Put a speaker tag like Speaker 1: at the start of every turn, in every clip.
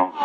Speaker 1: now.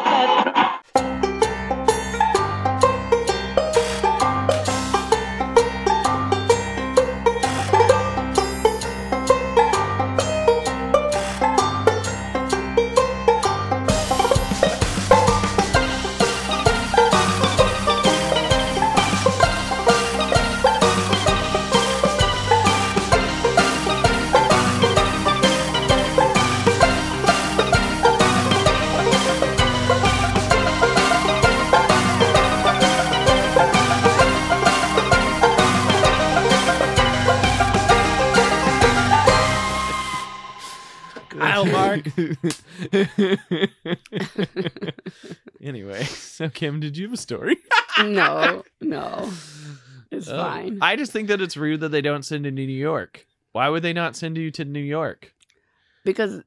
Speaker 2: I'll mark. anyway, so Kim, did you have a story?
Speaker 3: no, no. It's
Speaker 2: Oh,
Speaker 3: fine.
Speaker 2: I just think that it's rude that they don't send you to New York. Why would they not send you to New York?
Speaker 3: because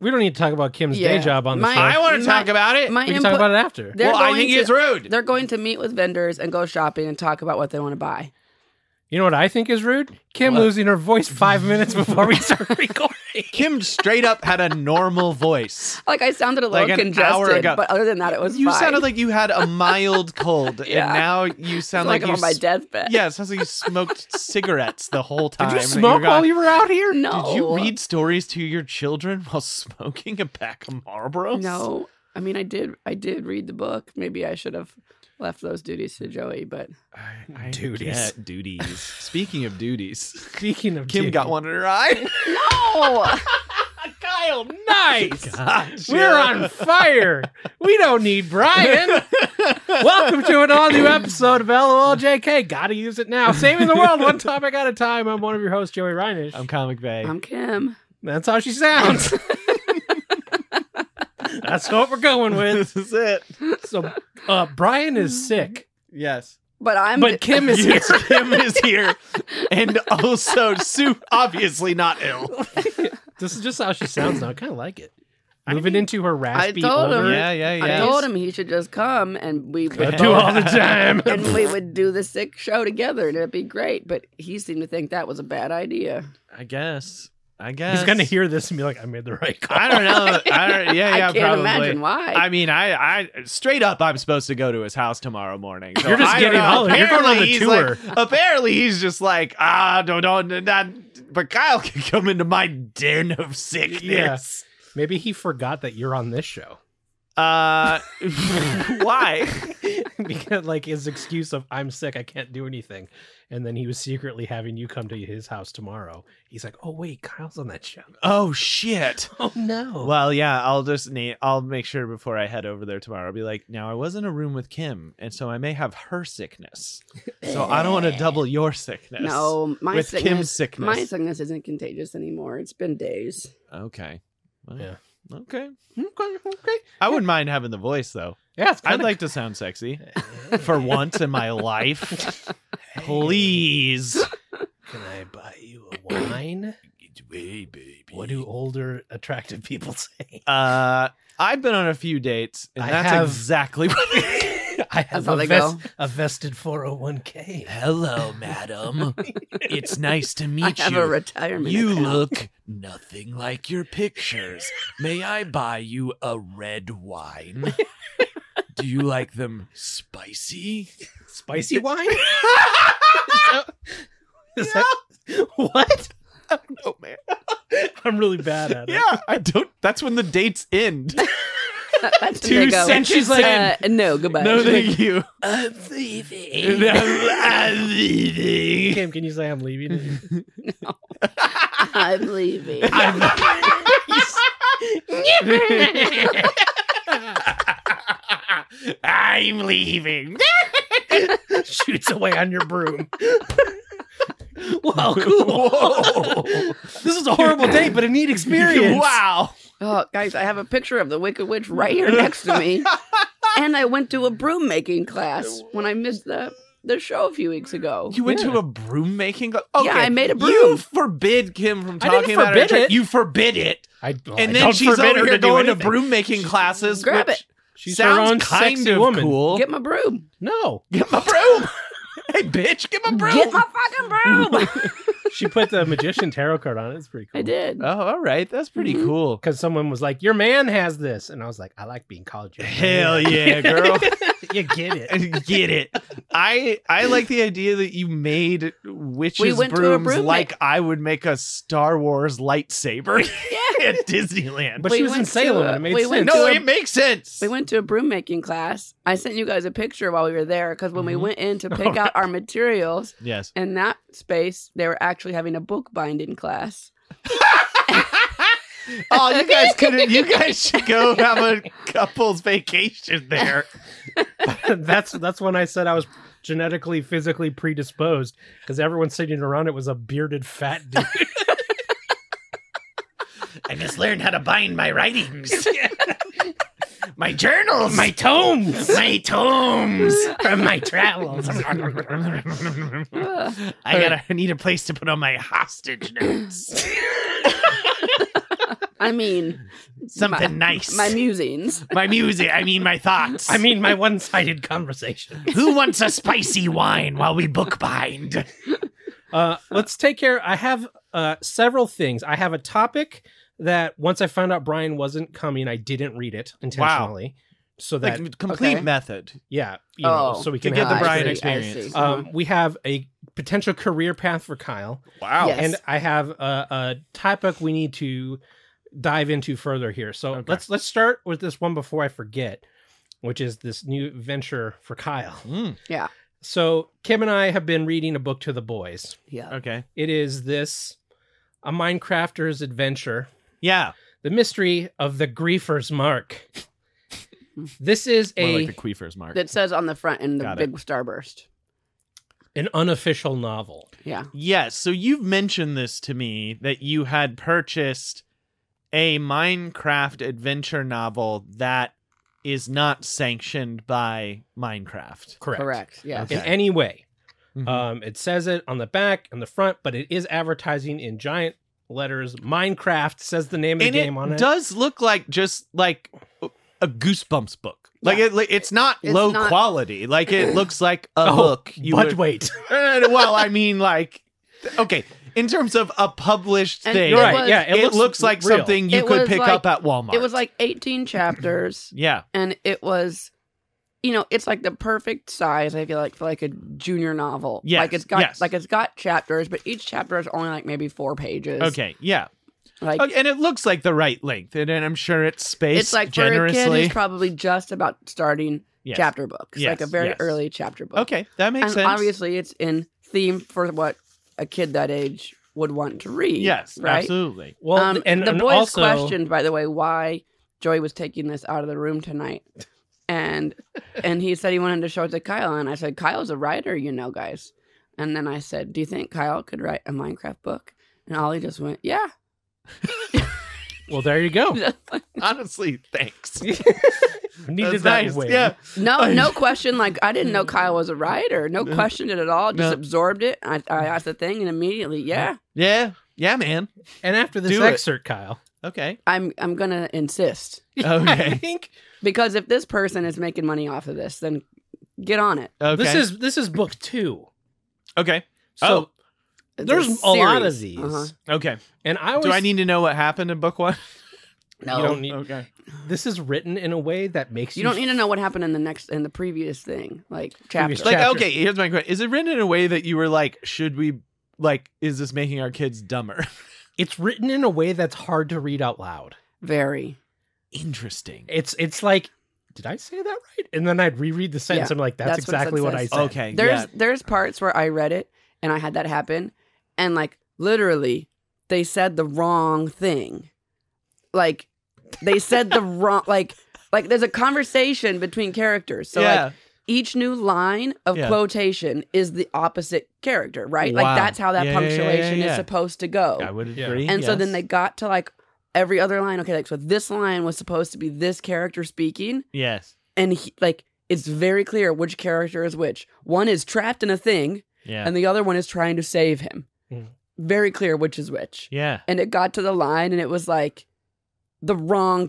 Speaker 4: We don't need to talk about Kim's
Speaker 3: Yeah.
Speaker 4: day job on the
Speaker 3: My-
Speaker 4: show.
Speaker 2: I want to
Speaker 3: my-
Speaker 2: talk about it.
Speaker 3: my
Speaker 4: we can
Speaker 3: input,
Speaker 4: talk about it after.
Speaker 3: they're
Speaker 2: well, I
Speaker 3: going
Speaker 2: think
Speaker 3: to-
Speaker 2: it's rude.
Speaker 3: they're going to meet with vendors and go shopping and talk about what they want to buy.
Speaker 4: You know what I think is rude? Kim
Speaker 2: What?
Speaker 4: losing her voice five minutes before we start recording.
Speaker 2: Kim straight up had a normal voice.
Speaker 3: Like I sounded a little
Speaker 2: Like an hour
Speaker 3: congested,
Speaker 2: ago.
Speaker 3: but other than that, it was
Speaker 2: You
Speaker 3: fine.
Speaker 2: sounded like you had a mild cold,
Speaker 3: Yeah.
Speaker 2: and now you
Speaker 3: It's
Speaker 2: sound
Speaker 3: like,
Speaker 2: like, you.
Speaker 3: I'm on my
Speaker 2: s-
Speaker 3: deathbed.
Speaker 2: yeah, it sounds like you smoked cigarettes the whole time.
Speaker 4: Did you
Speaker 2: that
Speaker 4: smoke
Speaker 2: were
Speaker 4: while
Speaker 2: gone.
Speaker 4: you were out here?
Speaker 3: No.
Speaker 2: Did you read stories to your children while smoking a pack of Marlboros?
Speaker 3: No, I mean I did. I did read the book. Maybe I should have left those duties to Joey, but
Speaker 2: I, I
Speaker 4: Duties.
Speaker 2: get duties. Speaking of duties,
Speaker 4: Speaking of
Speaker 2: Kim
Speaker 4: duty.
Speaker 2: got one in her eye.
Speaker 3: no.
Speaker 4: Kyle, nice.
Speaker 2: Gosh,
Speaker 4: We're on fire. We don't need Brian. Welcome to an all new episode of LOLJK. Gotta use it now. Saving the world one topic at a time. I'm one of your hosts, Joey Reinish.
Speaker 2: I'm Comic Bay.
Speaker 3: I'm Kim.
Speaker 4: That's how she sounds. That's what we're going with.
Speaker 2: this is it.
Speaker 4: So, uh, Brian is sick,
Speaker 2: Yes.
Speaker 3: But I'm.
Speaker 4: but Kim is
Speaker 2: Yes,
Speaker 4: here.
Speaker 2: Kim is here, and also Sue, obviously not ill.
Speaker 4: This is just how she sounds now. I kind of like it. Moving into her raspy
Speaker 3: told him.
Speaker 4: older.
Speaker 3: Yeah,
Speaker 2: yeah,
Speaker 3: I told him he should just come, and we
Speaker 4: I
Speaker 3: would
Speaker 4: do all the
Speaker 3: and
Speaker 4: time.
Speaker 3: we would do the sick show together, and it'd be great. But he seemed to think that was a bad idea.
Speaker 2: I guess. I guess
Speaker 4: He's gonna hear this and be like, "I made the right call."
Speaker 2: I don't know. I don't, yeah, yeah,
Speaker 3: I can't
Speaker 2: probably.
Speaker 3: imagine why.
Speaker 2: I mean, I, I straight up, I'm supposed to go to his house tomorrow morning. So
Speaker 4: You're just
Speaker 2: I don't
Speaker 4: getting
Speaker 2: know.
Speaker 4: all- you're going on
Speaker 2: Apparently
Speaker 4: the
Speaker 2: he's
Speaker 4: tour.
Speaker 2: like- apparently, he's just like, ah, don't, don't, not, but Kyle can come into my den of sickness.
Speaker 4: Maybe he forgot that you're on this show.
Speaker 2: Uh, why?
Speaker 4: because like his excuse of I'm sick, I can't do anything, and then he was secretly having you come to his house tomorrow. He's like, oh wait, Kyle's on that show.
Speaker 2: Oh shit.
Speaker 4: Oh no.
Speaker 2: Well, yeah, I'll just need, I'll make sure before I head over there tomorrow. I'll be like, now I was in a room with Kim, and so I may have her sickness. So I don't want to double your sickness.
Speaker 3: No, my
Speaker 2: with
Speaker 3: sickness.
Speaker 2: Kim's sickness.
Speaker 3: My sickness isn't contagious anymore. It's been days.
Speaker 2: Okay. Well,
Speaker 4: Yeah.
Speaker 2: Okay.
Speaker 4: okay, okay.
Speaker 2: I wouldn't mind having the voice though.
Speaker 4: Yeah, it's
Speaker 2: I'd
Speaker 4: kinda-
Speaker 2: like to sound sexy for once in my life. Please.
Speaker 4: Can I buy you a wine?
Speaker 2: Baby.
Speaker 4: What do older attractive people say?
Speaker 2: uh I've been on a few dates and
Speaker 4: I
Speaker 2: that's
Speaker 4: have-
Speaker 2: exactly what
Speaker 4: I
Speaker 3: That's
Speaker 4: have
Speaker 3: how
Speaker 4: a,
Speaker 3: they
Speaker 4: vest-
Speaker 3: go.
Speaker 4: a vested 401k.
Speaker 2: Hello, madam. Um, it's nice to meet
Speaker 3: I have a retirement. account.
Speaker 2: look nothing like your pictures. May I buy you a red wine? Do you like them spicy?
Speaker 4: Spicy wine? Is that- is that- what?
Speaker 2: Oh man.
Speaker 4: I'm really bad at it.
Speaker 2: Yeah, I don't that's when the dates end.
Speaker 3: That's when they go,
Speaker 2: centuries
Speaker 3: uh, no, goodbye.
Speaker 2: No,
Speaker 3: She's like,
Speaker 2: thank you.
Speaker 4: I'm leaving.
Speaker 2: I'm leaving.
Speaker 4: Kim, can you say I'm leaving?
Speaker 3: I'm leaving.
Speaker 2: I'm leaving.
Speaker 4: shoots away on your broom. wow, cool. This is a horrible date, but a neat experience.
Speaker 2: Wow.
Speaker 3: Oh, guys, I have a picture of the Wicked Witch right here next to me. and I went to a broom making class when I missed the, the show a few weeks ago.
Speaker 2: You went
Speaker 4: Yeah.
Speaker 2: to a broom making. cl- Okay.
Speaker 3: Yeah, I made
Speaker 2: You
Speaker 3: a broom.
Speaker 2: forbid Kim from
Speaker 4: I didn't
Speaker 2: talking about her
Speaker 4: forbid
Speaker 2: trip.
Speaker 4: it.
Speaker 2: You forbid it,
Speaker 4: I,
Speaker 2: and then she's over here going to broom making classes.
Speaker 3: Grab
Speaker 2: which
Speaker 3: it.
Speaker 4: She's her
Speaker 2: sounds
Speaker 4: own
Speaker 2: kind
Speaker 4: sexy
Speaker 2: of
Speaker 4: woman.
Speaker 2: cool.
Speaker 3: Get my broom.
Speaker 4: No,
Speaker 2: Get my broom. hey, bitch, get my broom.
Speaker 3: Get my fucking broom.
Speaker 4: she put the magician tarot card on it. It's pretty cool.
Speaker 3: I did.
Speaker 2: Oh, all right. That's pretty
Speaker 3: Mhm.
Speaker 2: cool.
Speaker 4: Because someone was like, "Your man has this," and I was like, "I like being called your man."
Speaker 2: Hell yeah, girl.
Speaker 4: you get it.
Speaker 2: Get it. I I like the idea that you made witches
Speaker 3: We went to a
Speaker 2: brooms
Speaker 3: broom
Speaker 2: like I would make a Star Wars lightsaber
Speaker 3: Yeah.
Speaker 2: at Disneyland.
Speaker 4: But
Speaker 3: We
Speaker 4: she was in
Speaker 3: went to
Speaker 4: Salem.
Speaker 3: a-
Speaker 4: and it made
Speaker 3: we
Speaker 4: sense.
Speaker 3: went
Speaker 2: no,
Speaker 3: to a-
Speaker 2: it makes sense.
Speaker 3: We went to a broom making class. I sent you guys a picture while we were there because when we
Speaker 2: Mm-hmm.
Speaker 4: Mhm.
Speaker 3: went in to pick out our materials
Speaker 2: yes.
Speaker 3: in that space, they were actually having a book binding class.
Speaker 2: Oh, you guys could you guys should go have a couple's vacation there.
Speaker 4: that's that's when I said I was genetically, physically predisposed because everyone sitting around it was a bearded fat dude.
Speaker 2: I just learned how to bind my writings. my journals,
Speaker 4: my tomes
Speaker 2: my tomes.
Speaker 4: from my travels.
Speaker 3: Ugh.
Speaker 2: I gotta I need a place to put on my hostage notes.
Speaker 3: I mean,
Speaker 2: Something nice.
Speaker 3: my musings.
Speaker 2: my music. I mean, my thoughts.
Speaker 4: I mean, my one-sided conversation.
Speaker 2: who wants a spicy wine while we bookbind?
Speaker 4: Uh, let's take care. I have uh, several things. I have a topic that once I found out Brian wasn't coming, I didn't read it intentionally. So that
Speaker 2: Like, complete
Speaker 3: okay.
Speaker 2: method.
Speaker 4: yeah, you know,
Speaker 3: Oh.
Speaker 4: so we can
Speaker 2: get
Speaker 4: have
Speaker 2: the
Speaker 4: it.
Speaker 3: I
Speaker 2: Brian
Speaker 3: see, I
Speaker 2: experience.
Speaker 3: see. Mm-hmm.
Speaker 4: Um, we have a potential career path for Kyle,
Speaker 2: Wow.
Speaker 3: Yes.
Speaker 4: and I have a, a topic we need to dive into further here. So
Speaker 2: Okay.
Speaker 4: let's let's start with this one before I forget, which is this new venture for Kyle.
Speaker 2: Mm,
Speaker 4: So Kim and I have been reading a book to the boys.
Speaker 3: yeah.
Speaker 2: okay.
Speaker 4: It is this a Minecrafter's adventure,
Speaker 2: Yeah.
Speaker 4: the mystery of the Griefer's mark. This is
Speaker 2: More
Speaker 4: a
Speaker 2: like the queefers, Mark.
Speaker 3: That says on the front in the
Speaker 2: Got it.
Speaker 3: big starburst.
Speaker 4: an unofficial novel.
Speaker 3: Yeah.
Speaker 2: Yes. So you've mentioned this to me that you had purchased a Minecraft adventure novel that is not sanctioned by Minecraft.
Speaker 4: Correct.
Speaker 3: Correct. Yeah.
Speaker 2: Okay.
Speaker 4: In any way.
Speaker 2: Mhm.
Speaker 4: Um, it says it on the back, on the front, but it is advertising in giant letters. Minecraft says the name of
Speaker 2: and
Speaker 4: the
Speaker 2: it
Speaker 4: game on it.
Speaker 2: does look like just like a Goosebumps book.
Speaker 3: Yeah.
Speaker 2: Like it, like, it's not
Speaker 3: It's
Speaker 2: low
Speaker 3: not-
Speaker 2: quality. Like it looks like a
Speaker 4: Oh,
Speaker 2: book. You
Speaker 4: but
Speaker 2: would-
Speaker 4: wait.
Speaker 2: No, no, no, well, I mean, like, okay, in terms of a published
Speaker 3: And
Speaker 2: thing,
Speaker 3: You're
Speaker 4: You're
Speaker 3: It
Speaker 4: right.
Speaker 3: was-
Speaker 4: yeah,
Speaker 2: it,
Speaker 4: it,
Speaker 2: looks, like
Speaker 4: real.
Speaker 2: something you
Speaker 3: It
Speaker 2: could
Speaker 3: was
Speaker 2: pick
Speaker 3: like-
Speaker 2: up at Walmart.
Speaker 3: It was like 18 chapters,
Speaker 2: yeah,
Speaker 3: and it was, you know, it's like the perfect size. I feel like for like a junior novel.
Speaker 2: Yes,
Speaker 3: Like it's got
Speaker 2: yes.
Speaker 3: like it's got chapters, but each chapter is only like maybe four pages.
Speaker 2: okay, yeah,
Speaker 3: Like
Speaker 2: Okay, and it looks like the right length, and, and I'm sure it's spaced
Speaker 3: it's like
Speaker 2: generously.
Speaker 3: for a kid who's probably just about starting
Speaker 2: Yes.
Speaker 3: chapter books,
Speaker 2: Yes,
Speaker 3: like a very
Speaker 2: yes.
Speaker 3: early chapter book.
Speaker 2: Okay, that makes
Speaker 3: and
Speaker 2: sense.
Speaker 3: obviously it's in theme for what a kid that age would want to read.
Speaker 2: yes,
Speaker 3: right.
Speaker 2: absolutely.
Speaker 4: Well,
Speaker 3: um,
Speaker 4: and,
Speaker 3: the
Speaker 4: and
Speaker 3: boys
Speaker 4: also,
Speaker 3: questioned, by the way, why Joey was taking this out of the room tonight, and and he said he wanted to show it to Kyle, and I said Kyle's a writer, you know, guys. And then I said, "Do you think Kyle could write a Minecraft book?" And Ollie just went, "Yeah."
Speaker 4: Well, there you go.
Speaker 2: Honestly, thanks.
Speaker 4: Needed
Speaker 2: That's
Speaker 4: that
Speaker 2: nice.
Speaker 4: win.
Speaker 2: Yeah,
Speaker 3: No, no question. Like I didn't know Kyle was a writer. No
Speaker 2: No.
Speaker 3: questioned it at all. Just
Speaker 2: No.
Speaker 3: absorbed it. I, I asked the thing, and immediately, yeah,
Speaker 2: yeah, yeah, man.
Speaker 4: And after this
Speaker 2: Do it.
Speaker 4: excerpt, Kyle,
Speaker 2: Okay,
Speaker 3: I'm I'm gonna insist
Speaker 4: I
Speaker 2: okay,
Speaker 4: think
Speaker 3: because if this person is making money off of this, then get on it.
Speaker 2: okay. Oh.
Speaker 4: this is this is book two.
Speaker 2: okay,
Speaker 4: So
Speaker 3: It's
Speaker 4: there's a, lot of
Speaker 3: series.
Speaker 4: these,
Speaker 3: Uh-huh.
Speaker 2: okay.
Speaker 4: and I always
Speaker 2: Do I need to know what happened in book one?
Speaker 3: No,
Speaker 4: you don't need.
Speaker 2: Okay.
Speaker 4: This is written in a way that makes
Speaker 3: You
Speaker 4: you,
Speaker 3: don't need to know what happened in the next in the previous thing, like chapter.
Speaker 4: Previous
Speaker 2: Like,
Speaker 4: chapter.
Speaker 2: okay, here's my question. Is it written in a way that you were like, should we, like, is this making our kids dumber?
Speaker 4: It's written in a way that's hard to read out loud.
Speaker 3: Very.
Speaker 2: Interesting.
Speaker 4: It's it's like, did I say that right? And then I'd reread the sentence.
Speaker 3: Yeah,
Speaker 4: I'm like, that's,
Speaker 3: that's what it
Speaker 4: exactly what, I
Speaker 3: says.
Speaker 4: said.
Speaker 2: Okay.
Speaker 3: There's
Speaker 2: yeah.
Speaker 3: there's parts where I read it and I had that happen, and like literally they said the wrong thing, like they said the wrong like like there's a conversation between characters. So
Speaker 2: yeah.
Speaker 3: like each new line of
Speaker 2: Yeah.
Speaker 3: quotation is the opposite character, right?
Speaker 2: Wow.
Speaker 3: Like that's how that
Speaker 2: Yeah, yeah, yeah, yeah,
Speaker 3: punctuation
Speaker 2: yeah.
Speaker 3: is supposed to go.
Speaker 2: I would
Speaker 4: Yeah.
Speaker 2: agree.
Speaker 3: And so then
Speaker 2: yes.
Speaker 3: they got to like every other line. Okay, like so this line was supposed to be this character speaking,
Speaker 2: Yes.
Speaker 3: and he, like it's very clear which character is which. One is trapped in a thing,
Speaker 2: Yeah. Mm-hmm.
Speaker 3: and the other one is trying to save him.
Speaker 4: Mm.
Speaker 3: Very clear which is which.
Speaker 2: yeah.
Speaker 3: And it got to the line, and it was like the wrong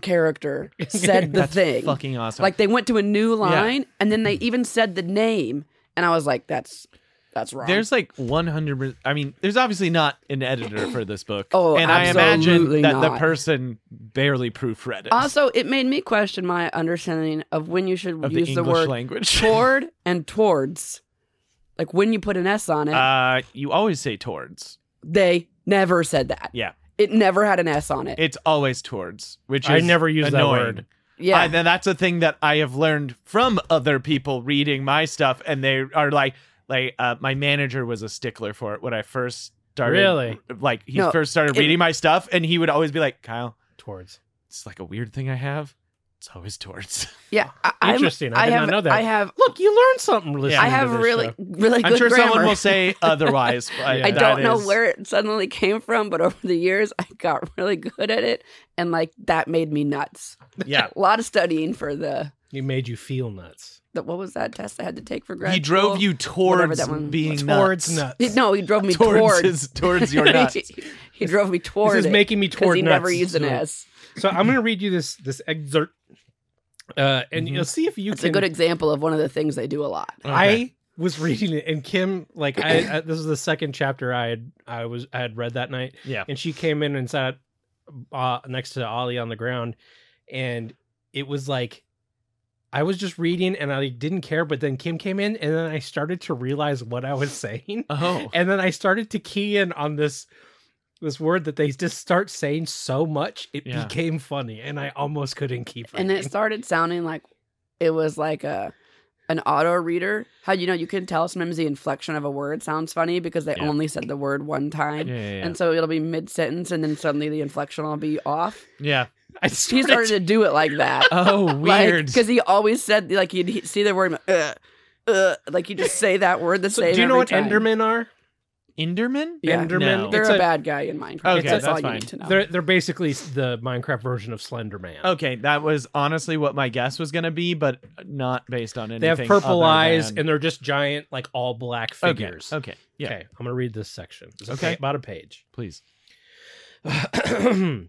Speaker 3: character said the
Speaker 2: That's
Speaker 3: thing.
Speaker 2: fucking awesome. Mm-hmm.
Speaker 3: Like they went to a new line, and then they even said the name, and I was like, "That's That's wrong.
Speaker 2: There's like 100. I mean, there's obviously not an editor for this book.
Speaker 3: Oh,
Speaker 2: and I imagine
Speaker 3: absolutely
Speaker 2: that the
Speaker 3: not.
Speaker 2: person barely proofread it.
Speaker 3: also it made me question my understanding of when you should
Speaker 2: of the
Speaker 3: use
Speaker 2: English
Speaker 3: the word
Speaker 2: language.
Speaker 3: toward and towards. Like when you put an S on it,
Speaker 2: uh, you always say towards.
Speaker 3: they never said that.
Speaker 2: Yeah.
Speaker 3: It never had an S on it.
Speaker 2: It's always towards, which is
Speaker 4: I never use that
Speaker 2: annoying.
Speaker 4: word.
Speaker 3: yeah.
Speaker 2: I, then that's a thing that I have learned from other people reading my stuff, and they are like, like uh, my manager was a stickler for it when I first started.
Speaker 4: Really?
Speaker 2: Like he
Speaker 3: No,
Speaker 2: first started
Speaker 3: it-
Speaker 2: reading my stuff, and he would always be like, "Kyle,
Speaker 4: Towards.
Speaker 2: it's like a weird thing I have. It's always towards."
Speaker 3: yeah. I, I'm-
Speaker 4: Interesting. I did not
Speaker 3: have,
Speaker 4: know that.
Speaker 3: I have
Speaker 4: Look, you learned something listening
Speaker 2: Yeah.
Speaker 3: I
Speaker 4: to
Speaker 3: have
Speaker 4: this
Speaker 3: really
Speaker 4: show.
Speaker 3: really good
Speaker 2: I'm sure someone
Speaker 3: grammar.
Speaker 2: will say otherwise. but
Speaker 4: Yeah.
Speaker 3: I
Speaker 2: that
Speaker 3: don't know
Speaker 2: is-
Speaker 3: where it suddenly came from, but over the years I got really good at it and like that made me nuts.
Speaker 2: Yeah,
Speaker 3: A lot of studying for the,
Speaker 4: It made you feel nuts.
Speaker 3: the what was that test I had to take for grad
Speaker 2: he drove
Speaker 3: school?
Speaker 2: you
Speaker 3: whatever
Speaker 2: towards
Speaker 3: that one-
Speaker 2: being
Speaker 4: Towards
Speaker 2: nuts.
Speaker 4: nuts.
Speaker 3: He- no, he drove me
Speaker 2: Towards
Speaker 3: toward.
Speaker 2: is- towards your nuts.
Speaker 3: he, he drove me toward.
Speaker 4: This is
Speaker 3: it
Speaker 4: making me
Speaker 3: 'cause
Speaker 4: toward
Speaker 3: he
Speaker 4: nuts.
Speaker 3: never used an
Speaker 4: So-
Speaker 3: S.
Speaker 4: So I'm going to read you this this excerpt, uh, and
Speaker 2: Mhm.
Speaker 4: you'll see if you
Speaker 3: Mm-hmm. It's a
Speaker 4: can.
Speaker 3: good example of one of the things they do a lot.
Speaker 2: Okay.
Speaker 4: I was reading it, and Kim, like, I, I this is the second chapter I had I was I had read that night,
Speaker 2: yeah.
Speaker 4: and she came in and sat uh, next to Ollie on the ground, and it was like I was just reading and I didn't care, but then Kim came in, and then I started to realize what I was saying,
Speaker 2: Oh.
Speaker 4: and then I started to key in on this this word that they just start saying so much it
Speaker 2: Yeah.
Speaker 4: became funny, and I almost couldn't keep.
Speaker 3: And it
Speaker 4: reading.
Speaker 3: started sounding like it was like a an auto reader. How you know you can tell sometimes the inflection of a word sounds funny because they
Speaker 2: Yeah.
Speaker 3: only said the word one
Speaker 2: Yeah,
Speaker 3: time.
Speaker 2: yeah, yeah.
Speaker 3: And so it'll be mid sentence, and then suddenly the inflection will be off.
Speaker 2: yeah.
Speaker 4: I
Speaker 3: He started to do it like that,
Speaker 2: Oh, weird.
Speaker 3: because he always said like he'd he- see the word, uh, uh, like you just say that word the
Speaker 4: So
Speaker 3: same.
Speaker 4: do you know
Speaker 3: every
Speaker 4: what
Speaker 3: time.
Speaker 4: Endermen are?
Speaker 2: Enderman?
Speaker 3: Yeah.
Speaker 4: Endermen.
Speaker 2: No.
Speaker 3: They're
Speaker 4: it's
Speaker 3: a,
Speaker 4: a-
Speaker 3: bad guy in Minecraft.
Speaker 2: Okay,
Speaker 3: that's, all
Speaker 2: that's
Speaker 3: you
Speaker 2: fine.
Speaker 3: need to know.
Speaker 4: They're they're basically the Minecraft version of Slenderman.
Speaker 2: Okay, that was honestly what my guess was going to be, but not based on anything.
Speaker 4: They have purple
Speaker 2: other
Speaker 4: eyes
Speaker 2: than-
Speaker 4: and they're just giant, like all black
Speaker 2: Okay,
Speaker 4: figures.
Speaker 2: Okay, yeah,
Speaker 4: Okay, I'm gonna read this section. It's
Speaker 2: Okay.
Speaker 4: okay, about a page.
Speaker 2: please.
Speaker 4: the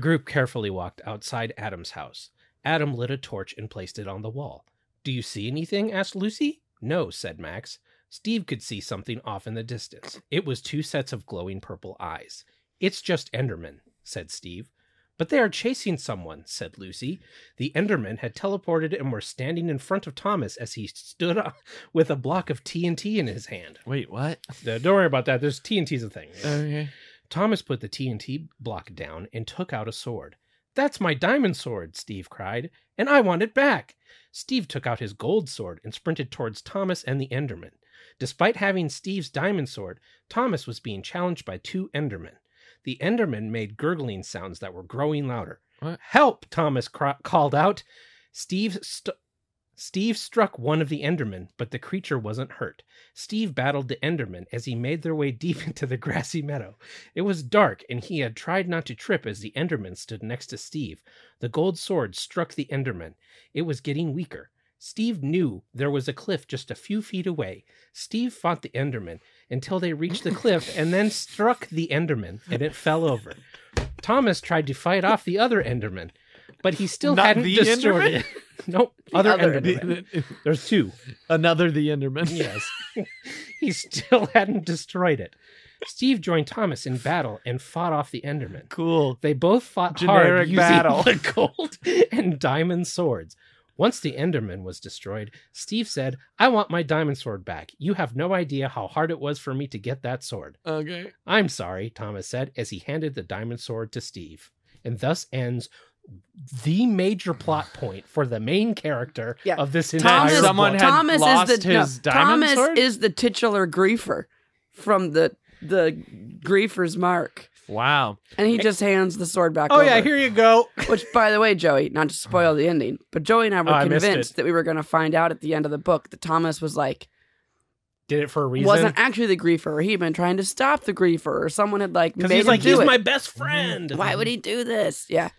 Speaker 4: group carefully walked outside Adam's house. Adam lit a torch and placed it on the wall. Do you see anything? asked Lucy. No, said Max. Steve could see something off in the distance. It was two sets of glowing purple eyes. It's just Endermen, said Steve. But they are chasing someone, said Lucy. The Endermen had teleported and were standing in front of Thomas as he stood up with a block of TNT in his hand.
Speaker 2: Wait, what?
Speaker 4: Uh, Don't worry about that. There's TNT's a thing.
Speaker 2: Okay.
Speaker 4: Thomas put the TNT block down and took out a sword. That's my diamond sword, Steve cried, and I want it back. Steve took out his gold sword and sprinted towards Thomas and the Enderman. Despite having Steve's diamond sword, Thomas was being challenged by two Endermen. The Endermen made gurgling sounds that were growing louder.
Speaker 2: What?
Speaker 4: Help! Thomas cr- called out. Steve st- Steve struck one of the Endermen, but the creature wasn't hurt. Steve battled the Endermen as he made their way deep into the grassy meadow. It was dark, and he had tried not to trip as the Enderman stood next to Steve. The gold sword struck the Enderman. It was getting weaker. Steve knew there was a cliff just a few feet away. Steve fought the Enderman until they reached the cliff and then struck the Enderman, and it fell over. Thomas tried to fight off the other Enderman, but he still
Speaker 2: Not
Speaker 4: hadn't
Speaker 2: the
Speaker 4: destroyed
Speaker 2: Enderman?
Speaker 4: it. nope, other,
Speaker 3: other
Speaker 4: Enderman. There's two.
Speaker 2: Another the Enderman.
Speaker 4: Yes. he still hadn't destroyed it. Steve joined Thomas in battle and fought off the Enderman.
Speaker 2: Cool.
Speaker 4: They both fought
Speaker 2: Generic
Speaker 4: hard using
Speaker 2: battle.
Speaker 4: the gold and diamond swords. Once the Enderman was destroyed, Steve said, I want my diamond sword back. You have no idea how hard it was for me to get that sword.
Speaker 2: Okay.
Speaker 4: I'm sorry, Thomas said as he handed the diamond sword to Steve. And thus ends the major plot point for the main character
Speaker 3: Yeah.
Speaker 4: of this entire
Speaker 3: Thomas,
Speaker 2: someone
Speaker 4: book.
Speaker 2: had
Speaker 3: Thomas
Speaker 2: lost
Speaker 3: is the no,
Speaker 2: his diamond
Speaker 3: Thomas
Speaker 2: sword?
Speaker 3: is the titular griefer from the the griefer's mark,
Speaker 2: Wow.
Speaker 3: and he just hands the sword back.
Speaker 2: Oh yeah,
Speaker 3: over.
Speaker 2: here you go.
Speaker 3: Which, by the way, Joey, not to spoil the ending, but Joey and I were
Speaker 4: Oh, I missed
Speaker 3: convinced that we were going to find out at the end of the book that Thomas was like
Speaker 4: did it for a reason.
Speaker 3: wasn't actually the griefer. or He'd been trying to stop the griefer, or someone had like made him do it.
Speaker 4: best friend.
Speaker 3: Why would he do this? Yeah,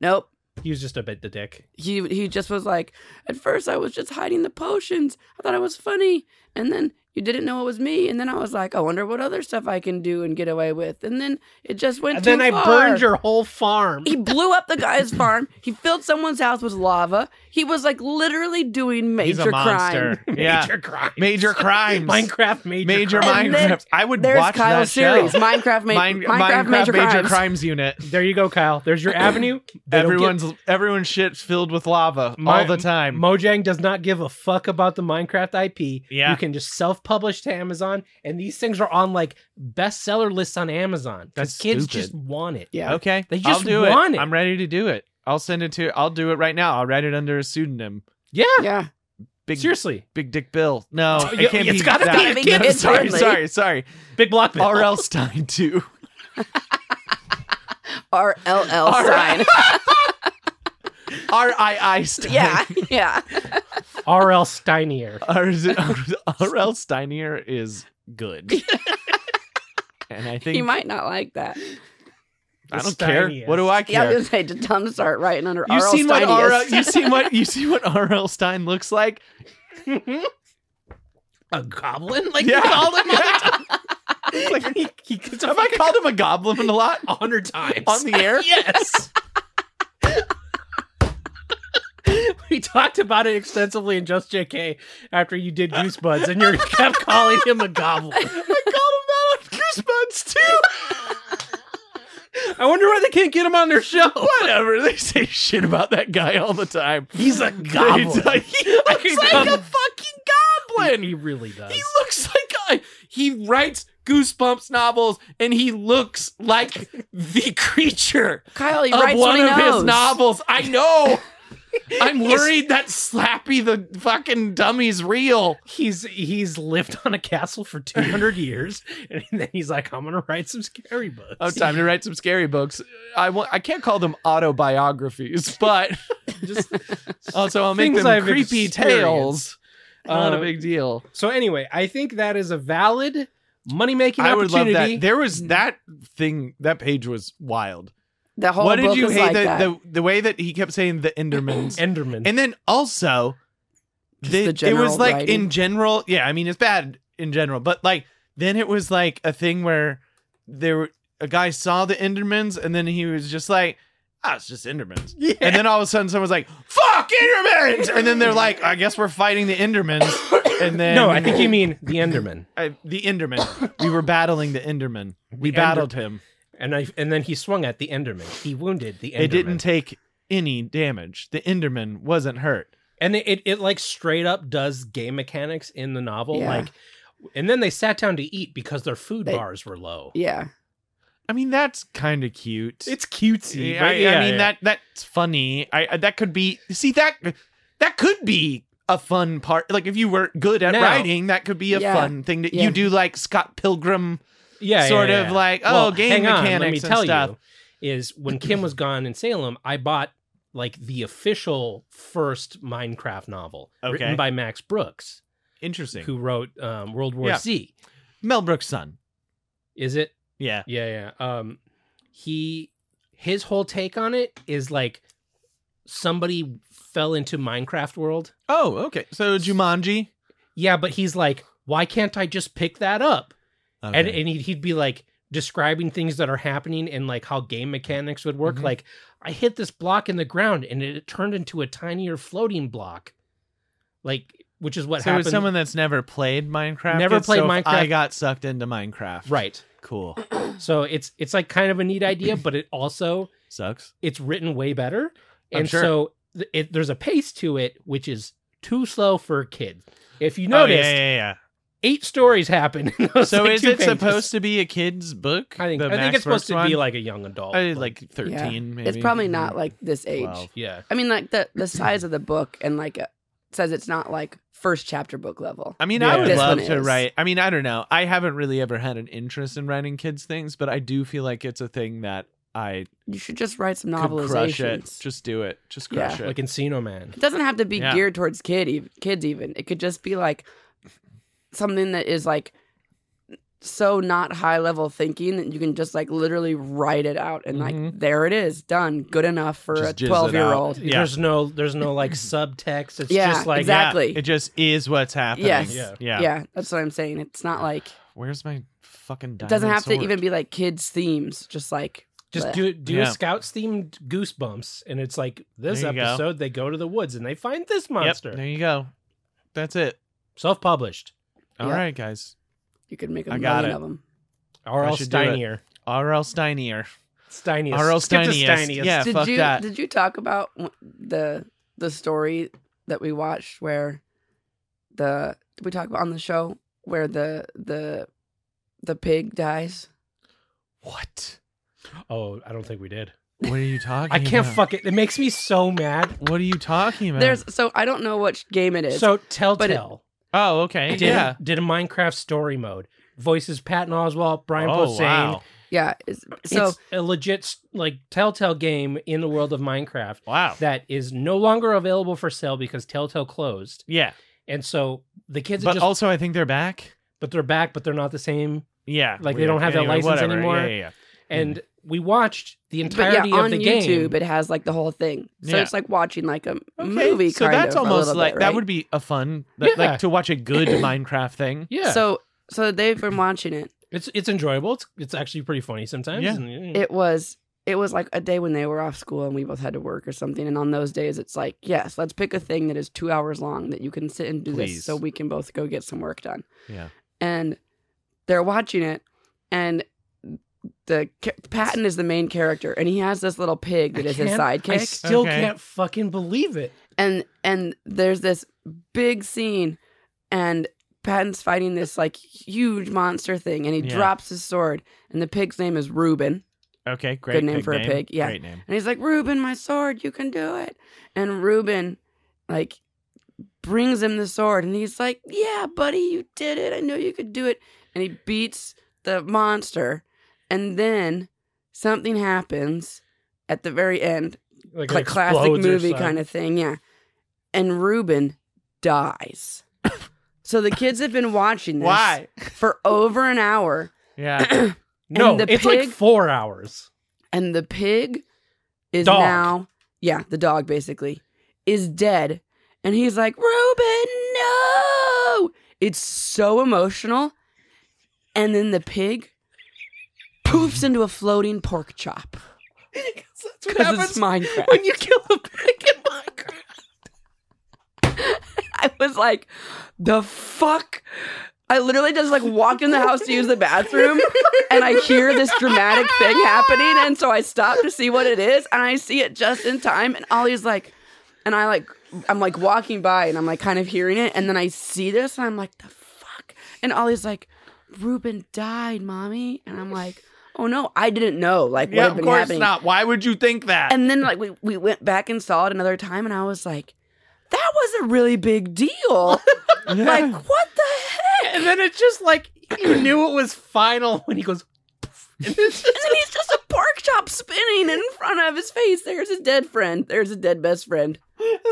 Speaker 3: nope.
Speaker 4: He was just a bit the dick.
Speaker 3: He he just was like, at first I was just hiding the potions. I thought it was funny, and then you didn't know it was me, and then I was like, I wonder what other stuff I can do and get away with, and then it just went.
Speaker 4: And
Speaker 3: too
Speaker 4: then I
Speaker 3: far.
Speaker 4: burned your whole farm.
Speaker 3: He blew up the guy's farm. He filled someone's house with lava. He was like literally doing Mm-hmm. major
Speaker 2: He's a
Speaker 3: crime.
Speaker 2: monster. yeah.
Speaker 4: Major crime.
Speaker 2: Major crimes.
Speaker 4: Minecraft major
Speaker 2: Major
Speaker 4: crimes.
Speaker 3: And then
Speaker 2: Minecraft. I would
Speaker 3: There's
Speaker 2: watch that
Speaker 3: Kyle's series,
Speaker 2: show.
Speaker 3: Minecraft, ma-
Speaker 2: Min-
Speaker 3: Minecraft, major, crimes.
Speaker 2: unit.
Speaker 4: There you go, Kyle. There's your avenue. They don't
Speaker 2: Everyone's everyone's shit's filled with lava
Speaker 4: My-
Speaker 2: all the time.
Speaker 4: give- Mojang does not give a fuck about the Minecraft IP.
Speaker 2: Yeah.
Speaker 4: You can just self-publish to Amazon, and these things are on like bestseller lists on Amazon. 'cause
Speaker 2: That's
Speaker 4: kids
Speaker 2: stupid.
Speaker 4: just want it.
Speaker 3: Yeah.
Speaker 2: okay,
Speaker 4: They just
Speaker 2: I'll do
Speaker 4: want it.
Speaker 2: I'm ready to do it. I'll send it to. I'll do it right now. I'll write it under a pseudonym.
Speaker 4: Yeah.
Speaker 3: Yeah.
Speaker 2: Big
Speaker 4: Seriously.
Speaker 2: Big Dick Bill. No,
Speaker 4: Oh, yeah,
Speaker 2: it can't
Speaker 4: it's
Speaker 2: be
Speaker 4: gotta
Speaker 2: that.
Speaker 4: be a
Speaker 3: Big
Speaker 4: kid.
Speaker 2: No,
Speaker 3: It's
Speaker 2: sorry,
Speaker 3: friendly.
Speaker 2: sorry, sorry.
Speaker 4: Big block bill.
Speaker 2: R.L. Stein too.
Speaker 3: RLL
Speaker 2: R-
Speaker 3: sign.
Speaker 2: R.I.I. Stein.
Speaker 3: yeah. Yeah.
Speaker 4: R.L. Steinier.
Speaker 2: R- R.L. Steinier is good. and I think
Speaker 3: You might not like that.
Speaker 2: I don't
Speaker 4: The
Speaker 2: care.
Speaker 4: Steiniest.
Speaker 2: What do I
Speaker 3: Yeah,
Speaker 2: care?
Speaker 3: I was gonna say, just tell him to start writing under
Speaker 2: you
Speaker 3: RL
Speaker 2: seen what R.L.
Speaker 3: Steiniest.
Speaker 2: You seen what you see what R.L. Stein looks like?
Speaker 4: a goblin? Like
Speaker 2: Yeah.
Speaker 4: you called him all the time.
Speaker 2: Like,
Speaker 4: He, he gets a
Speaker 2: have I called him a goblin a lot
Speaker 4: a hundred times.
Speaker 2: on the air?
Speaker 4: yes. we talked about it extensively in Just JK after you did Goosebuds, and you kept calling him a goblin.
Speaker 2: I called him that on Goosebumps too.
Speaker 4: I wonder why they can't get him on their show.
Speaker 2: Whatever. They say shit about that guy all the time.
Speaker 4: He's a goblin.
Speaker 2: He's like, he looks like a fucking goblin.
Speaker 4: He really does.
Speaker 2: He looks like a, he writes Goosebumps novels, and he looks like the creature
Speaker 3: Kyle, he
Speaker 2: of
Speaker 3: writes what
Speaker 2: one
Speaker 3: he
Speaker 2: of
Speaker 3: knows.
Speaker 2: his novels. I know. I'm worried that Slappy the fucking dummy's real.
Speaker 4: he's he's lived on a castle for 200 years, and then he's like, I'm gonna write some scary books.
Speaker 2: Oh, time to write some scary books. I want. I can't call them autobiographies, but
Speaker 4: Just
Speaker 2: also I'll make
Speaker 4: Things
Speaker 2: them
Speaker 4: I've
Speaker 2: creepy
Speaker 4: experienced.
Speaker 2: tales. Not
Speaker 4: Uh,
Speaker 2: a big deal.
Speaker 4: So anyway, I think that is a valid money making
Speaker 2: I would love
Speaker 4: opportunity.
Speaker 2: that. There was that thing. That page was wild.
Speaker 3: The whole
Speaker 2: what did
Speaker 3: book
Speaker 2: you
Speaker 3: is
Speaker 2: hate?
Speaker 3: like
Speaker 2: the,
Speaker 3: that.
Speaker 2: the the way that he kept saying the Endermans, and,
Speaker 4: Enderman.
Speaker 2: then also the,
Speaker 3: the
Speaker 2: it was
Speaker 3: general
Speaker 2: like
Speaker 3: writing.
Speaker 2: in general. Yeah, I mean it's bad in general, but like then it was like a thing where there were- a guy saw the Endermans, and then he was just like, "Ah, it's just Endermans."
Speaker 4: yeah.
Speaker 2: And then all of a sudden, someone's like, "Fuck Endermans!" And then they're like, "I guess we're fighting the Endermans." And then
Speaker 4: no, I think you mean the Enderman.
Speaker 2: I- the Enderman. We were battling the Enderman. We
Speaker 4: The Ender-
Speaker 2: battled him.
Speaker 4: And I and then he swung at the Enderman. He wounded the Enderman.
Speaker 2: It didn't take any damage. The Enderman wasn't hurt.
Speaker 4: and it, it it like straight up does game mechanics in the novel.
Speaker 3: Yeah.
Speaker 4: Like, and then they sat down to eat because their food
Speaker 3: They-
Speaker 4: bars were low.
Speaker 3: yeah.
Speaker 2: I mean, that's kind of cute.
Speaker 4: It's cutesy.
Speaker 2: I,
Speaker 4: but
Speaker 2: I
Speaker 4: yeah,
Speaker 2: mean
Speaker 4: yeah.
Speaker 2: that that's funny. I I- that could be see that that could be a fun part. Like if you were good at
Speaker 4: Now-
Speaker 2: writing, that could be a
Speaker 3: Yeah.
Speaker 2: fun thing that
Speaker 3: Yeah.
Speaker 2: you do, like Scott Pilgrim.
Speaker 4: yeah,
Speaker 2: sort
Speaker 4: yeah,
Speaker 2: of
Speaker 4: yeah.
Speaker 2: like, oh,
Speaker 4: Well,
Speaker 2: game
Speaker 4: hang on, let me
Speaker 2: mechanics and
Speaker 4: tell
Speaker 2: stuff.
Speaker 4: you, is when Kim was gone in Salem, I bought like the official first Minecraft novel
Speaker 2: Okay.
Speaker 4: written by Max Brooks,
Speaker 2: Interesting.
Speaker 4: who wrote um, World War
Speaker 2: Yeah.
Speaker 4: Z.
Speaker 2: Mel Brooks' son.
Speaker 4: Is it?
Speaker 2: Yeah.
Speaker 4: Yeah, yeah. Um, he his whole take on it is like somebody fell into Minecraft world.
Speaker 2: Oh, okay. So Jumanji.
Speaker 4: Yeah, but he's like, why can't I just pick that up? And and he'd, he'd be like describing things that are happening and like how game mechanics would work.
Speaker 2: Mhm.
Speaker 4: Like I hit this block in the ground and it turned into a tinier floating block, like which is what
Speaker 2: so
Speaker 4: happened.
Speaker 2: it's someone that's never played Minecraft.
Speaker 4: Never
Speaker 2: it's
Speaker 4: played
Speaker 2: so if I
Speaker 4: Minecraft.
Speaker 2: got sucked into Minecraft.
Speaker 4: right.
Speaker 2: Cool.
Speaker 4: So it's it's like kind of a neat idea, but it also
Speaker 2: Sucks.
Speaker 4: it's written way better,
Speaker 2: I'm
Speaker 4: and
Speaker 2: sure.
Speaker 4: so th- it, there's a pace to it which is too slow for kids. If you
Speaker 2: Oh,
Speaker 4: notice,
Speaker 2: yeah, yeah, yeah.
Speaker 4: eight stories happen. In those
Speaker 2: So
Speaker 4: like
Speaker 2: is
Speaker 4: two
Speaker 2: it
Speaker 4: pages.
Speaker 2: supposed to be a kid's book?
Speaker 4: I think
Speaker 2: The
Speaker 4: I think
Speaker 2: Max
Speaker 4: it's
Speaker 2: Brooks
Speaker 4: supposed to
Speaker 2: one?
Speaker 4: be like Mm-hmm. a young adult,
Speaker 2: I- like thirteen. Maybe
Speaker 3: It's probably not like this age.
Speaker 2: Wow.
Speaker 4: yeah.
Speaker 3: I mean, like the the size of the book and like it says it's not like first chapter book level.
Speaker 2: I mean,
Speaker 4: Yeah.
Speaker 2: I would
Speaker 4: This
Speaker 2: love
Speaker 3: one
Speaker 2: to
Speaker 3: is.
Speaker 2: write. I mean, I don't know. I haven't really ever had an interest in writing kids things, but I do feel like it's a thing that I
Speaker 3: You should just write some
Speaker 2: could crush it.
Speaker 3: novelizations.
Speaker 2: Just do it. Just crush it.
Speaker 4: like Encino Man.
Speaker 3: It doesn't have to be
Speaker 2: Yeah.
Speaker 3: geared towards kid ev- kids even. It could just be like something that is like so not high level thinking that you can just like literally write it out and like
Speaker 2: Mhm.
Speaker 3: there it is done good enough for
Speaker 2: Just jizz
Speaker 3: a
Speaker 2: it
Speaker 3: 12 year old
Speaker 2: Yeah.
Speaker 4: There's no there's no like subtext. It's
Speaker 3: Yeah,
Speaker 4: just like
Speaker 3: exact-
Speaker 2: Yeah,
Speaker 3: Exactly.
Speaker 2: it just is what's happening.
Speaker 3: Yes.
Speaker 4: Yeah.
Speaker 2: Yeah.
Speaker 3: yeah. that's what i'm saying it's not like
Speaker 2: Where's my fucking
Speaker 3: it
Speaker 2: diamond
Speaker 3: doesn't have to
Speaker 2: sword?
Speaker 3: even be like kids themes just like
Speaker 4: just
Speaker 3: bleh.
Speaker 4: do do
Speaker 2: Yeah.
Speaker 4: a scouts themed goosebumps and it's like this
Speaker 2: There you go.
Speaker 4: episode they go to the woods and they find this monster.
Speaker 2: Yep, there you go. That's it.
Speaker 4: Self-published.
Speaker 2: All right,
Speaker 3: Yeah.
Speaker 2: guys.
Speaker 3: you could make a
Speaker 2: I got
Speaker 3: million
Speaker 2: it.
Speaker 3: of them
Speaker 4: R.L.
Speaker 2: I should do it.
Speaker 4: Steinier.
Speaker 2: R.L. Steinier.
Speaker 4: Steiniest.
Speaker 2: R.L.
Speaker 4: Skip to
Speaker 2: Steiniest.
Speaker 4: Steiniest.
Speaker 2: Yeah,
Speaker 3: did
Speaker 2: fuck
Speaker 3: you
Speaker 2: that.
Speaker 3: did you talk about w- the the story that we watched where the did we talk about on the show where the the the pig dies
Speaker 2: What?
Speaker 4: Oh, I don't think we did.
Speaker 2: What are you talking
Speaker 4: I can't
Speaker 2: about?
Speaker 4: fuck it. It makes me so mad.
Speaker 2: What are you talking about?
Speaker 3: there's so i don't know which game it is
Speaker 4: So Telltale
Speaker 2: Oh, okay.
Speaker 4: did,
Speaker 2: Yeah.
Speaker 4: did a Minecraft story mode. Voices Patton Oswalt, Brian
Speaker 2: oh,
Speaker 4: Posehn.
Speaker 2: wow.
Speaker 3: yeah it's, so
Speaker 4: it's a legit like Telltale game in the world of Minecraft
Speaker 2: Wow.
Speaker 4: that is no longer available for sale because Telltale closed.
Speaker 2: yeah.
Speaker 4: And so the kids
Speaker 2: But
Speaker 4: are just
Speaker 2: also, I think they're back.
Speaker 4: but they're back, but they're not the same.
Speaker 2: Yeah.
Speaker 4: Like, they
Speaker 2: weird.
Speaker 4: don't have that
Speaker 2: Anyway,
Speaker 4: license
Speaker 2: whatever.
Speaker 4: anymore.
Speaker 2: Yeah, yeah, yeah.
Speaker 4: And we watched the
Speaker 3: but yeah
Speaker 4: entirety
Speaker 3: on
Speaker 4: of the
Speaker 3: youtube
Speaker 4: game.
Speaker 3: it has like the whole thing so
Speaker 2: Yeah.
Speaker 3: it's like watching like a
Speaker 2: Okay,
Speaker 3: movie
Speaker 2: So
Speaker 3: kind
Speaker 2: that's
Speaker 3: of, a
Speaker 2: almost
Speaker 3: little
Speaker 2: like
Speaker 3: bit,
Speaker 2: that
Speaker 3: right?
Speaker 2: would be a fun like,
Speaker 4: Yeah.
Speaker 2: like to watch a good Minecraft thing.
Speaker 4: yeah, so
Speaker 3: so so they've been watching it
Speaker 4: it's it's enjoyable. It's it's actually pretty funny sometimes.
Speaker 2: Yeah.
Speaker 4: And-
Speaker 3: it was it was like a day when they were off school and we both had to work or something and on those days it's like yes let's pick a thing that is two hours long that you can sit and do this
Speaker 2: Please.
Speaker 3: so we can both go get some work done
Speaker 2: Yeah.
Speaker 3: and they're watching it and the ca- patton is the main character and he has this little pig that
Speaker 4: I
Speaker 3: is his
Speaker 4: can't- I
Speaker 3: sidekick
Speaker 4: still
Speaker 2: Okay.
Speaker 4: can't fucking believe it.
Speaker 3: and and there's this big scene and patton's fighting this like huge monster thing and he
Speaker 2: Yeah.
Speaker 3: drops his sword and the pig's name is reuben
Speaker 2: Okay. Great.
Speaker 3: name
Speaker 2: pig
Speaker 3: for a
Speaker 2: name.
Speaker 3: pig, yeah.
Speaker 2: Great name.
Speaker 3: And he's like, Reuben, my sword, you can do it. And Reuben, like, brings him the sword. And he's like, Yeah, buddy, you did it. I know you could do it. And he beats the monster. And then something happens at the very end,
Speaker 4: Like,
Speaker 3: like classic movie kind of thing. Yeah. And Reuben dies. so the kids have been watching this
Speaker 2: Why?
Speaker 3: for over an hour.
Speaker 2: Yeah.
Speaker 4: No,
Speaker 3: the
Speaker 4: it's like
Speaker 3: pig-
Speaker 4: four hours.
Speaker 3: and the pig is
Speaker 4: Dog.
Speaker 3: now yeah the dog basically is dead and he's like reuben no it's so emotional and then the pig poofs into a floating pork chop
Speaker 4: that's
Speaker 3: because it's minecraft
Speaker 4: when you kill a pig in Minecraft.
Speaker 3: i was like the fuck i literally just like walked in the house to use the bathroom and i hear this dramatic thing happening and so i stop to see what it is and i see it just in time and ollie's like and I like I'm like walking by and I'm like kind of hearing it and then I see this and I'm like the fuck and Ollie's like Ruben died mommy and I'm like oh no I didn't know like what
Speaker 2: yeah.
Speaker 3: had
Speaker 2: Of
Speaker 3: been
Speaker 2: course
Speaker 3: happening
Speaker 2: not. Why would you think that?
Speaker 3: and then like we, we went back and saw it another time and I was like that was a really big deal
Speaker 2: Yeah.
Speaker 3: like what the heck
Speaker 4: And then it's just like you knew it was final when he goes. And it's just-
Speaker 3: and then he's just a pork chop spinning in front of his face there's his dead friend there's his dead best friend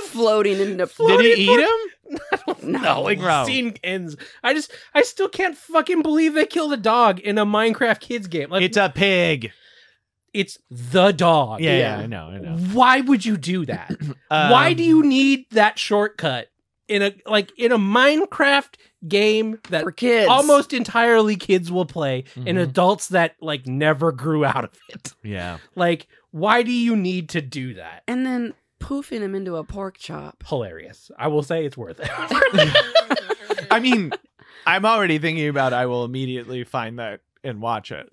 Speaker 3: floating in the
Speaker 2: Did
Speaker 4: Bloody
Speaker 2: he eat him?
Speaker 3: Oh,
Speaker 4: no, like
Speaker 2: Bro.
Speaker 4: scene ends. I just, I still can't fucking believe they killed a dog in a Minecraft kids game. Like
Speaker 2: It's
Speaker 4: it's,
Speaker 2: a pig.
Speaker 4: the dog.
Speaker 2: Yeah,
Speaker 3: Yeah.
Speaker 2: yeah, I know, I know.
Speaker 4: Why would you do that? Why
Speaker 2: Um,
Speaker 4: do you need that shortcut in a like in a Minecraft game that
Speaker 3: for kids
Speaker 4: almost entirely kids will play and
Speaker 2: Mhm.
Speaker 4: adults that like never grew out of it?
Speaker 2: Yeah.
Speaker 4: Like, why do you need to do that?
Speaker 3: and then poofing him into a pork chop.
Speaker 4: Hilarious. I will say it's worth it.
Speaker 2: I mean, I'm already thinking about I will immediately find that and watch it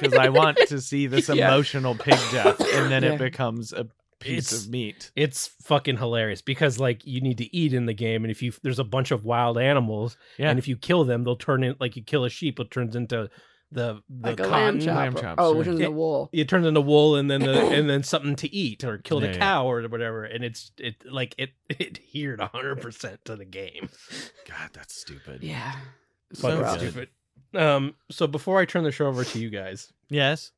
Speaker 2: because I want to see this
Speaker 4: Yeah.
Speaker 2: emotional pig death and then
Speaker 3: Yeah.
Speaker 2: it becomes a piece
Speaker 4: It's-
Speaker 2: of meat.
Speaker 4: it's fucking hilarious because like you need to eat in the game and if you there's a bunch of wild animals
Speaker 2: Yeah.
Speaker 4: and if you kill them they'll turn in like you kill a sheep it turns into the the
Speaker 3: like a
Speaker 4: cotton
Speaker 3: lamb chop.
Speaker 2: lamb
Speaker 3: or-
Speaker 2: chops,
Speaker 3: oh,
Speaker 2: yeah.
Speaker 3: which is
Speaker 4: Yeah.
Speaker 3: the wool.
Speaker 4: it turns into wool and then the and then something to eat or killed
Speaker 2: Yeah,
Speaker 4: a
Speaker 2: yeah.
Speaker 4: cow or whatever and it's it like it it adhered 100% to the game
Speaker 2: God, that's stupid.
Speaker 3: Yeah.
Speaker 2: So
Speaker 4: fucking
Speaker 2: rough.
Speaker 4: stupid um so before i turn the show over to you guys
Speaker 2: Yes.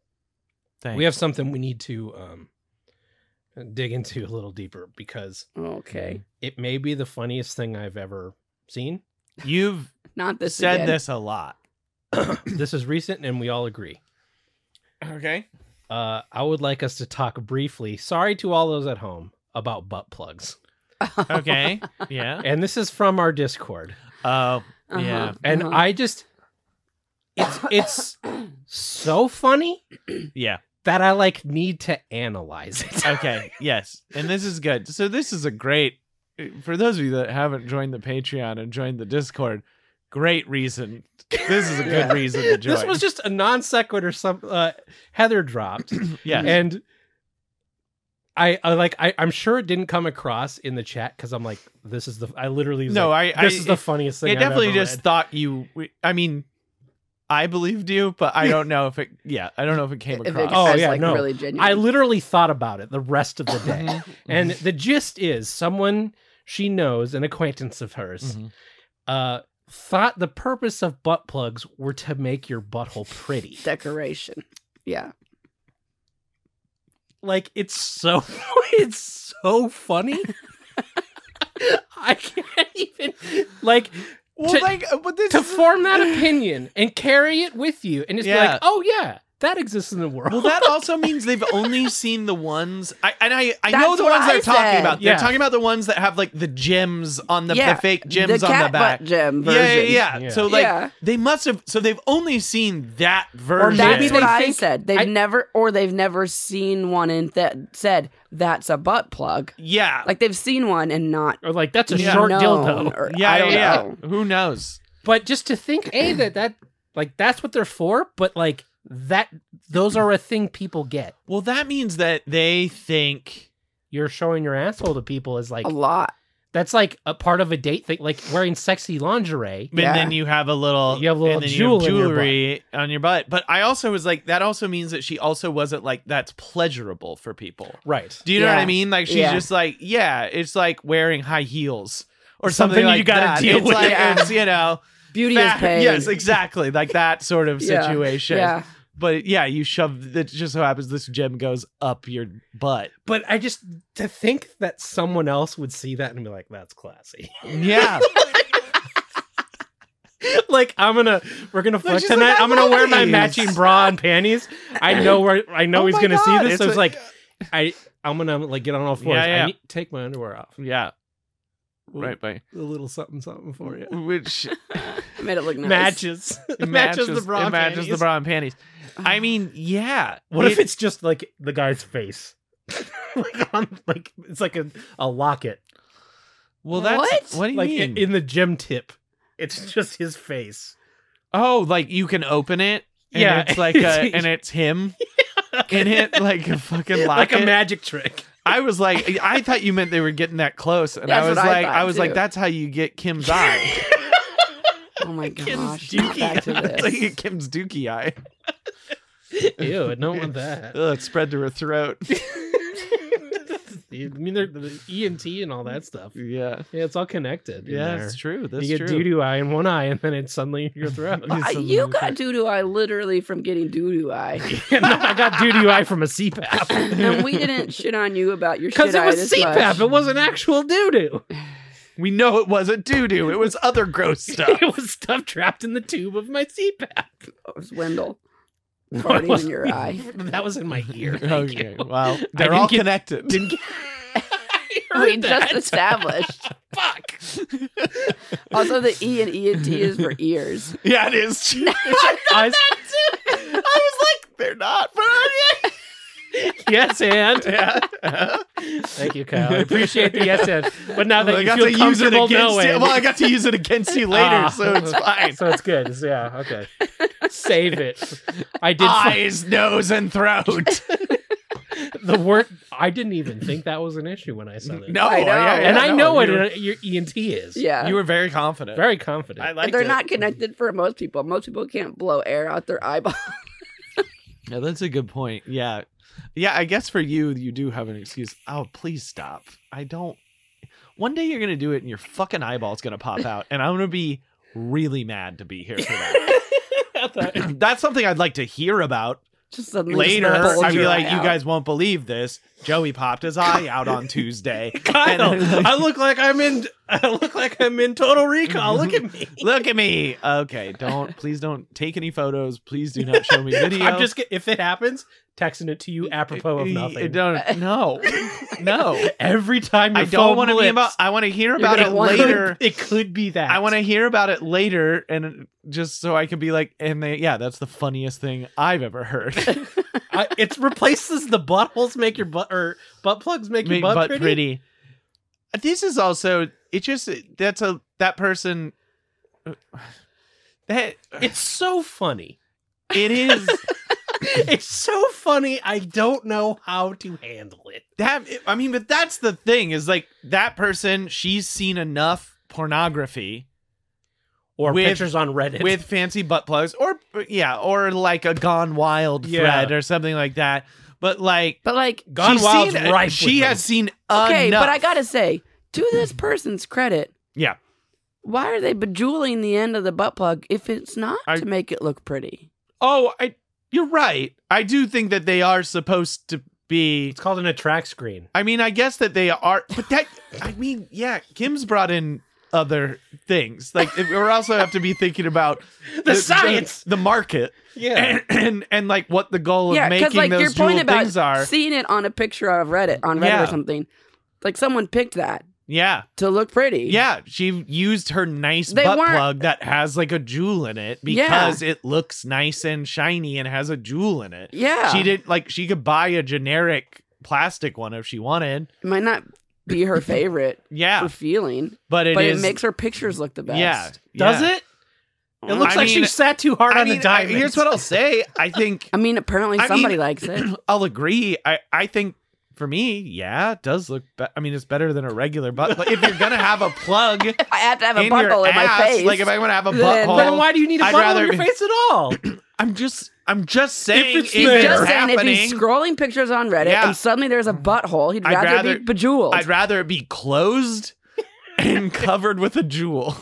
Speaker 2: Thanks.
Speaker 4: we have something we need to um dig into a little deeper because
Speaker 3: Okay.
Speaker 4: it may be the funniest thing i've ever seen
Speaker 2: You've
Speaker 3: Not this
Speaker 2: said
Speaker 3: again.
Speaker 2: this a lot.
Speaker 4: this is recent and we all agree.
Speaker 2: Okay.
Speaker 4: Uh, I would like us to talk briefly, sorry to all those at home, about butt plugs.
Speaker 2: Okay. Yeah.
Speaker 4: And this is from our Discord.
Speaker 2: Oh, yeah.
Speaker 4: And
Speaker 3: uh-huh.
Speaker 4: I just it's it's so funny
Speaker 2: Yeah.
Speaker 4: that I like need to analyze it.
Speaker 2: Okay. Yes. And this is good. So this is a great for those of you that haven't joined the Patreon and joined the Discord, great reason. This is a good
Speaker 3: Yeah.
Speaker 2: reason to join.
Speaker 4: This was just a non sequitur some uh, Heather dropped
Speaker 2: yeah.
Speaker 4: and I, I like I, I'm sure it didn't come across in the chat because I'm like this is the I literally was
Speaker 2: no,
Speaker 4: like,
Speaker 2: I I
Speaker 4: this is the funniest thing
Speaker 2: it
Speaker 4: I've
Speaker 2: definitely
Speaker 4: ever
Speaker 2: just
Speaker 4: read.
Speaker 2: thought you I mean I believed you, but I don't know if it yeah, I don't know if it came
Speaker 3: If it
Speaker 2: across.
Speaker 4: Oh,
Speaker 3: guy's,
Speaker 4: yeah,
Speaker 3: like
Speaker 4: no.
Speaker 3: really genuine.
Speaker 4: I literally thought about it the rest of the day.
Speaker 2: Mhm.
Speaker 4: And the gist is someone she knows, an acquaintance of hers,
Speaker 2: Mhm.
Speaker 4: uh, thought the purpose of butt plugs were to make your butthole pretty.
Speaker 3: decoration. Yeah.
Speaker 4: like it's so it's so funny. I can't even like
Speaker 2: Well,
Speaker 4: To-
Speaker 2: like uh, but this
Speaker 4: to
Speaker 2: is-
Speaker 4: form that opinion and carry it with you and just be
Speaker 2: Yeah.
Speaker 4: like, oh yeah, that exists in the world.
Speaker 2: Well, that also means they've only seen the ones. I and I, I know
Speaker 3: That's
Speaker 2: the
Speaker 3: what
Speaker 2: ones
Speaker 3: I
Speaker 2: they're talking
Speaker 3: said.
Speaker 2: about.
Speaker 4: Yeah.
Speaker 2: They're talking about the ones that have like the gems on the,
Speaker 3: yeah.
Speaker 2: the fake gems
Speaker 3: the
Speaker 2: on the
Speaker 3: cat
Speaker 2: back.
Speaker 3: Butt gem
Speaker 2: Yeah,
Speaker 3: version.
Speaker 2: yeah, yeah,
Speaker 4: Yeah.
Speaker 2: So like
Speaker 3: Yeah.
Speaker 2: they must have. So they've only seen that version.
Speaker 3: That's
Speaker 4: maybe
Speaker 3: what
Speaker 4: they
Speaker 3: I
Speaker 4: think-
Speaker 3: said. They've
Speaker 4: I-
Speaker 3: never, or they've never seen one and that said that's a butt plug.
Speaker 2: yeah,
Speaker 3: Like they've seen one and not
Speaker 4: or like that's a
Speaker 2: Yeah.
Speaker 4: short
Speaker 3: known,
Speaker 4: dildo.
Speaker 3: Or,
Speaker 2: yeah,
Speaker 3: I don't
Speaker 2: yeah. yeah.
Speaker 3: know.
Speaker 2: Who knows?
Speaker 4: But just to think, a that that like that's what they're for, but like that those are a thing people get.
Speaker 2: Well, that means that they think.
Speaker 4: You're showing your asshole to people is like
Speaker 3: A lot.
Speaker 4: that's like a part of a date thing, like wearing sexy lingerie.
Speaker 2: And
Speaker 3: Yeah.
Speaker 2: then you have a little,
Speaker 4: You have a little
Speaker 2: and then
Speaker 4: jewel in your
Speaker 2: jewelry on your butt. But I also was like, that also means that she also wasn't like that's pleasurable for people.
Speaker 4: Right.
Speaker 2: Do you know what
Speaker 3: Yeah.
Speaker 2: I mean? Like she's
Speaker 3: Yeah.
Speaker 2: just like, yeah, it's like wearing high heels or
Speaker 4: Something
Speaker 2: something,
Speaker 4: you
Speaker 2: like
Speaker 4: gotta
Speaker 2: that.
Speaker 4: deal
Speaker 2: it's
Speaker 4: with.
Speaker 2: Like,
Speaker 3: Yeah.
Speaker 2: It's you know,
Speaker 3: Beauty
Speaker 2: fat-
Speaker 3: is pain.
Speaker 2: yes, exactly, like that sort of
Speaker 3: Yeah.
Speaker 2: situation.
Speaker 3: Yeah.
Speaker 2: But yeah, you shove. It just so happens this gem goes up your butt.
Speaker 4: But I just to think that someone else would see that and be like, that's classy.
Speaker 2: Yeah,
Speaker 4: like I'm gonna we're gonna fuck
Speaker 2: she's
Speaker 4: tonight.
Speaker 2: like, I
Speaker 4: I'm gonna wear my
Speaker 2: love these.
Speaker 4: matching bra and panties. I know where I know
Speaker 2: Oh
Speaker 4: he's
Speaker 2: my
Speaker 4: gonna see
Speaker 2: God,
Speaker 4: this.
Speaker 2: it's
Speaker 4: so it's
Speaker 2: a-
Speaker 4: like I I'm gonna like get on all fours.
Speaker 2: Yeah, yeah.
Speaker 4: I need to take my underwear off.
Speaker 2: yeah, right. By
Speaker 4: A little something something for you.
Speaker 2: which
Speaker 3: Made it look nice.
Speaker 4: Matches.
Speaker 2: it
Speaker 4: matches the bra.
Speaker 2: It matches the
Speaker 4: panties.
Speaker 2: bra and panties. I mean, yeah.
Speaker 4: What if
Speaker 2: It-
Speaker 4: it's just like the guy's face? like on like it's like a, a locket.
Speaker 2: well? That's what,
Speaker 3: What?
Speaker 2: do you
Speaker 4: like i-
Speaker 2: mean?
Speaker 4: in the gem tip. It's just his face.
Speaker 2: oh, like you can open it. And
Speaker 4: Yeah.
Speaker 2: it's like a, and it's him in it, like a fucking
Speaker 4: like
Speaker 2: locket.
Speaker 4: a magic trick.
Speaker 2: I was like, I thought you meant they were getting that close, and I
Speaker 3: That's
Speaker 2: was
Speaker 3: what I
Speaker 2: like,
Speaker 3: thought,
Speaker 2: I, was like,
Speaker 3: too.
Speaker 2: that's how you get Kim's eye,
Speaker 3: Oh my
Speaker 4: Kim's
Speaker 3: gosh.
Speaker 4: dookie.
Speaker 3: Back to
Speaker 2: That's how you
Speaker 3: this.
Speaker 2: get Kim's dookie eye.
Speaker 4: Ew, I don't want that.
Speaker 2: Ugh, it spread to her throat.
Speaker 4: I mean, they're the ENT and all that stuff.
Speaker 2: Yeah,
Speaker 4: Yeah, it's all connected. in
Speaker 2: yeah,
Speaker 4: there.
Speaker 2: it's true. That's
Speaker 4: you get
Speaker 2: true.
Speaker 4: doo doo eye in one eye, and then it's suddenly your throat.
Speaker 2: Well,
Speaker 3: I- Uh, you got doo doo eye literally from getting doo doo eye,
Speaker 4: And I got doo doo eye from a CPAP
Speaker 3: and we didn't shit on you about your shit
Speaker 4: because it
Speaker 3: eye
Speaker 4: was
Speaker 3: this
Speaker 4: CPAP.
Speaker 3: much.
Speaker 4: It wasn't actual doo doo.
Speaker 2: We know it wasn't doo doo. It was other gross stuff.
Speaker 4: It was stuff trapped in the tube of my CPAP.
Speaker 3: It was Wendell
Speaker 4: No, it
Speaker 3: farting in
Speaker 4: wasn't.
Speaker 3: your eye.
Speaker 4: That was in my ear. Thank
Speaker 2: okay,
Speaker 4: you.
Speaker 2: well,
Speaker 4: didn't
Speaker 2: they're all
Speaker 4: get-
Speaker 2: connected.
Speaker 4: Didn't get. I
Speaker 3: We
Speaker 4: heard
Speaker 3: just
Speaker 4: that.
Speaker 3: established.
Speaker 4: Fuck.
Speaker 3: Also, the E and E and T is for ears.
Speaker 2: yeah, it is. true.
Speaker 4: I was-
Speaker 2: I was like, they're not. But okay.
Speaker 4: yes, and
Speaker 2: yeah. uh-huh.
Speaker 4: thank you, Kyle. I appreciate the yes, and but now that
Speaker 2: Well, I
Speaker 4: you
Speaker 2: got
Speaker 4: feel
Speaker 2: to use it
Speaker 4: comfortable
Speaker 2: against
Speaker 4: knowing,
Speaker 2: you. Well, I got to use it against you later,
Speaker 4: Ah.
Speaker 2: so it's fine.
Speaker 4: so it's good. It's- yeah, okay. Save it. I did. fi-
Speaker 2: eyes, nose, and throat.
Speaker 4: the word I didn't even think that was an issue when I said it.
Speaker 2: No,
Speaker 3: I know.
Speaker 2: yeah, yeah,
Speaker 4: and I know
Speaker 2: no,
Speaker 4: what
Speaker 2: you
Speaker 4: an- uh, your ENT is.
Speaker 2: were-
Speaker 3: Yeah.
Speaker 2: You were very confident.
Speaker 4: very confident.
Speaker 2: I
Speaker 3: And
Speaker 2: like.
Speaker 3: they're
Speaker 2: it.
Speaker 3: not connected for most people. Most people can't blow air out their eyeball.
Speaker 2: Yeah, that's a good point. Yeah, yeah. I guess for you, you do have an excuse. Oh, please stop. I don't. One day you're gonna do it, and your fucking eyeball's gonna pop out, and I'm gonna be really mad to be here for that.
Speaker 4: I thought-
Speaker 2: that's something I'd like to hear about.
Speaker 3: Just suddenly just
Speaker 2: Later,
Speaker 3: bulge
Speaker 2: I'd be
Speaker 3: your
Speaker 2: like,
Speaker 3: eye
Speaker 2: you
Speaker 3: out.
Speaker 2: guys won't believe this. Joey popped his eye out on Tuesday.
Speaker 4: Kyle,
Speaker 2: And-
Speaker 4: I look like I'm in. I look like I'm in Total Recall. Look at me.
Speaker 2: Look at me. Okay, don't please don't take any photos. Please do not show me video.
Speaker 4: I'm just. get- If it happens, texting it to you apropos of
Speaker 2: I
Speaker 4: nothing.
Speaker 2: don't no. No.
Speaker 4: Every time your
Speaker 2: I don't
Speaker 4: want
Speaker 2: want to be about I want to hear about
Speaker 3: gonna
Speaker 2: it
Speaker 3: want-
Speaker 2: later.
Speaker 4: It could be that.
Speaker 2: I want to hear about it later and just so I can be like and they yeah, that's the funniest thing I've ever heard.
Speaker 4: I, it replaces the buttholes make your butt or butt plugs make,
Speaker 2: Make
Speaker 4: your butt,
Speaker 2: butt
Speaker 4: pretty.
Speaker 2: pretty. This is also it just that's a that person that
Speaker 4: It's so funny.
Speaker 2: it is
Speaker 4: It's so funny. I don't know how to handle it.
Speaker 2: that I mean but that's the thing is like that person she's seen enough pornography
Speaker 4: Or
Speaker 2: With-
Speaker 4: pictures on Reddit.
Speaker 2: with fancy butt plugs or yeah or like a gone wild
Speaker 4: Yeah.
Speaker 2: thread or something like that but like
Speaker 3: But like,
Speaker 4: Gone
Speaker 2: she's
Speaker 4: Wild's
Speaker 2: seen-
Speaker 4: rife
Speaker 2: she
Speaker 4: with
Speaker 2: has seen
Speaker 3: okay,
Speaker 2: enough.
Speaker 3: but I gotta say, to this person's credit,
Speaker 2: yeah
Speaker 3: why are they bejeweling the end of the butt plug if it's not
Speaker 2: I-
Speaker 3: to make it look pretty?
Speaker 2: oh I you're right I do think that they are supposed to be
Speaker 4: It's called an attract screen.
Speaker 2: I mean I guess that they are but that I mean yeah Kim's brought in other things like we're also have to be thinking about
Speaker 4: The, science.
Speaker 2: the, market
Speaker 4: yeah.
Speaker 2: and, and and like what the goal
Speaker 3: yeah,
Speaker 2: of making
Speaker 3: because like
Speaker 2: those
Speaker 3: your point
Speaker 2: jeweled
Speaker 3: about
Speaker 2: things are
Speaker 3: seeing it on a picture of Reddit on Reddit
Speaker 2: Yeah.
Speaker 3: or something, like someone picked that
Speaker 2: yeah
Speaker 3: to look pretty.
Speaker 2: Yeah, she used her nice
Speaker 3: They
Speaker 2: butt
Speaker 3: weren't-
Speaker 2: plug that has like a jewel in it
Speaker 3: Yeah.
Speaker 2: because it looks nice and shiny and has a jewel in it.
Speaker 3: yeah.
Speaker 2: She did like she could buy a generic plastic one if she wanted.
Speaker 3: It might not be her favorite
Speaker 2: Yeah,
Speaker 3: for feeling,
Speaker 2: but it
Speaker 3: but
Speaker 2: is-
Speaker 3: it makes her pictures look the best.
Speaker 2: yeah,
Speaker 4: Does
Speaker 2: yeah.
Speaker 4: it? It looks
Speaker 2: I
Speaker 4: like she
Speaker 2: mean-
Speaker 4: sat too hard
Speaker 2: I
Speaker 4: on
Speaker 2: mean,
Speaker 4: the
Speaker 2: I-
Speaker 4: diamond.
Speaker 2: here's what I'll say. I think
Speaker 3: I mean, apparently
Speaker 2: I mean-
Speaker 3: somebody likes it.
Speaker 2: I'll agree. I I think for me, yeah, it does look. Be- I mean, it's better than a regular butt. But if you're gonna have a plug
Speaker 3: I have to have a
Speaker 2: in your
Speaker 3: butthole in my
Speaker 2: ass,
Speaker 3: face.
Speaker 2: like if I want to have a
Speaker 3: then-
Speaker 2: butthole,
Speaker 4: Then why do you need a
Speaker 2: I'd
Speaker 4: butthole
Speaker 2: rather-
Speaker 4: on your face at all?
Speaker 2: I'm just I'm just saying
Speaker 4: it's
Speaker 2: if
Speaker 4: there.
Speaker 2: it's
Speaker 3: just saying, if
Speaker 2: happening,
Speaker 3: he's scrolling pictures on Reddit
Speaker 2: Yeah.
Speaker 3: and suddenly there's a butthole, he'd
Speaker 2: I'd
Speaker 3: rather,
Speaker 2: rather-
Speaker 3: be bejeweled.
Speaker 2: I'd rather it be closed and covered with a jewel.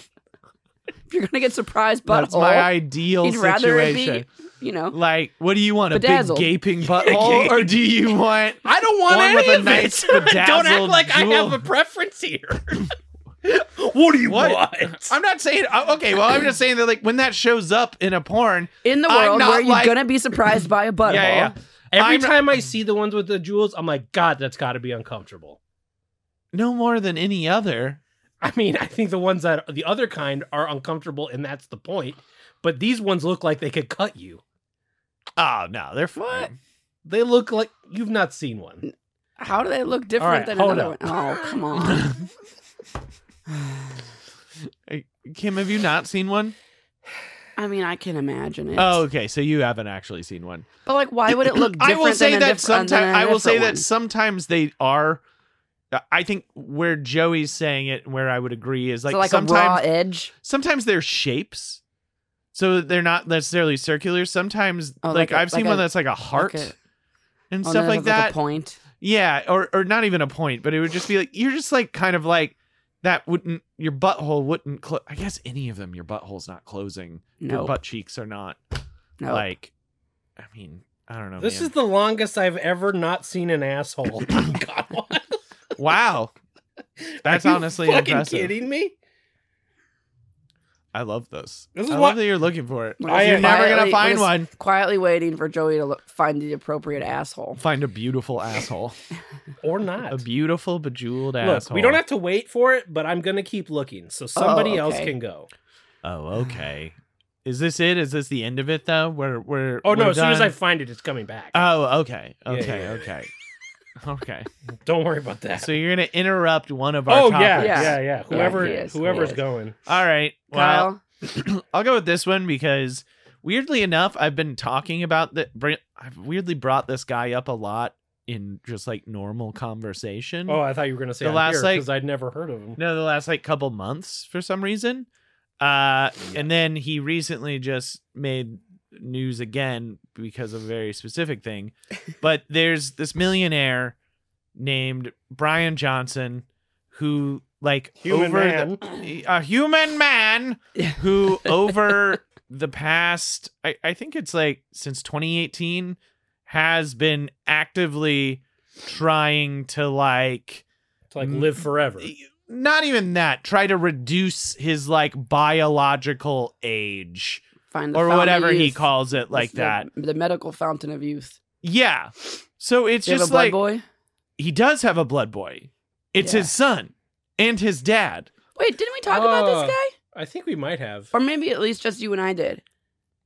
Speaker 3: if you're gonna get surprised butthole,
Speaker 2: That's my ideal
Speaker 3: he'd rather it be,
Speaker 2: situation.
Speaker 3: you know,
Speaker 2: Like, what do you want?
Speaker 3: Bedazzled.
Speaker 2: A big gaping butthole, or do you want?
Speaker 4: I don't want
Speaker 2: One
Speaker 4: any
Speaker 2: with a
Speaker 4: of
Speaker 2: nice
Speaker 4: it. don't act
Speaker 2: bedazzled
Speaker 4: like I have
Speaker 2: jewel.
Speaker 4: a preference here. what do you
Speaker 2: What?
Speaker 4: want?
Speaker 2: I'm not saying oh, okay. Well, I'm just saying that like when that shows up in a porn,
Speaker 3: in the
Speaker 2: I'm
Speaker 3: world
Speaker 2: not
Speaker 3: where you're
Speaker 2: like-
Speaker 3: gonna be surprised by a butthole.
Speaker 2: yeah, yeah, yeah.
Speaker 4: Every
Speaker 2: I'm-
Speaker 4: time I see the ones with the jewels, I'm like, God, that's got to be uncomfortable.
Speaker 2: no more than any other.
Speaker 4: I mean, I think the ones that the other kind are uncomfortable, and that's the point. But these ones look like they could cut you.
Speaker 2: Oh no, they're fine.
Speaker 4: They look like you've not seen one.
Speaker 3: How do they look
Speaker 4: All
Speaker 3: different
Speaker 4: right,
Speaker 3: than
Speaker 4: hold
Speaker 3: another
Speaker 4: up.
Speaker 3: one? Oh, come on.
Speaker 2: Hey, Kim, have you not seen one?
Speaker 3: I mean, I can imagine it.
Speaker 2: Oh, okay. So you haven't actually seen one.
Speaker 3: but like, why would it look different?
Speaker 2: I will say
Speaker 3: than a
Speaker 2: that
Speaker 3: diff- uh, than a
Speaker 2: sometimes I will say
Speaker 3: different
Speaker 2: that sometimes they are. uh, I think where Joey's saying it, and where I would agree, is
Speaker 3: one?
Speaker 2: like,
Speaker 3: so like a raw
Speaker 2: sometimes
Speaker 3: edge.
Speaker 2: sometimes they're shapes, so they're not necessarily circular. Sometimes,
Speaker 3: Oh,
Speaker 2: like,
Speaker 3: like a-
Speaker 2: I've seen
Speaker 3: like
Speaker 2: one
Speaker 3: a-
Speaker 2: that's like a heart
Speaker 3: a-
Speaker 2: and
Speaker 3: Oh,
Speaker 2: stuff
Speaker 3: no,
Speaker 2: like
Speaker 3: it's like
Speaker 2: that.
Speaker 3: a point.
Speaker 2: yeah, or or not even a point, but it would just be like you're just like kind of like that wouldn't your butthole wouldn't. Clo- I guess any of them, your butthole's not closing.
Speaker 3: No,
Speaker 2: Your butt cheeks are not
Speaker 3: no.
Speaker 2: like. I mean, I don't know.
Speaker 4: This
Speaker 2: Oh, man.
Speaker 4: is the longest I've ever not seen an asshole. God, what?
Speaker 2: Wow. That's
Speaker 4: Are you
Speaker 2: honestly
Speaker 4: fucking
Speaker 2: impressive.
Speaker 4: kidding me.
Speaker 2: I love this.
Speaker 4: This is
Speaker 2: I
Speaker 4: what-
Speaker 2: love that you're looking for it.
Speaker 3: We're just
Speaker 2: you're never gonna
Speaker 3: quietly-
Speaker 2: find
Speaker 3: we're just
Speaker 2: one.
Speaker 3: Quietly waiting for Joey to look, find the appropriate asshole.
Speaker 2: Find a beautiful asshole.
Speaker 4: Or
Speaker 2: a
Speaker 4: not.
Speaker 2: beautiful bejeweled
Speaker 4: Look,
Speaker 2: asshole.
Speaker 4: we don't have to wait for it, but I'm gonna keep looking, so somebody else
Speaker 3: okay.
Speaker 4: can go.
Speaker 2: Oh, okay. Is this it? Is this the end of it though? We're we're
Speaker 4: Oh no!
Speaker 2: we're
Speaker 4: As soon as I
Speaker 2: done?
Speaker 4: find it, it's coming back.
Speaker 2: Oh, okay.
Speaker 4: Yeah,
Speaker 2: Okay,
Speaker 4: yeah.
Speaker 2: okay. Okay.
Speaker 4: Don't worry about that.
Speaker 2: So you're gonna interrupt one of our
Speaker 4: oh
Speaker 2: topics.
Speaker 4: yeah,
Speaker 3: Yeah.
Speaker 4: yeah, yeah. Whoever,
Speaker 3: he is, he
Speaker 4: whoever's
Speaker 3: is.
Speaker 4: going.
Speaker 2: All right. Well,
Speaker 3: Kyle,
Speaker 2: I'll go with this one because weirdly enough, I've been talking about that. I've weirdly brought this guy up a lot in just like normal conversation.
Speaker 4: Oh, I thought you were gonna say
Speaker 2: The
Speaker 4: on
Speaker 2: last,
Speaker 4: here
Speaker 2: like-
Speaker 4: because I'd never heard of him.
Speaker 2: no, the last like couple months for some reason. Uh, and then he recently just made news again because of a very specific thing. But there's this millionaire named Brian Johnson who like
Speaker 4: Human
Speaker 2: over the-
Speaker 4: man.
Speaker 2: a human man who over the past I, I think it's like since 2018 has been actively trying to like
Speaker 1: to
Speaker 4: Mm,
Speaker 1: like live forever.
Speaker 4: e,
Speaker 2: not even that try to reduce his like biological age
Speaker 3: Find the
Speaker 2: or
Speaker 3: fountain of
Speaker 2: whatever he
Speaker 3: youth.
Speaker 2: calls it like
Speaker 3: It's the-
Speaker 2: that
Speaker 3: The, medical fountain of youth.
Speaker 2: yeah so it's
Speaker 3: Do you have
Speaker 2: just
Speaker 3: a blood
Speaker 2: like
Speaker 3: boy?
Speaker 2: he does have a blood boy it's
Speaker 3: Yeah.
Speaker 2: his son and his dad
Speaker 3: Wait, didn't we talk about
Speaker 4: Oh.
Speaker 3: this guy?
Speaker 1: I think we might have.
Speaker 3: Or maybe at least just you and I did.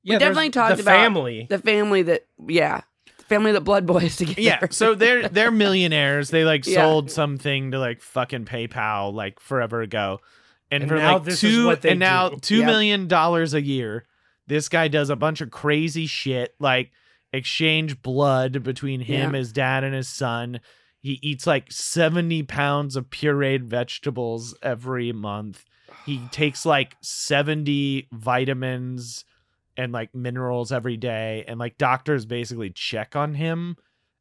Speaker 4: Yeah,
Speaker 3: we
Speaker 4: there's
Speaker 3: definitely talked
Speaker 4: the
Speaker 3: about
Speaker 4: family.
Speaker 3: The family that, yeah, the family that blood boys together.
Speaker 2: yeah so they're they're millionaires they like
Speaker 3: Yeah.
Speaker 2: sold something to like fucking paypal like forever ago and,
Speaker 1: And
Speaker 2: for
Speaker 1: now
Speaker 2: like
Speaker 1: this is
Speaker 2: two
Speaker 1: what they
Speaker 2: and now
Speaker 1: do.
Speaker 2: two
Speaker 3: Yep.
Speaker 2: million dollars a year this guy does a bunch of crazy shit like exchange blood between him his dad and his son he eats like 70 pounds of pureed vegetables every month he takes like 70 vitamins and like minerals every day and like doctors basically check on him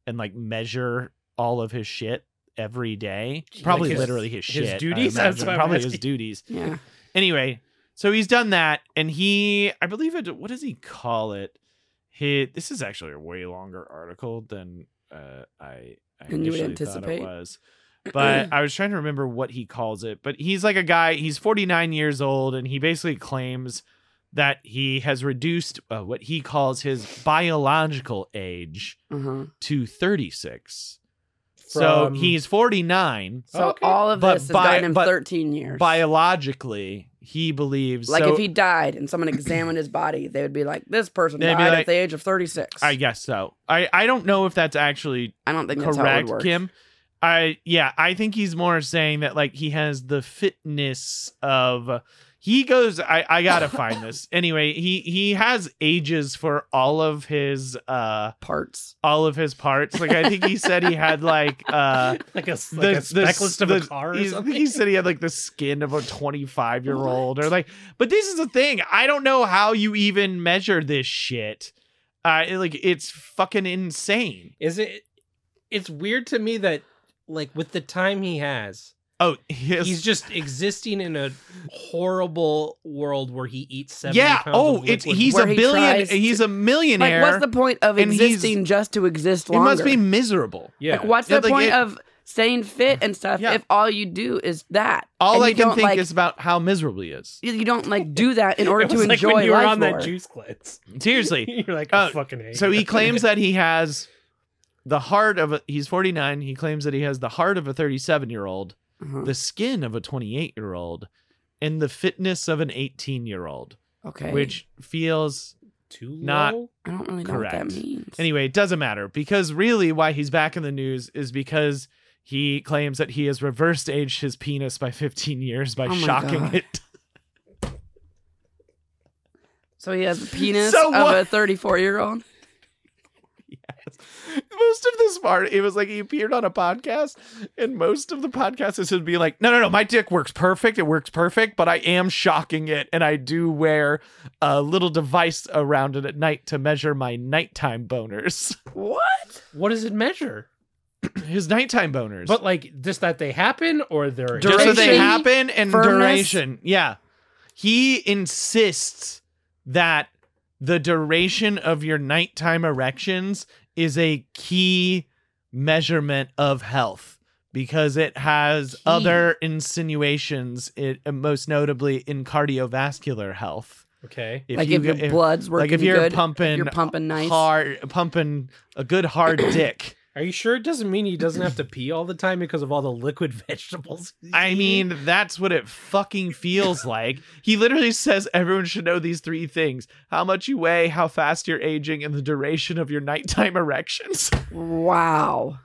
Speaker 2: and like measure all of his shit every day probably
Speaker 4: Like his-
Speaker 2: literally his,
Speaker 4: his
Speaker 2: shit I
Speaker 4: duties? That's
Speaker 2: imagine.
Speaker 4: what I'm
Speaker 2: probably his
Speaker 4: asking.
Speaker 2: duties
Speaker 3: Yeah.
Speaker 2: anyway so he's done that and he i believe it what does he call it he this is actually a way longer article than uh i i
Speaker 3: Than you
Speaker 2: initially
Speaker 3: would
Speaker 2: thought it
Speaker 3: anticipate?
Speaker 2: was but I was trying to remember what he calls it. But he's like a guy, he's 49 years old, and he basically claims that he has reduced uh, what he calls his biological age
Speaker 3: Uh-huh.
Speaker 2: to 36.
Speaker 1: From-
Speaker 2: so he's 49.
Speaker 3: So
Speaker 4: Okay.
Speaker 3: all of
Speaker 2: But
Speaker 3: this
Speaker 2: by-
Speaker 3: has gotten him
Speaker 2: but
Speaker 3: 13 years.
Speaker 2: Biologically, he believes.
Speaker 3: like
Speaker 2: so-
Speaker 3: if he died and someone examined his body, they would be like, this person
Speaker 2: They'd be
Speaker 3: died
Speaker 2: like-
Speaker 3: at the age of 36.
Speaker 2: I guess so. I, I don't know if that's actually
Speaker 3: I don't think that's how it would
Speaker 2: correct,
Speaker 3: work.
Speaker 2: Kim. I yeah, I think he's more saying that like he has the fitness of he goes I I got to find this. Anyway, he he has ages for all of his uh
Speaker 3: Parts.
Speaker 2: all of his parts. Like I think he said he had like uh
Speaker 1: like a like a spec list of a
Speaker 2: the-
Speaker 1: car or
Speaker 2: he's- I
Speaker 1: something.
Speaker 2: think he said he had like the skin of a 25 year old or like, but this is the thing. I don't know how you even measure this shit. Uh, it- like it's fucking insane.
Speaker 4: Is it? It's weird to me that like with the time he has,
Speaker 2: Oh, his,
Speaker 4: he's just existing in a horrible world where he eats seven.
Speaker 2: yeah.
Speaker 4: Pounds
Speaker 2: Oh,
Speaker 4: of
Speaker 2: it's
Speaker 4: liquid.
Speaker 2: he's
Speaker 3: Where
Speaker 2: a
Speaker 3: he
Speaker 2: billion.
Speaker 3: tries to-
Speaker 2: he's a millionaire.
Speaker 3: Like, what's the point of
Speaker 2: and he's-
Speaker 3: existing just to exist
Speaker 2: he
Speaker 3: longer?
Speaker 2: must be miserable.
Speaker 4: yeah.
Speaker 3: Like, what's
Speaker 2: Yeah,
Speaker 3: the
Speaker 2: like,
Speaker 3: point
Speaker 2: it-
Speaker 3: of staying fit and stuff
Speaker 2: Yeah.
Speaker 3: if all you do is that?
Speaker 2: All
Speaker 3: And
Speaker 2: I
Speaker 3: you
Speaker 2: can
Speaker 3: don't,
Speaker 2: think
Speaker 3: like,
Speaker 2: is about how miserable he is.
Speaker 3: you you don't like do that in order
Speaker 1: It
Speaker 3: to
Speaker 1: was like
Speaker 3: enjoy
Speaker 1: when you were
Speaker 3: life
Speaker 1: on
Speaker 3: more.
Speaker 1: that juice cleanse.
Speaker 2: Seriously.
Speaker 1: You're like, I
Speaker 4: Uh,
Speaker 2: Oh,
Speaker 1: fucking hate
Speaker 2: So he
Speaker 1: it.
Speaker 2: claims that he has the heart of a, he's 49. He claims that he has the heart of a 37 year old.
Speaker 3: Uh-huh.
Speaker 2: the skin of a 28 year old and the fitness of an 18 year old,
Speaker 3: Okay.
Speaker 2: which feels
Speaker 4: too
Speaker 2: not-
Speaker 4: low?
Speaker 3: I don't really know what
Speaker 2: correct.
Speaker 3: that means.
Speaker 2: anyway, it doesn't matter because really why he's back in the news is because he claims that he has reversed aged his penis by 15 years by
Speaker 3: Oh my
Speaker 2: shocking
Speaker 3: God.
Speaker 2: it.
Speaker 3: So he has the penis
Speaker 2: So
Speaker 3: of
Speaker 2: what?
Speaker 3: a 34 year old.
Speaker 2: Most of this part, it was like he appeared on a podcast, and most of the podcast is him being like, "No, no, no, my dick works perfect. It works perfect, but I am shocking it, and I do wear a little device around it at night to measure my nighttime boners."
Speaker 3: What?
Speaker 4: What does it measure?
Speaker 2: his nighttime boners.
Speaker 4: But like just that they happen or they're
Speaker 2: just so they
Speaker 3: duration,
Speaker 2: happen and
Speaker 3: firmness.
Speaker 2: duration. Yeah. He insists that the duration of your nighttime erections is a key measurement of health because it has
Speaker 4: Key.
Speaker 2: other insinuations, it, uh, most notably in cardiovascular health.
Speaker 4: okay.
Speaker 2: If
Speaker 3: like
Speaker 2: you
Speaker 3: if your
Speaker 2: go- if-
Speaker 3: blood's working
Speaker 2: like if you're
Speaker 3: good,
Speaker 2: pumping,
Speaker 3: you're pumping nice.
Speaker 2: hard, pumping a good hard dick.
Speaker 4: Are you sure it doesn't mean he doesn't have to pee all the time because of all the liquid vegetables? he's
Speaker 2: I
Speaker 4: eating?
Speaker 2: mean, that's what it fucking feels like. He literally says everyone should know these three things how much you weigh, how fast you're aging, and the duration of your nighttime erections.
Speaker 3: Wow.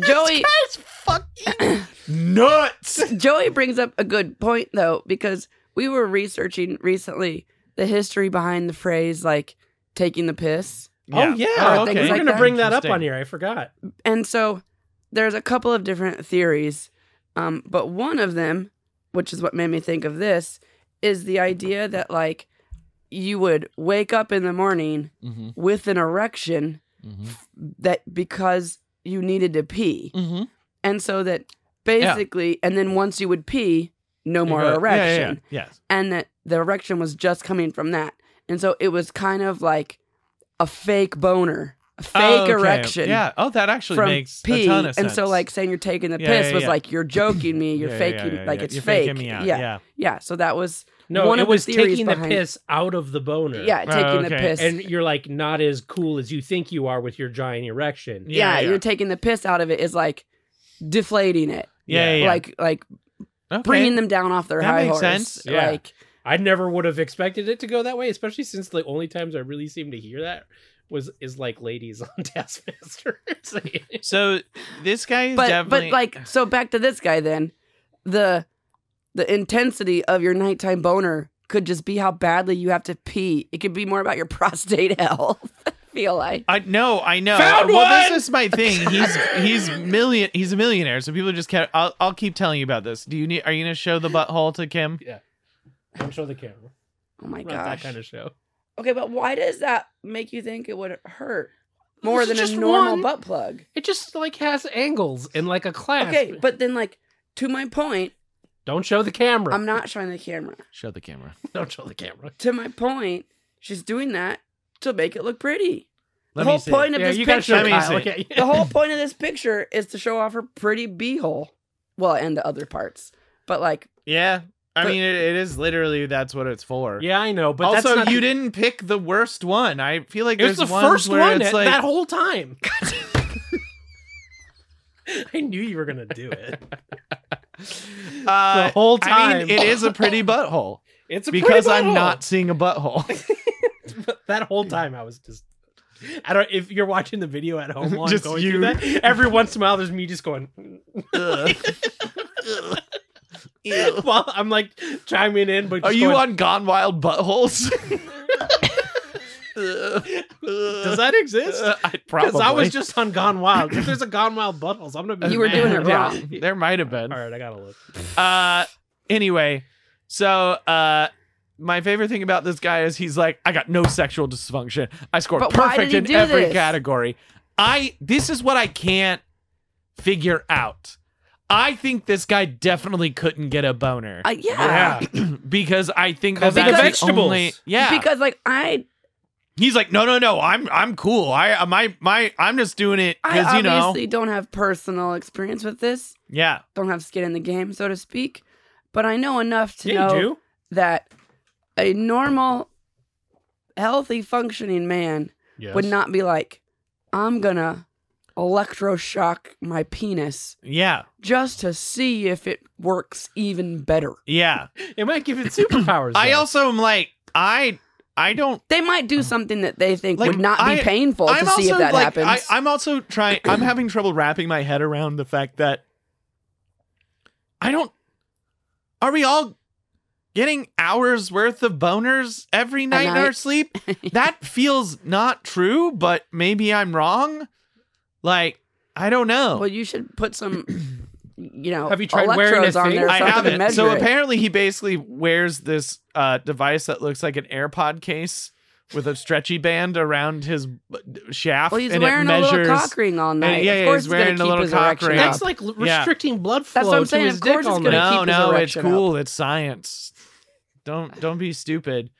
Speaker 3: Joey
Speaker 2: That's fucking nuts.
Speaker 3: Joey brings up a good point though because we were researching recently the history behind the phrase like taking the piss.
Speaker 4: Oh yeah,
Speaker 3: Oh,
Speaker 4: okay.
Speaker 3: things
Speaker 4: We're
Speaker 3: like
Speaker 4: gonna
Speaker 3: that.
Speaker 4: bring that up
Speaker 2: Interesting.
Speaker 4: on here. I forgot.
Speaker 3: And so there's a couple of different theories, um, but one of them, which is what made me think of this, is the idea that like you would wake up in the morning
Speaker 2: Mhm,
Speaker 3: with an erection
Speaker 2: mhm,
Speaker 3: that because you needed to pee,
Speaker 2: mhm.
Speaker 3: and so that basically, and then once you would pee, no more
Speaker 2: Yeah, yeah,
Speaker 3: erection,
Speaker 2: yeah, Yes.
Speaker 3: and that the erection was just coming from that, and so it was kind of like a fake boner, a fake
Speaker 2: Oh, okay.
Speaker 3: erection.
Speaker 2: Yeah. Oh, that actually
Speaker 3: From
Speaker 2: makes
Speaker 3: pee,
Speaker 2: a ton of sense.
Speaker 3: and so like saying you're taking the
Speaker 2: Yeah,
Speaker 3: piss
Speaker 2: yeah,
Speaker 3: was
Speaker 2: yeah.
Speaker 3: like you're joking me, you're
Speaker 2: Yeah, yeah, yeah,
Speaker 3: faking,
Speaker 2: yeah,
Speaker 3: like
Speaker 2: yeah.
Speaker 3: it's
Speaker 2: You're
Speaker 3: fake.
Speaker 2: faking me out.
Speaker 3: Yeah,
Speaker 2: yeah.
Speaker 3: yeah. So that was
Speaker 4: No,
Speaker 3: One
Speaker 4: it
Speaker 3: of the
Speaker 4: was
Speaker 3: theories
Speaker 4: taking the
Speaker 3: behind-
Speaker 4: piss out of the boner.
Speaker 3: yeah,
Speaker 2: Oh,
Speaker 3: taking the
Speaker 2: okay.
Speaker 3: piss.
Speaker 4: And you're like not as cool as you think you are with your giant erection.
Speaker 2: Yeah,
Speaker 3: yeah,
Speaker 2: yeah.
Speaker 3: you're taking the piss out of it is like deflating it,
Speaker 2: Yeah, yeah, yeah.
Speaker 3: like like
Speaker 2: Okay.
Speaker 3: bringing them down off their
Speaker 2: That
Speaker 3: high
Speaker 2: makes
Speaker 3: horse.
Speaker 2: sense.
Speaker 4: Yeah.
Speaker 3: Like
Speaker 4: I never would have expected it to go that way, especially since the only times I really seem to hear that was is like ladies on Taskmaster. It's like-
Speaker 2: So this guy is
Speaker 3: but
Speaker 2: definitely
Speaker 3: but like so back to this guy then the the intensity of your nighttime boner could just be how badly you have to pee it could be more about your prostate health i feel like
Speaker 2: I know, I know.
Speaker 4: Found
Speaker 2: well,
Speaker 4: one!
Speaker 2: this is my thing. He's he's million. He's a millionaire, so people just can't. I'll, I'll keep telling you about this. Do you need? Are you gonna show the butthole to Kim?
Speaker 4: Don't show the camera.
Speaker 3: oh my
Speaker 4: Not
Speaker 3: gosh
Speaker 4: that kind of show.
Speaker 3: okay but why does that make you think it would hurt more
Speaker 4: This
Speaker 3: than
Speaker 4: is
Speaker 3: a
Speaker 4: just
Speaker 3: normal
Speaker 4: one.
Speaker 3: butt plug
Speaker 4: It just like has angles and like a clasp.
Speaker 3: okay but then like to my point
Speaker 4: Don't show the camera.
Speaker 3: i'm not showing the camera
Speaker 2: Show the camera.
Speaker 4: Don't show the camera.
Speaker 3: to my point she's doing that to make it look pretty the
Speaker 2: Let me
Speaker 3: whole
Speaker 2: see.
Speaker 3: point of
Speaker 4: yeah,
Speaker 3: this
Speaker 4: you
Speaker 3: picture
Speaker 4: got to show
Speaker 2: Let me
Speaker 4: Kyle.
Speaker 2: see.
Speaker 4: Okay.
Speaker 3: the whole point of this picture is to show off her pretty beehole. Well, and the other parts. But like,
Speaker 2: Yeah, I
Speaker 3: But-
Speaker 2: mean, it, it is literally that's what it's for.
Speaker 4: Yeah, I know, but
Speaker 2: also,
Speaker 4: that's not
Speaker 2: you
Speaker 4: the-
Speaker 2: didn't pick the worst one. I feel like
Speaker 4: It was
Speaker 2: there's
Speaker 4: the
Speaker 2: ones
Speaker 4: first
Speaker 2: where
Speaker 4: one
Speaker 2: It's
Speaker 4: at-
Speaker 2: like,
Speaker 4: that whole time. I knew you were gonna do it
Speaker 2: uh,
Speaker 4: the whole time.
Speaker 2: I mean, it is a pretty butthole
Speaker 4: It's a pretty
Speaker 2: because I'm
Speaker 4: butthole.
Speaker 2: not seeing a butthole.
Speaker 4: that whole time I was just. I don't. If you're watching the video at home, while I'm
Speaker 2: Just
Speaker 4: going
Speaker 2: you.
Speaker 4: through that, every once in a while, there's me just going. Well, I'm like chiming in, but
Speaker 2: Are
Speaker 4: just
Speaker 2: you
Speaker 4: going,
Speaker 2: on Gone Wild Buttholes? Does
Speaker 4: Does that exist?
Speaker 2: I,
Speaker 4: Because
Speaker 2: probably.
Speaker 4: I was just on Gone Wild. If there's a Gone Wild buttholes, I'm gonna be.
Speaker 3: You were doing it
Speaker 4: mad.
Speaker 3: wrong.
Speaker 2: Yeah, there might have been.
Speaker 4: All right, I gotta look.
Speaker 2: Uh, anyway, so uh, my favorite thing about this guy is he's like, I got no sexual dysfunction. I scored
Speaker 3: But why did
Speaker 2: perfect
Speaker 3: he
Speaker 2: in
Speaker 3: do
Speaker 2: every
Speaker 3: this?
Speaker 2: category. I this is what I can't figure out. I think this guy definitely couldn't get a boner
Speaker 3: I yeah.
Speaker 2: because I think that
Speaker 4: 'Cause
Speaker 3: he
Speaker 2: that's
Speaker 3: got
Speaker 2: the only
Speaker 4: vegetables.
Speaker 2: yeah.
Speaker 3: Because like I,
Speaker 2: He's like, no, no, no. I'm I'm cool. I uh, my my I'm just doing it
Speaker 3: I
Speaker 2: because you know.
Speaker 3: obviously don't have personal experience with this.
Speaker 2: Yeah.
Speaker 3: Don't have skin in the game, so to speak. But I know enough to
Speaker 4: Yeah,
Speaker 3: know
Speaker 4: you do.
Speaker 3: that a normal, healthy, functioning man
Speaker 4: Yes.
Speaker 3: would not be like, I'm gonna electroshock my penis
Speaker 2: Yeah.
Speaker 3: just to see if it works even better.
Speaker 2: Yeah.
Speaker 4: It might give it superpowers.
Speaker 2: I
Speaker 4: though.
Speaker 2: also am like I I don't
Speaker 3: They might do something that they think
Speaker 2: Like,
Speaker 3: would not be
Speaker 2: I-
Speaker 3: painful
Speaker 2: I'm
Speaker 3: to see if that
Speaker 2: like
Speaker 3: happens.
Speaker 2: I, I'm also trying I'm having trouble wrapping my head around the fact that I don't are we all getting hours worth of boners every night in
Speaker 3: night?
Speaker 2: our sleep? that feels not true, but maybe I'm wrong. Like, I don't know.
Speaker 3: Well, you should put some, you know,
Speaker 4: Have you tried wearing
Speaker 3: electrodes
Speaker 4: a
Speaker 3: on
Speaker 4: thing?
Speaker 3: there or
Speaker 2: I
Speaker 3: something to
Speaker 2: haven't.
Speaker 3: measure
Speaker 2: So
Speaker 3: it.
Speaker 2: apparently, he basically wears this uh, device that looks like an AirPod case with a stretchy band around his b- shaft,
Speaker 3: well, he's
Speaker 2: and
Speaker 3: wearing
Speaker 2: it measures.
Speaker 3: a little cock ring all night.
Speaker 2: yeah,
Speaker 3: of
Speaker 2: yeah,
Speaker 3: course,
Speaker 2: he's
Speaker 3: gonna
Speaker 2: wearing a
Speaker 3: keep
Speaker 2: little
Speaker 3: his
Speaker 2: cock
Speaker 3: erection
Speaker 2: ring.
Speaker 3: up.
Speaker 4: That's like l-
Speaker 2: Yeah.
Speaker 4: restricting blood flow
Speaker 3: That's what I'm
Speaker 4: to
Speaker 3: saying,
Speaker 4: his
Speaker 3: of course
Speaker 4: dick all
Speaker 3: it's gonna
Speaker 4: night.
Speaker 2: no,
Speaker 3: keep his
Speaker 2: no, it's
Speaker 3: erection up.
Speaker 2: cool. It's science. Don't don't be stupid.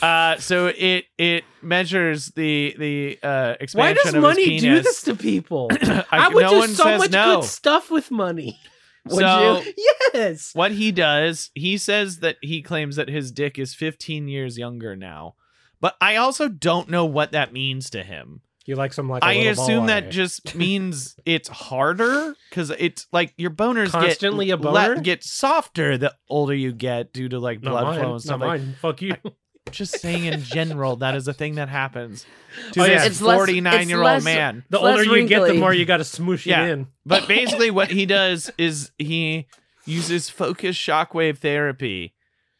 Speaker 2: Uh, so it it measures the the uh,
Speaker 4: Why
Speaker 2: expansion
Speaker 4: does
Speaker 2: of
Speaker 4: money
Speaker 2: his
Speaker 4: do
Speaker 2: penis.
Speaker 4: this to people?
Speaker 2: I,
Speaker 4: I would
Speaker 2: no
Speaker 4: do
Speaker 2: one
Speaker 4: so
Speaker 2: says
Speaker 4: much
Speaker 2: no.
Speaker 4: good stuff with money.
Speaker 3: Would
Speaker 2: so
Speaker 3: you?
Speaker 4: Yes.
Speaker 2: what he does, he says that he claims that his dick is 15 years younger now. But I also don't know what that means to him.
Speaker 1: You like some like a
Speaker 2: I
Speaker 1: little ball
Speaker 2: assume that
Speaker 1: eye.
Speaker 2: just means it's harder because it's like your boners
Speaker 4: Constantly
Speaker 2: get,
Speaker 4: a boner?
Speaker 2: le- get softer the older you get due to like blood flow and stuff. Like,
Speaker 4: Fuck you.
Speaker 2: just saying in general, that is a thing that happens to
Speaker 4: Oh, yeah.
Speaker 2: this
Speaker 3: It's less-
Speaker 2: 49 year old
Speaker 3: it's less-
Speaker 2: man.
Speaker 4: The
Speaker 3: It's less
Speaker 4: older you get, the
Speaker 3: wrinkly.
Speaker 4: more you got to smoosh
Speaker 2: Yeah.
Speaker 4: it in.
Speaker 2: But basically, what he does is he uses focused shockwave therapy.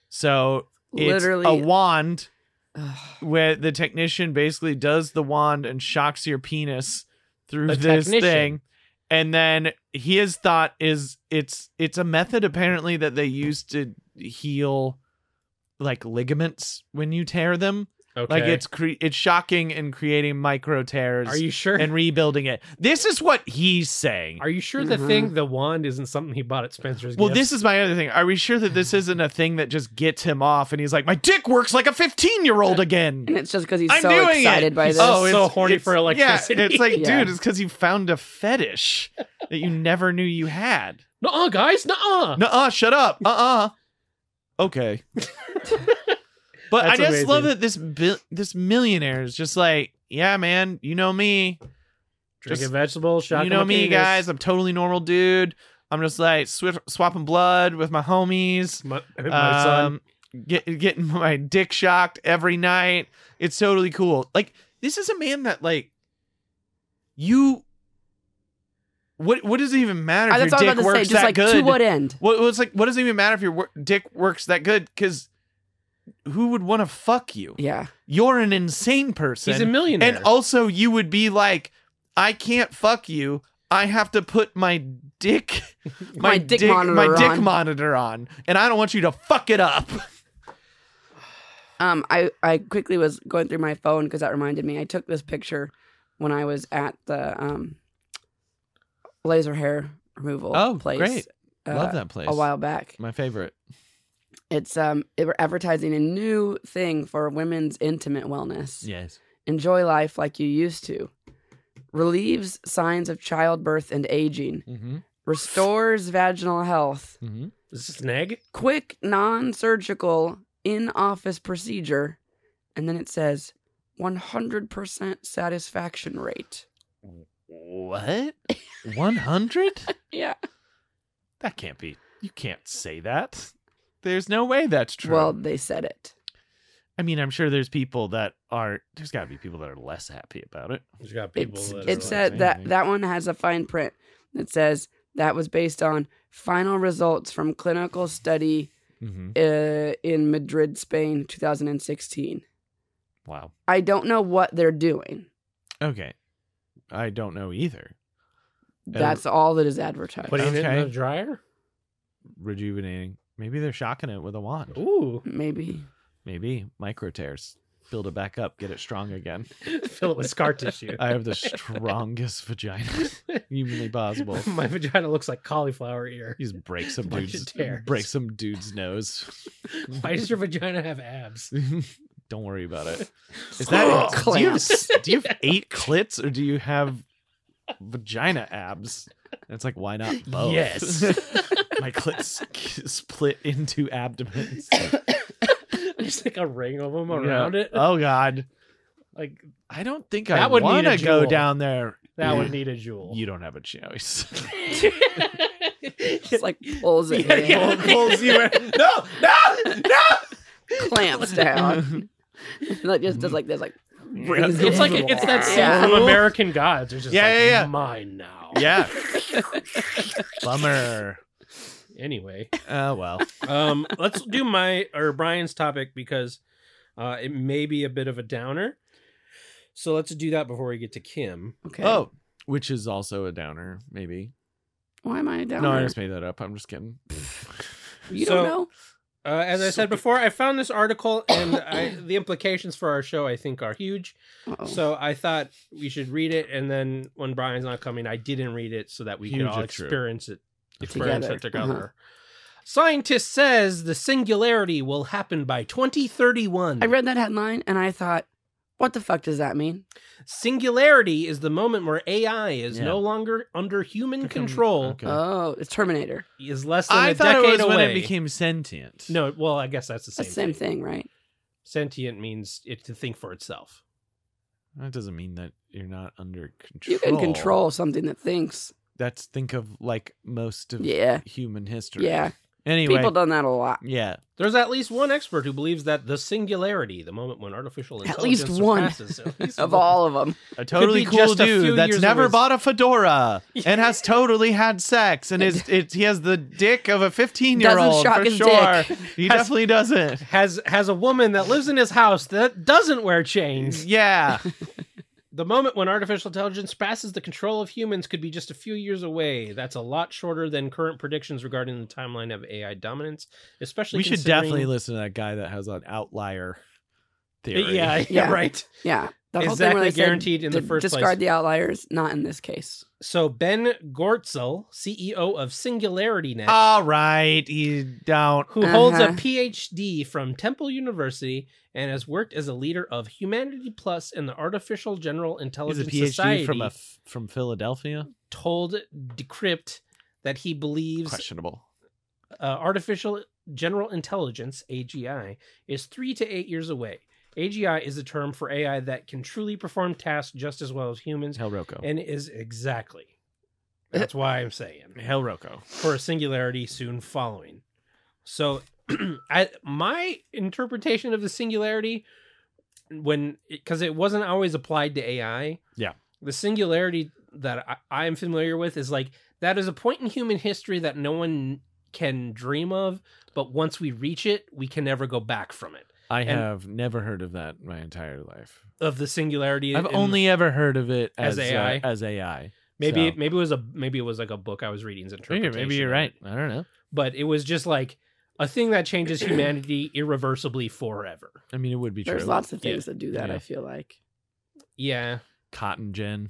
Speaker 2: So it's
Speaker 3: Literally.
Speaker 2: a wand
Speaker 3: Ugh.
Speaker 2: where the technician basically does the wand and shocks your penis through
Speaker 4: The
Speaker 2: this
Speaker 4: technician.
Speaker 2: thing. And then his thought is it's it's a method apparently that they use to heal like ligaments when you tear them.
Speaker 4: Okay.
Speaker 2: Like it's cre- it's shocking and creating micro tears
Speaker 4: Are you sure?
Speaker 2: and rebuilding it. This is what he's saying.
Speaker 4: Are you sure the
Speaker 3: Mhm.
Speaker 4: thing, the wand, isn't something he bought at Spencer's?
Speaker 2: well,
Speaker 4: Gifts?
Speaker 2: this is my other thing. Are we sure that this isn't a thing that just gets him off and he's like, my dick works like a 15 year old again?
Speaker 3: And it's just because he's
Speaker 2: I'm
Speaker 3: so
Speaker 2: doing it.
Speaker 3: excited
Speaker 2: Oh.
Speaker 3: by this.
Speaker 4: so horny
Speaker 2: it's-
Speaker 4: for electricity.
Speaker 2: Yeah, it's like,
Speaker 3: Yeah.
Speaker 2: dude, it's because you found a fetish that you never knew you had.
Speaker 4: Nuh-uh, guys, nuh-uh.
Speaker 2: Nuh-uh, shut up. Uh-uh. Okay. but I
Speaker 4: That's
Speaker 2: just love
Speaker 4: amazing.
Speaker 2: that this bil- this millionaire is just like, yeah, man, you know me.
Speaker 4: Drinking
Speaker 2: Just-
Speaker 4: vegetables, shocking
Speaker 2: you know
Speaker 4: my
Speaker 2: me,
Speaker 4: penis.
Speaker 2: guys. I'm totally normal dude. I'm just like swi swapping blood with my homies.
Speaker 4: My, my son.
Speaker 2: Um, get, getting my dick shocked every night. It's totally cool. Like this is a man that like you. What what does it even matter?
Speaker 3: I,
Speaker 2: if
Speaker 3: that's
Speaker 2: your
Speaker 3: all I
Speaker 2: dick
Speaker 3: was about
Speaker 2: works
Speaker 3: to say.
Speaker 2: that
Speaker 3: Just like
Speaker 2: good?
Speaker 3: to what end?
Speaker 2: Well, it's like, what does it even matter if your wor- dick works that good? Because who would want to fuck you?
Speaker 3: Yeah.
Speaker 2: You're an insane person.
Speaker 4: He's a millionaire.
Speaker 2: and also, you would be like, I can't fuck you. I have to put my dick, my,
Speaker 3: My dick monitor
Speaker 2: my dick
Speaker 3: on."
Speaker 2: monitor on, and I don't want you to fuck it up.
Speaker 3: Um, I, I quickly was going through my phone because that reminded me. I took this picture when I was at the um, laser hair removal
Speaker 2: Oh,
Speaker 3: place.
Speaker 2: great.
Speaker 3: uh,
Speaker 2: that place.
Speaker 3: A while back,
Speaker 2: My favorite.
Speaker 3: it's um, they were advertising a new thing for women's intimate wellness.
Speaker 2: Yes.
Speaker 3: enjoy life like you used to, relieves signs of childbirth and aging,
Speaker 2: Mm-hmm.
Speaker 3: restores vaginal health,
Speaker 2: Mm-hmm.
Speaker 4: Is this an egg?
Speaker 3: quick non surgical in office procedure, and then it says 100% satisfaction rate.
Speaker 2: What? One hundred?
Speaker 3: Yeah.
Speaker 2: that can't be. You can't say that. There's no way that's true.
Speaker 3: Well, they said it.
Speaker 2: I mean, I'm sure there's people that are. There's got to be people that are less happy about it.
Speaker 4: There's got people
Speaker 3: It's,
Speaker 4: that
Speaker 3: it
Speaker 4: are
Speaker 2: like
Speaker 3: said
Speaker 2: saying
Speaker 3: that
Speaker 2: anything.
Speaker 3: that one has a fine print that says that was based on final results from clinical study
Speaker 2: Mm-hmm.
Speaker 3: uh, in Madrid, Spain, 2016.
Speaker 2: Wow.
Speaker 3: I don't know what they're doing.
Speaker 2: Okay. I don't know either. And-
Speaker 3: That's all that is advertised.
Speaker 4: putting it
Speaker 2: Okay.
Speaker 4: in the dryer.
Speaker 2: Rejuvenating. Maybe they're shocking it with a wand.
Speaker 4: Ooh,
Speaker 3: Maybe.
Speaker 2: Maybe micro tears. Build it back up. Get it strong again.
Speaker 4: fill it with scar tissue.
Speaker 2: I have the strongest vagina humanly possible.
Speaker 4: My vagina looks like cauliflower ear.
Speaker 2: You Just break some
Speaker 4: Bunch of
Speaker 2: dude's
Speaker 4: tears.
Speaker 2: break some dude's nose.
Speaker 4: Why does your vagina have abs?
Speaker 2: don't worry about it. Is that
Speaker 3: Ugh.
Speaker 2: do you, have, do you have eight clits or do you have vagina abs? And it's like why not both?
Speaker 4: Yes.
Speaker 2: my clits sk- split into abdomens
Speaker 4: There's like a ring of them
Speaker 2: Yeah.
Speaker 4: around it.
Speaker 2: Oh God,
Speaker 4: Like
Speaker 2: I don't think
Speaker 4: That
Speaker 2: I
Speaker 4: would need
Speaker 2: want to
Speaker 4: a
Speaker 2: go
Speaker 4: jewel.
Speaker 2: down there.
Speaker 4: that
Speaker 2: Yeah.
Speaker 4: would need a jewel.
Speaker 2: You don't have a choice.
Speaker 3: It's like pulls it
Speaker 4: Yeah,
Speaker 3: in,
Speaker 4: yeah.
Speaker 2: Pulls you in. No, no,
Speaker 3: clamps down. like just, just like this, like
Speaker 2: no.
Speaker 4: It's like it's that scene
Speaker 3: Yeah.
Speaker 4: from American Gods. It's just
Speaker 2: Yeah,
Speaker 4: like,
Speaker 2: yeah, yeah.
Speaker 4: mine now.
Speaker 2: Yeah. Bummer.
Speaker 4: Anyway,
Speaker 2: Oh well.
Speaker 4: um, let's do my or Brian's topic because uh, it may be a bit of a downer. So let's do that before we get to Kim.
Speaker 3: okay.
Speaker 2: Oh, which is also a downer, maybe.
Speaker 3: why am I down?
Speaker 2: No, I
Speaker 3: there?
Speaker 2: just made that up. I'm just kidding.
Speaker 3: you
Speaker 4: So-
Speaker 3: don't know.
Speaker 4: Uh, as I said before, I found this article, and I, the implications for our show, I think, are huge.
Speaker 3: Uh-oh.
Speaker 4: So I thought we should read it, and then when Brian's not coming, I didn't read it so that we
Speaker 2: Huge
Speaker 4: can all
Speaker 2: if true.
Speaker 4: experience it, experience
Speaker 3: Together.
Speaker 4: it together. Scientist says the singularity will happen by 2031.
Speaker 3: I read that headline and I thought, what the fuck does that mean?
Speaker 4: singularity is the moment where AI is
Speaker 2: Yeah.
Speaker 4: no longer under human
Speaker 2: Become-
Speaker 4: control.
Speaker 2: okay.
Speaker 3: Oh, it's Terminator.
Speaker 4: Is less Uh, than a
Speaker 2: I thought it
Speaker 4: decade
Speaker 2: was
Speaker 4: away.
Speaker 2: when it became sentient.
Speaker 4: no, well, I guess that's the
Speaker 3: It's the
Speaker 4: same,
Speaker 3: same
Speaker 4: thing.
Speaker 3: thing, right?
Speaker 4: Sentient means it to think for itself.
Speaker 2: That doesn't mean that you're not under control.
Speaker 3: You can control something that thinks.
Speaker 2: That's think of like most of
Speaker 3: Yeah,
Speaker 2: human history.
Speaker 3: yeah.
Speaker 2: Anyway.
Speaker 3: People done that a lot.
Speaker 2: yeah.
Speaker 4: There's at least one expert who believes that the singularity, the moment when artificial
Speaker 3: At
Speaker 4: intelligence
Speaker 3: least one.
Speaker 4: surpasses, at least
Speaker 3: Of
Speaker 4: one.
Speaker 3: all of them,
Speaker 2: A totally
Speaker 4: be
Speaker 2: cool
Speaker 4: just a few
Speaker 2: dude that's
Speaker 4: years
Speaker 2: never
Speaker 4: away.
Speaker 2: bought a fedora and has totally had sex and is it, he has the dick of a 15 year old
Speaker 3: shock
Speaker 2: for
Speaker 3: his
Speaker 2: sure.
Speaker 3: dick.
Speaker 2: He
Speaker 4: Has-
Speaker 2: definitely doesn't.
Speaker 4: has has a woman that lives in his house that doesn't wear chains.
Speaker 2: Yeah.
Speaker 4: The moment when artificial intelligence passes the control of humans could be just a few years away. That's a lot shorter than current predictions regarding the timeline of AI dominance, especially
Speaker 2: we should
Speaker 4: considering-
Speaker 2: definitely listen to that guy that has an outlier
Speaker 1: theory.
Speaker 4: Yeah, yeah,
Speaker 3: Yeah.
Speaker 4: right.
Speaker 3: Yeah. The whole thing where
Speaker 4: exactly
Speaker 3: they said
Speaker 4: guaranteed in the
Speaker 3: to
Speaker 4: first
Speaker 3: discard
Speaker 4: place.
Speaker 3: the outliers, not in this case.
Speaker 4: So Ben Gortzel, CEO of Singularity Net,
Speaker 2: All right, you don't.
Speaker 4: who holds a
Speaker 3: Uh-huh.
Speaker 4: PhD from Temple University and has worked as a leader of Humanity Plus and the Artificial General
Speaker 2: He's a
Speaker 4: Intelligence
Speaker 2: PhD
Speaker 4: Society,
Speaker 2: from a f- from Philadelphia.
Speaker 4: told Decrypt that he believes
Speaker 2: Questionable.
Speaker 4: uh, artificial general intelligence AGI is 3 to 8 years away. AGI is a term for AI that can truly perform tasks just as well as humans
Speaker 2: Hell Rocco.
Speaker 4: and is exactly that's why I'm saying
Speaker 2: Hell Rocco.
Speaker 4: for a singularity soon following. So, I, my interpretation of the singularity, when because it wasn't always applied to AI,
Speaker 2: Yeah.
Speaker 4: the singularity that I, I am familiar with is like that is a point in human history that no one can dream of, but once we reach it, we can never go back from it.
Speaker 2: I
Speaker 4: And-
Speaker 2: have never heard of that my entire life.
Speaker 4: Of the singularity,
Speaker 2: I've
Speaker 4: in-
Speaker 2: only ever heard of it as,
Speaker 4: As AI?
Speaker 2: AI. as AI.
Speaker 4: maybe
Speaker 2: so-
Speaker 4: maybe it was a maybe it was like a book I was reading's
Speaker 2: Maybe,
Speaker 4: interpretation.
Speaker 2: maybe you're
Speaker 4: of
Speaker 2: right.
Speaker 4: it.
Speaker 2: I don't know.
Speaker 4: but it was just like a thing that changes humanity irreversibly forever.
Speaker 2: I mean, it would be
Speaker 3: There's
Speaker 2: true.
Speaker 3: lots of
Speaker 4: Yeah.
Speaker 3: things that do that,
Speaker 2: Yeah.
Speaker 3: I feel like.
Speaker 4: Yeah,
Speaker 2: Cotton gin,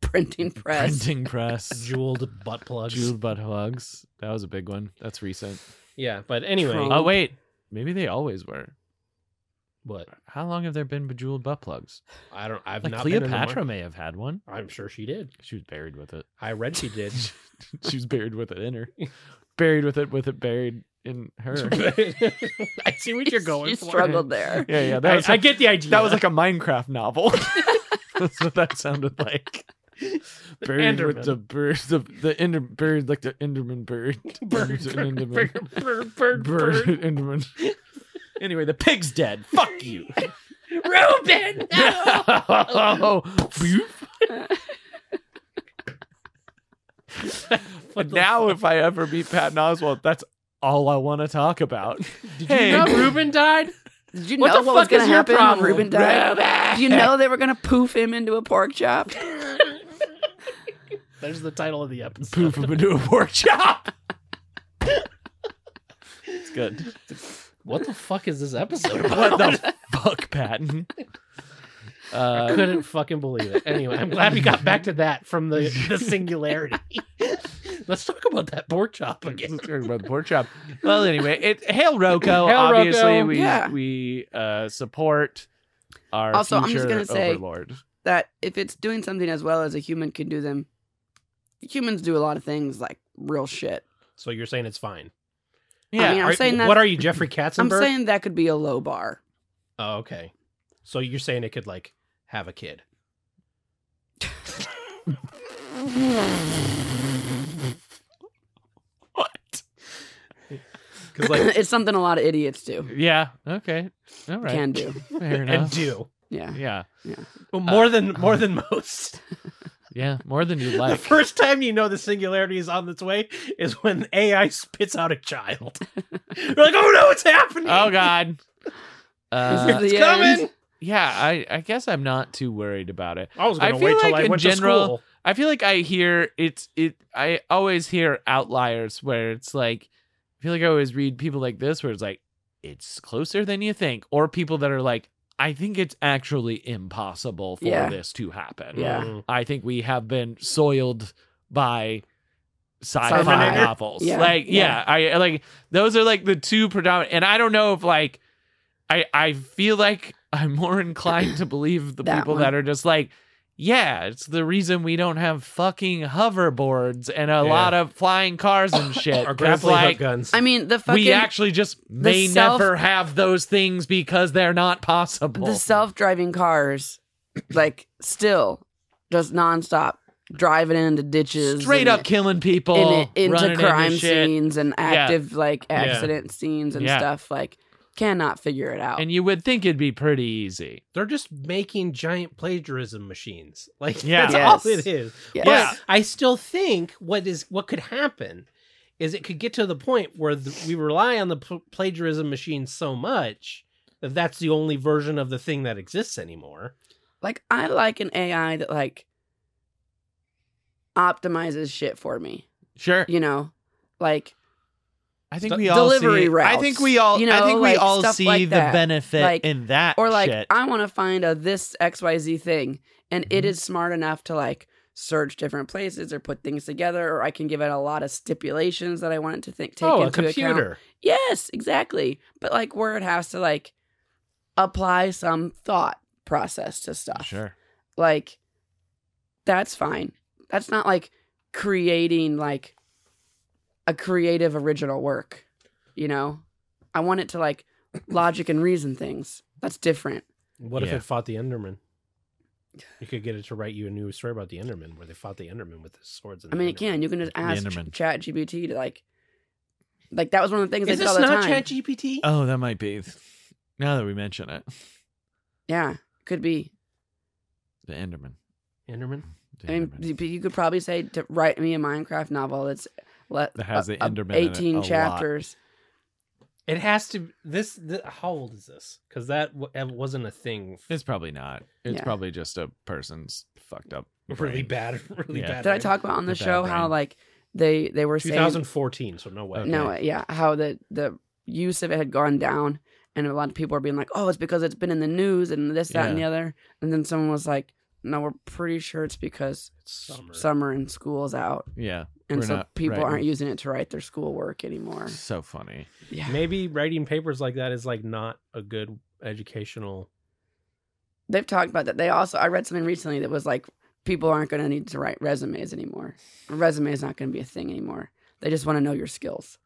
Speaker 3: Printing press.
Speaker 2: printing press,
Speaker 4: jeweled butt plugs.
Speaker 2: jeweled butt hugs. That was a big one. That's recent.
Speaker 4: Yeah, but anyway,
Speaker 3: Trunk.
Speaker 2: Oh wait, maybe they always were.
Speaker 4: what
Speaker 2: How long have there been bejeweled butt plugs?
Speaker 4: I don't. I've
Speaker 2: Like
Speaker 4: not been in the
Speaker 2: Cleopatra
Speaker 4: market.
Speaker 2: may have had one.
Speaker 4: I'm sure she did.
Speaker 2: She was buried with it.
Speaker 4: I read she did.
Speaker 2: she was buried with it in her. Buried with it, with it buried in her.
Speaker 4: I see what you're going
Speaker 3: you
Speaker 4: for.
Speaker 3: struggled there.
Speaker 2: Yeah, yeah. That
Speaker 4: I,
Speaker 2: was
Speaker 4: I get the idea.
Speaker 2: that was like a Minecraft novel. That's what that sounded like. Buried
Speaker 4: Enderman.
Speaker 2: with the bird, the the ender bird, like the Enderman bird.
Speaker 4: bird,
Speaker 2: Enderman-
Speaker 4: bird,
Speaker 2: Enderman.
Speaker 4: bird, bird, bird,
Speaker 2: Bird,
Speaker 4: bird.
Speaker 2: Enderman. Anyway, the pig's dead. Fuck you.
Speaker 4: Reuben. No!
Speaker 2: but
Speaker 4: What the
Speaker 2: now, if I ever meet Patton Oswald, that's all I want to talk about.
Speaker 4: Did
Speaker 2: Hey.
Speaker 4: you know Reuben died?
Speaker 3: Did you
Speaker 4: What
Speaker 3: know
Speaker 4: the
Speaker 3: what was
Speaker 4: fuck is
Speaker 3: going to
Speaker 4: your
Speaker 3: happen when
Speaker 4: problem,
Speaker 3: Ruben died?
Speaker 4: Reuben?
Speaker 3: Do you know they were going to poof him into a pork chop?
Speaker 4: There's the title of the episode.
Speaker 2: Poof him into a pork chop. it's good.
Speaker 4: What the fuck is this episode?
Speaker 2: What the fuck, Patton?
Speaker 4: I
Speaker 2: Uh,
Speaker 4: couldn't fucking believe it. Anyway, I'm glad we got back to that from the, the singularity. Let's talk about that pork chop again.
Speaker 2: Let's talk about the pork chop. Well, anyway, it hail Rocco.
Speaker 4: Hail Rocco.
Speaker 2: obviously, we
Speaker 3: Yeah.
Speaker 2: we uh, support our
Speaker 3: Also, I'm just
Speaker 2: future
Speaker 3: gonna say-
Speaker 2: overlord.
Speaker 3: that if it's doing something as well as a human can do them, humans do a lot of things like real shit.
Speaker 4: So you're saying it's fine?
Speaker 3: Yeah. I mean, I'm
Speaker 4: Are-
Speaker 3: saying that-
Speaker 4: What are you, Jeffrey
Speaker 3: I'm
Speaker 4: Katzenberg?
Speaker 3: saying that could be a low bar.
Speaker 4: Oh, okay. So you're saying it could like have a kid?
Speaker 2: What?
Speaker 4: Because like
Speaker 3: it's something a lot of idiots do.
Speaker 2: Yeah. Okay. All right.
Speaker 3: Can do.
Speaker 2: Fair
Speaker 4: and
Speaker 2: enough.
Speaker 4: do
Speaker 3: Yeah.
Speaker 2: Yeah.
Speaker 3: Uh,
Speaker 4: Well, more than more than most.
Speaker 2: Yeah. More than you
Speaker 4: The
Speaker 2: like.
Speaker 4: first time you know the singularity is on its way is when AI spits out a child. You're like, oh no, it's happening.
Speaker 2: oh God.
Speaker 3: This
Speaker 2: Uh,
Speaker 3: is
Speaker 4: it's
Speaker 3: the
Speaker 4: coming.
Speaker 3: end.
Speaker 2: yeah. I I guess I'm not too worried about it.
Speaker 4: I was
Speaker 2: I
Speaker 4: gonna
Speaker 2: feel
Speaker 4: wait till
Speaker 2: like
Speaker 4: I
Speaker 2: in
Speaker 4: went
Speaker 2: general-
Speaker 4: to school.
Speaker 2: I feel like I hear it's it. I always hear outliers where it's like. I feel like I always read people like this where it's like it's closer than you think, or people that are like, I think it's actually impossible for
Speaker 3: Yeah.
Speaker 2: this to happen.
Speaker 3: Yeah.
Speaker 4: Mm.
Speaker 2: I think we have been soiled by sci-fi
Speaker 3: Terminator.
Speaker 2: novels.
Speaker 3: Yeah,
Speaker 2: Like, yeah.
Speaker 3: yeah.
Speaker 2: I like those are like the two predominant. And I don't know if like I I feel like I'm more inclined to believe the
Speaker 3: That
Speaker 2: people
Speaker 3: one.
Speaker 2: that are just like, yeah, it's the reason we don't have fucking hoverboards and a lot of flying cars and shit.
Speaker 4: Or
Speaker 2: It's
Speaker 4: grappling hook
Speaker 2: like
Speaker 4: guns.
Speaker 3: I mean, the fucking
Speaker 2: we actually just may
Speaker 3: self-
Speaker 2: never have those things because they're not possible.
Speaker 3: the self-driving cars, like, still just nonstop driving into ditches,
Speaker 2: Straight
Speaker 3: and
Speaker 2: up killing people,
Speaker 3: in, into
Speaker 2: running
Speaker 3: crime
Speaker 2: shit.
Speaker 3: scenes and active like
Speaker 4: Yeah.
Speaker 3: accident scenes and
Speaker 2: Yeah.
Speaker 3: stuff. Like, cannot figure it out.
Speaker 2: and you would think it'd be pretty easy.
Speaker 4: They're just making giant plagiarism machines. Like
Speaker 2: Yeah.
Speaker 4: that's
Speaker 3: Yes.
Speaker 4: all it is.
Speaker 3: Yes.
Speaker 4: But
Speaker 2: Yeah.
Speaker 4: I still think what is what could happen is it could get to the point where the, we rely on the pl- plagiarism machine so much that that's the only version of the thing that exists anymore.
Speaker 3: Like I like an AI that like optimizes shit for me.
Speaker 2: Sure.
Speaker 3: You know, like
Speaker 2: I think
Speaker 4: Stu-
Speaker 2: we all
Speaker 3: delivery
Speaker 2: see. I
Speaker 3: routes,
Speaker 2: think we all.
Speaker 3: you
Speaker 2: I
Speaker 3: know,
Speaker 2: think we
Speaker 3: like,
Speaker 2: all
Speaker 3: stuff
Speaker 2: see
Speaker 3: like
Speaker 2: the
Speaker 3: that.
Speaker 2: benefit
Speaker 3: Like-
Speaker 2: in that.
Speaker 3: or like
Speaker 2: shit.
Speaker 3: I want to find a this XYZ thing and it
Speaker 4: Mhm.
Speaker 3: is smart enough to like search different places or put things together or I can give it a lot of stipulations that I want it to think take
Speaker 4: oh, a
Speaker 3: into account.
Speaker 4: computer.
Speaker 3: Yes, exactly. But like Word has to like apply some thought process to stuff.
Speaker 2: sure.
Speaker 3: Like that's fine. That's not like creating like a creative original work, you know? I want it to like logic and reason things. That's different.
Speaker 4: What if
Speaker 2: Yeah.
Speaker 4: it fought the Enderman? You could get it to write you a new story about the Enderman, where they fought the Enderman with the swords. And
Speaker 3: I
Speaker 4: the
Speaker 3: mean, it
Speaker 4: Enderman.
Speaker 3: can. You can just
Speaker 2: The
Speaker 3: ask
Speaker 2: Enderman.
Speaker 3: Chat GPT to like like that was one of the things
Speaker 4: Is
Speaker 3: I did all
Speaker 4: this
Speaker 3: the
Speaker 4: not
Speaker 3: time.
Speaker 4: ChatGPT?
Speaker 2: Oh, that might be. Now that we mention it,
Speaker 3: yeah, could be.
Speaker 2: the Enderman.
Speaker 4: Enderman.
Speaker 2: The
Speaker 3: I mean,
Speaker 2: Enderman.
Speaker 3: you, you could probably say to write me a Minecraft novel that's let
Speaker 2: That has the
Speaker 3: a- a-
Speaker 2: Enderman in it
Speaker 3: eighteen
Speaker 2: a lot.
Speaker 3: chapters.
Speaker 4: It has to. This. th how old is this? Because that w- it wasn't a thing.
Speaker 2: it's probably not. It's
Speaker 3: Yeah.
Speaker 2: probably just a person's fucked up.
Speaker 4: really
Speaker 2: brain.
Speaker 4: bad. Really
Speaker 2: Yeah.
Speaker 4: bad.
Speaker 3: Did I
Speaker 4: writing.
Speaker 3: talk about on the
Speaker 2: The bad
Speaker 3: show how
Speaker 2: brain.
Speaker 3: like they they were saying
Speaker 4: 2014? So no way.
Speaker 2: Okay.
Speaker 3: no yeah how the the use of it had gone down and a lot of people are being like oh it's because it's been in the news and this that and the other and then someone was like no we're pretty sure it's because
Speaker 4: It's summer.
Speaker 3: summer and school's out
Speaker 2: Yeah.
Speaker 3: and
Speaker 2: We're
Speaker 3: so
Speaker 2: not
Speaker 3: people
Speaker 2: writing.
Speaker 3: aren't using it to write their schoolwork anymore
Speaker 2: So funny.
Speaker 3: yeah
Speaker 4: Maybe writing papers like that is like not a good educational.
Speaker 3: they've talked about that they also i read something recently that was like people aren't going to need to write resumes anymore a resume is not going to be a thing anymore they just want to know your skills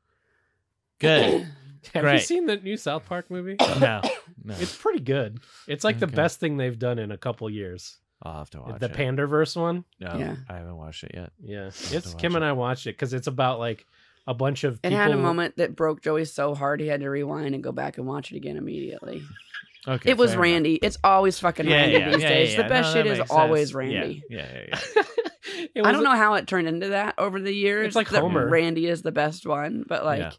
Speaker 2: Good.
Speaker 4: Have you
Speaker 2: Great.
Speaker 4: seen the new South Park movie?
Speaker 2: no. No.
Speaker 4: It's pretty good. It's like the
Speaker 2: Okay.
Speaker 4: best thing they've done in a couple years.
Speaker 2: I'll have to watch
Speaker 4: the
Speaker 2: it.
Speaker 4: Pandaverse one.
Speaker 2: No,
Speaker 3: Yeah.
Speaker 2: I haven't watched it yet.
Speaker 4: Yeah,
Speaker 2: have
Speaker 4: it's
Speaker 2: to
Speaker 4: Kim
Speaker 2: watch
Speaker 4: and I watched it because it's about like a bunch of
Speaker 3: it
Speaker 4: people.
Speaker 3: had a moment that broke joey so hard he had to rewind and go back and watch it again immediately
Speaker 2: Okay.
Speaker 3: It was
Speaker 2: fair enough.
Speaker 3: Randy. It's always fucking
Speaker 2: Yeah,
Speaker 3: Randy
Speaker 2: yeah,
Speaker 3: these
Speaker 2: yeah,
Speaker 3: days.
Speaker 2: yeah.
Speaker 3: The best
Speaker 2: No,
Speaker 3: shit
Speaker 2: that
Speaker 3: is
Speaker 2: makes
Speaker 3: always
Speaker 2: sense.
Speaker 3: Ranity.
Speaker 2: Yeah, yeah, yeah. yeah.
Speaker 4: It
Speaker 3: I
Speaker 4: was
Speaker 3: don't know how it turned into that over the years.
Speaker 4: like
Speaker 3: that
Speaker 4: Homer.
Speaker 3: Randy is the best one, but like
Speaker 2: Yeah.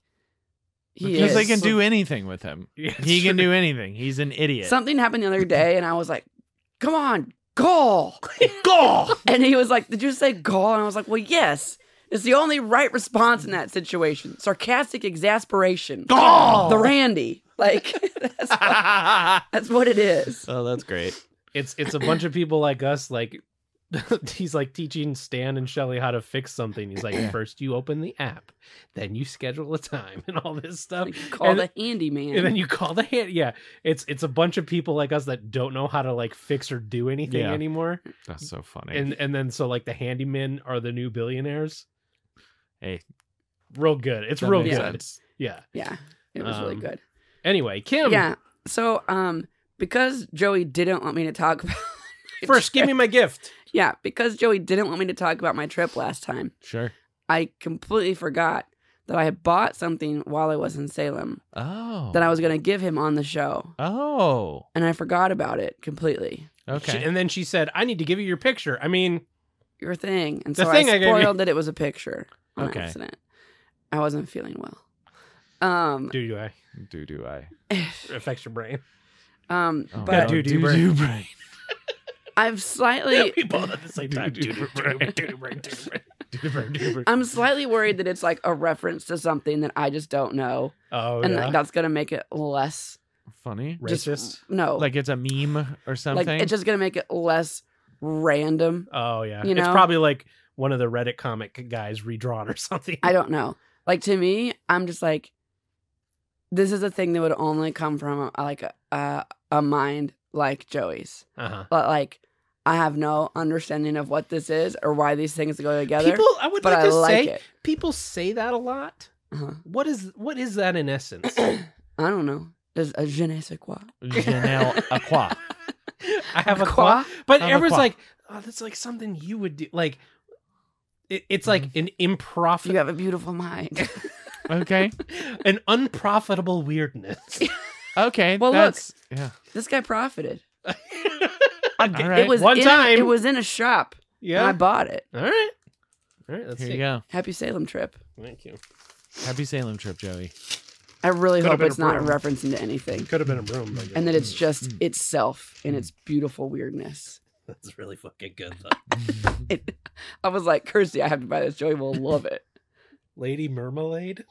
Speaker 3: he
Speaker 2: because
Speaker 3: is.
Speaker 2: they can do anything with him.
Speaker 4: Yeah,
Speaker 2: He
Speaker 4: it's
Speaker 2: can
Speaker 4: true.
Speaker 2: do anything. He's an idiot.
Speaker 3: Something happened the other day, and I was like, "Come on, goal,
Speaker 2: Goal!
Speaker 3: And he was like, "Did you say goal?" And I was like, "Well, yes." It's the only right response in that situation. Sarcastic exasperation.
Speaker 2: Goal!
Speaker 3: The Randy. Like that's what, that's what it is.
Speaker 2: oh, that's great.
Speaker 4: It's it's a bunch of people like us. Like he's like teaching Stan and Shelly how to fix something. He's like,
Speaker 2: Yeah.
Speaker 4: first you open the app, then you schedule a time, and all this stuff.
Speaker 3: Like, call
Speaker 4: And-
Speaker 3: the handyman.
Speaker 4: and then you call the hand yeah it's it's a bunch of people like us that don't know how to like fix or do anything
Speaker 2: Yeah.
Speaker 4: anymore
Speaker 2: That's so funny.
Speaker 4: and and then so like the handymen are the new billionaires
Speaker 2: Hey.
Speaker 4: real good it's
Speaker 2: That
Speaker 4: real good
Speaker 2: makes
Speaker 4: yeah
Speaker 3: yeah, it was really
Speaker 4: Um,
Speaker 3: good.
Speaker 4: anyway kim
Speaker 3: Yeah. So, um, because Joey didn't want me to talk about
Speaker 4: first give me my gift
Speaker 3: yeah, because Joey didn't want me to talk about my trip last time,
Speaker 2: Sure.
Speaker 3: I completely forgot that I had bought something while I was in Salem
Speaker 2: Oh.
Speaker 3: that I was going to give him on the show,
Speaker 2: Oh.
Speaker 3: and I forgot about it completely.
Speaker 2: Okay.
Speaker 4: She- and then she said i need to give you your picture i mean
Speaker 3: Your thing, and
Speaker 4: The
Speaker 3: so
Speaker 4: thing I
Speaker 3: I
Speaker 4: gave you.
Speaker 3: spoiled that it was a picture on
Speaker 2: Okay.
Speaker 3: accident. I wasn't feeling well. Um,
Speaker 4: do you i
Speaker 2: do do I?
Speaker 4: it affects your brain
Speaker 3: um,
Speaker 2: Oh,
Speaker 3: but
Speaker 4: God. Do-do
Speaker 2: do brain.
Speaker 3: I've slightly.
Speaker 4: we both at the same time
Speaker 2: Do- do-
Speaker 4: Do- do- do- do- brain, do- brain. Do- brain, do- brain.
Speaker 3: I'm slightly worried that it's like a reference to something that I just don't know,
Speaker 4: oh
Speaker 3: and
Speaker 4: yeah.
Speaker 3: like, that's gonna make it less
Speaker 2: Funny.
Speaker 3: just-
Speaker 4: racist
Speaker 3: no
Speaker 2: Like it's a meme or something.
Speaker 3: Like it's just gonna make it less random.
Speaker 4: oh yeah
Speaker 3: you
Speaker 4: it's
Speaker 3: know?
Speaker 4: probably like one of the reddit comic guys redrawn or something
Speaker 3: I don't know. Like to me, I'm just like, this is a thing that would only come from a, like a, a a mind like Joey's.
Speaker 4: uh-huh
Speaker 3: But like, I have no understanding of what this is or why these things go together.
Speaker 4: People, I would
Speaker 3: but
Speaker 4: like
Speaker 3: I
Speaker 4: to
Speaker 3: like
Speaker 4: say
Speaker 3: it.
Speaker 4: people say that a lot.
Speaker 3: Uh-huh.
Speaker 4: What is what is that in essence?
Speaker 3: I don't know. There's a je ne sais quoi.
Speaker 2: Janelle Aqua.
Speaker 4: I have a qua, but
Speaker 2: I have a
Speaker 4: everyone's
Speaker 2: qua.
Speaker 4: like, oh, that's like something you would do. Like, it, it's like an
Speaker 3: You
Speaker 4: improf,
Speaker 3: have a beautiful mind.
Speaker 2: Okay.
Speaker 4: an unprofitable weirdness.
Speaker 2: Okay.
Speaker 3: Well, look.
Speaker 2: that's, Yeah.
Speaker 3: this guy profited.
Speaker 2: All right.
Speaker 3: It was
Speaker 4: One
Speaker 3: in a-
Speaker 4: time.
Speaker 3: it was in a shop. And I
Speaker 4: yeah.
Speaker 3: bought it.
Speaker 4: All right. All right. That's
Speaker 2: Here
Speaker 4: it.
Speaker 2: you go.
Speaker 3: Happy Salem trip.
Speaker 4: Thank you.
Speaker 2: Happy Salem trip, Joey.
Speaker 3: I really
Speaker 4: Could've
Speaker 3: hope
Speaker 4: been
Speaker 3: it's
Speaker 4: a
Speaker 3: not
Speaker 4: broom.
Speaker 3: referencing to anything.
Speaker 4: Could have been a broom. but
Speaker 3: and that it's just
Speaker 2: Mm.
Speaker 3: itself in its beautiful weirdness.
Speaker 4: that's really fucking good though.
Speaker 3: It, I was like, Kirsty, I have to buy this. Joey will love it.
Speaker 4: Lady Marmalade.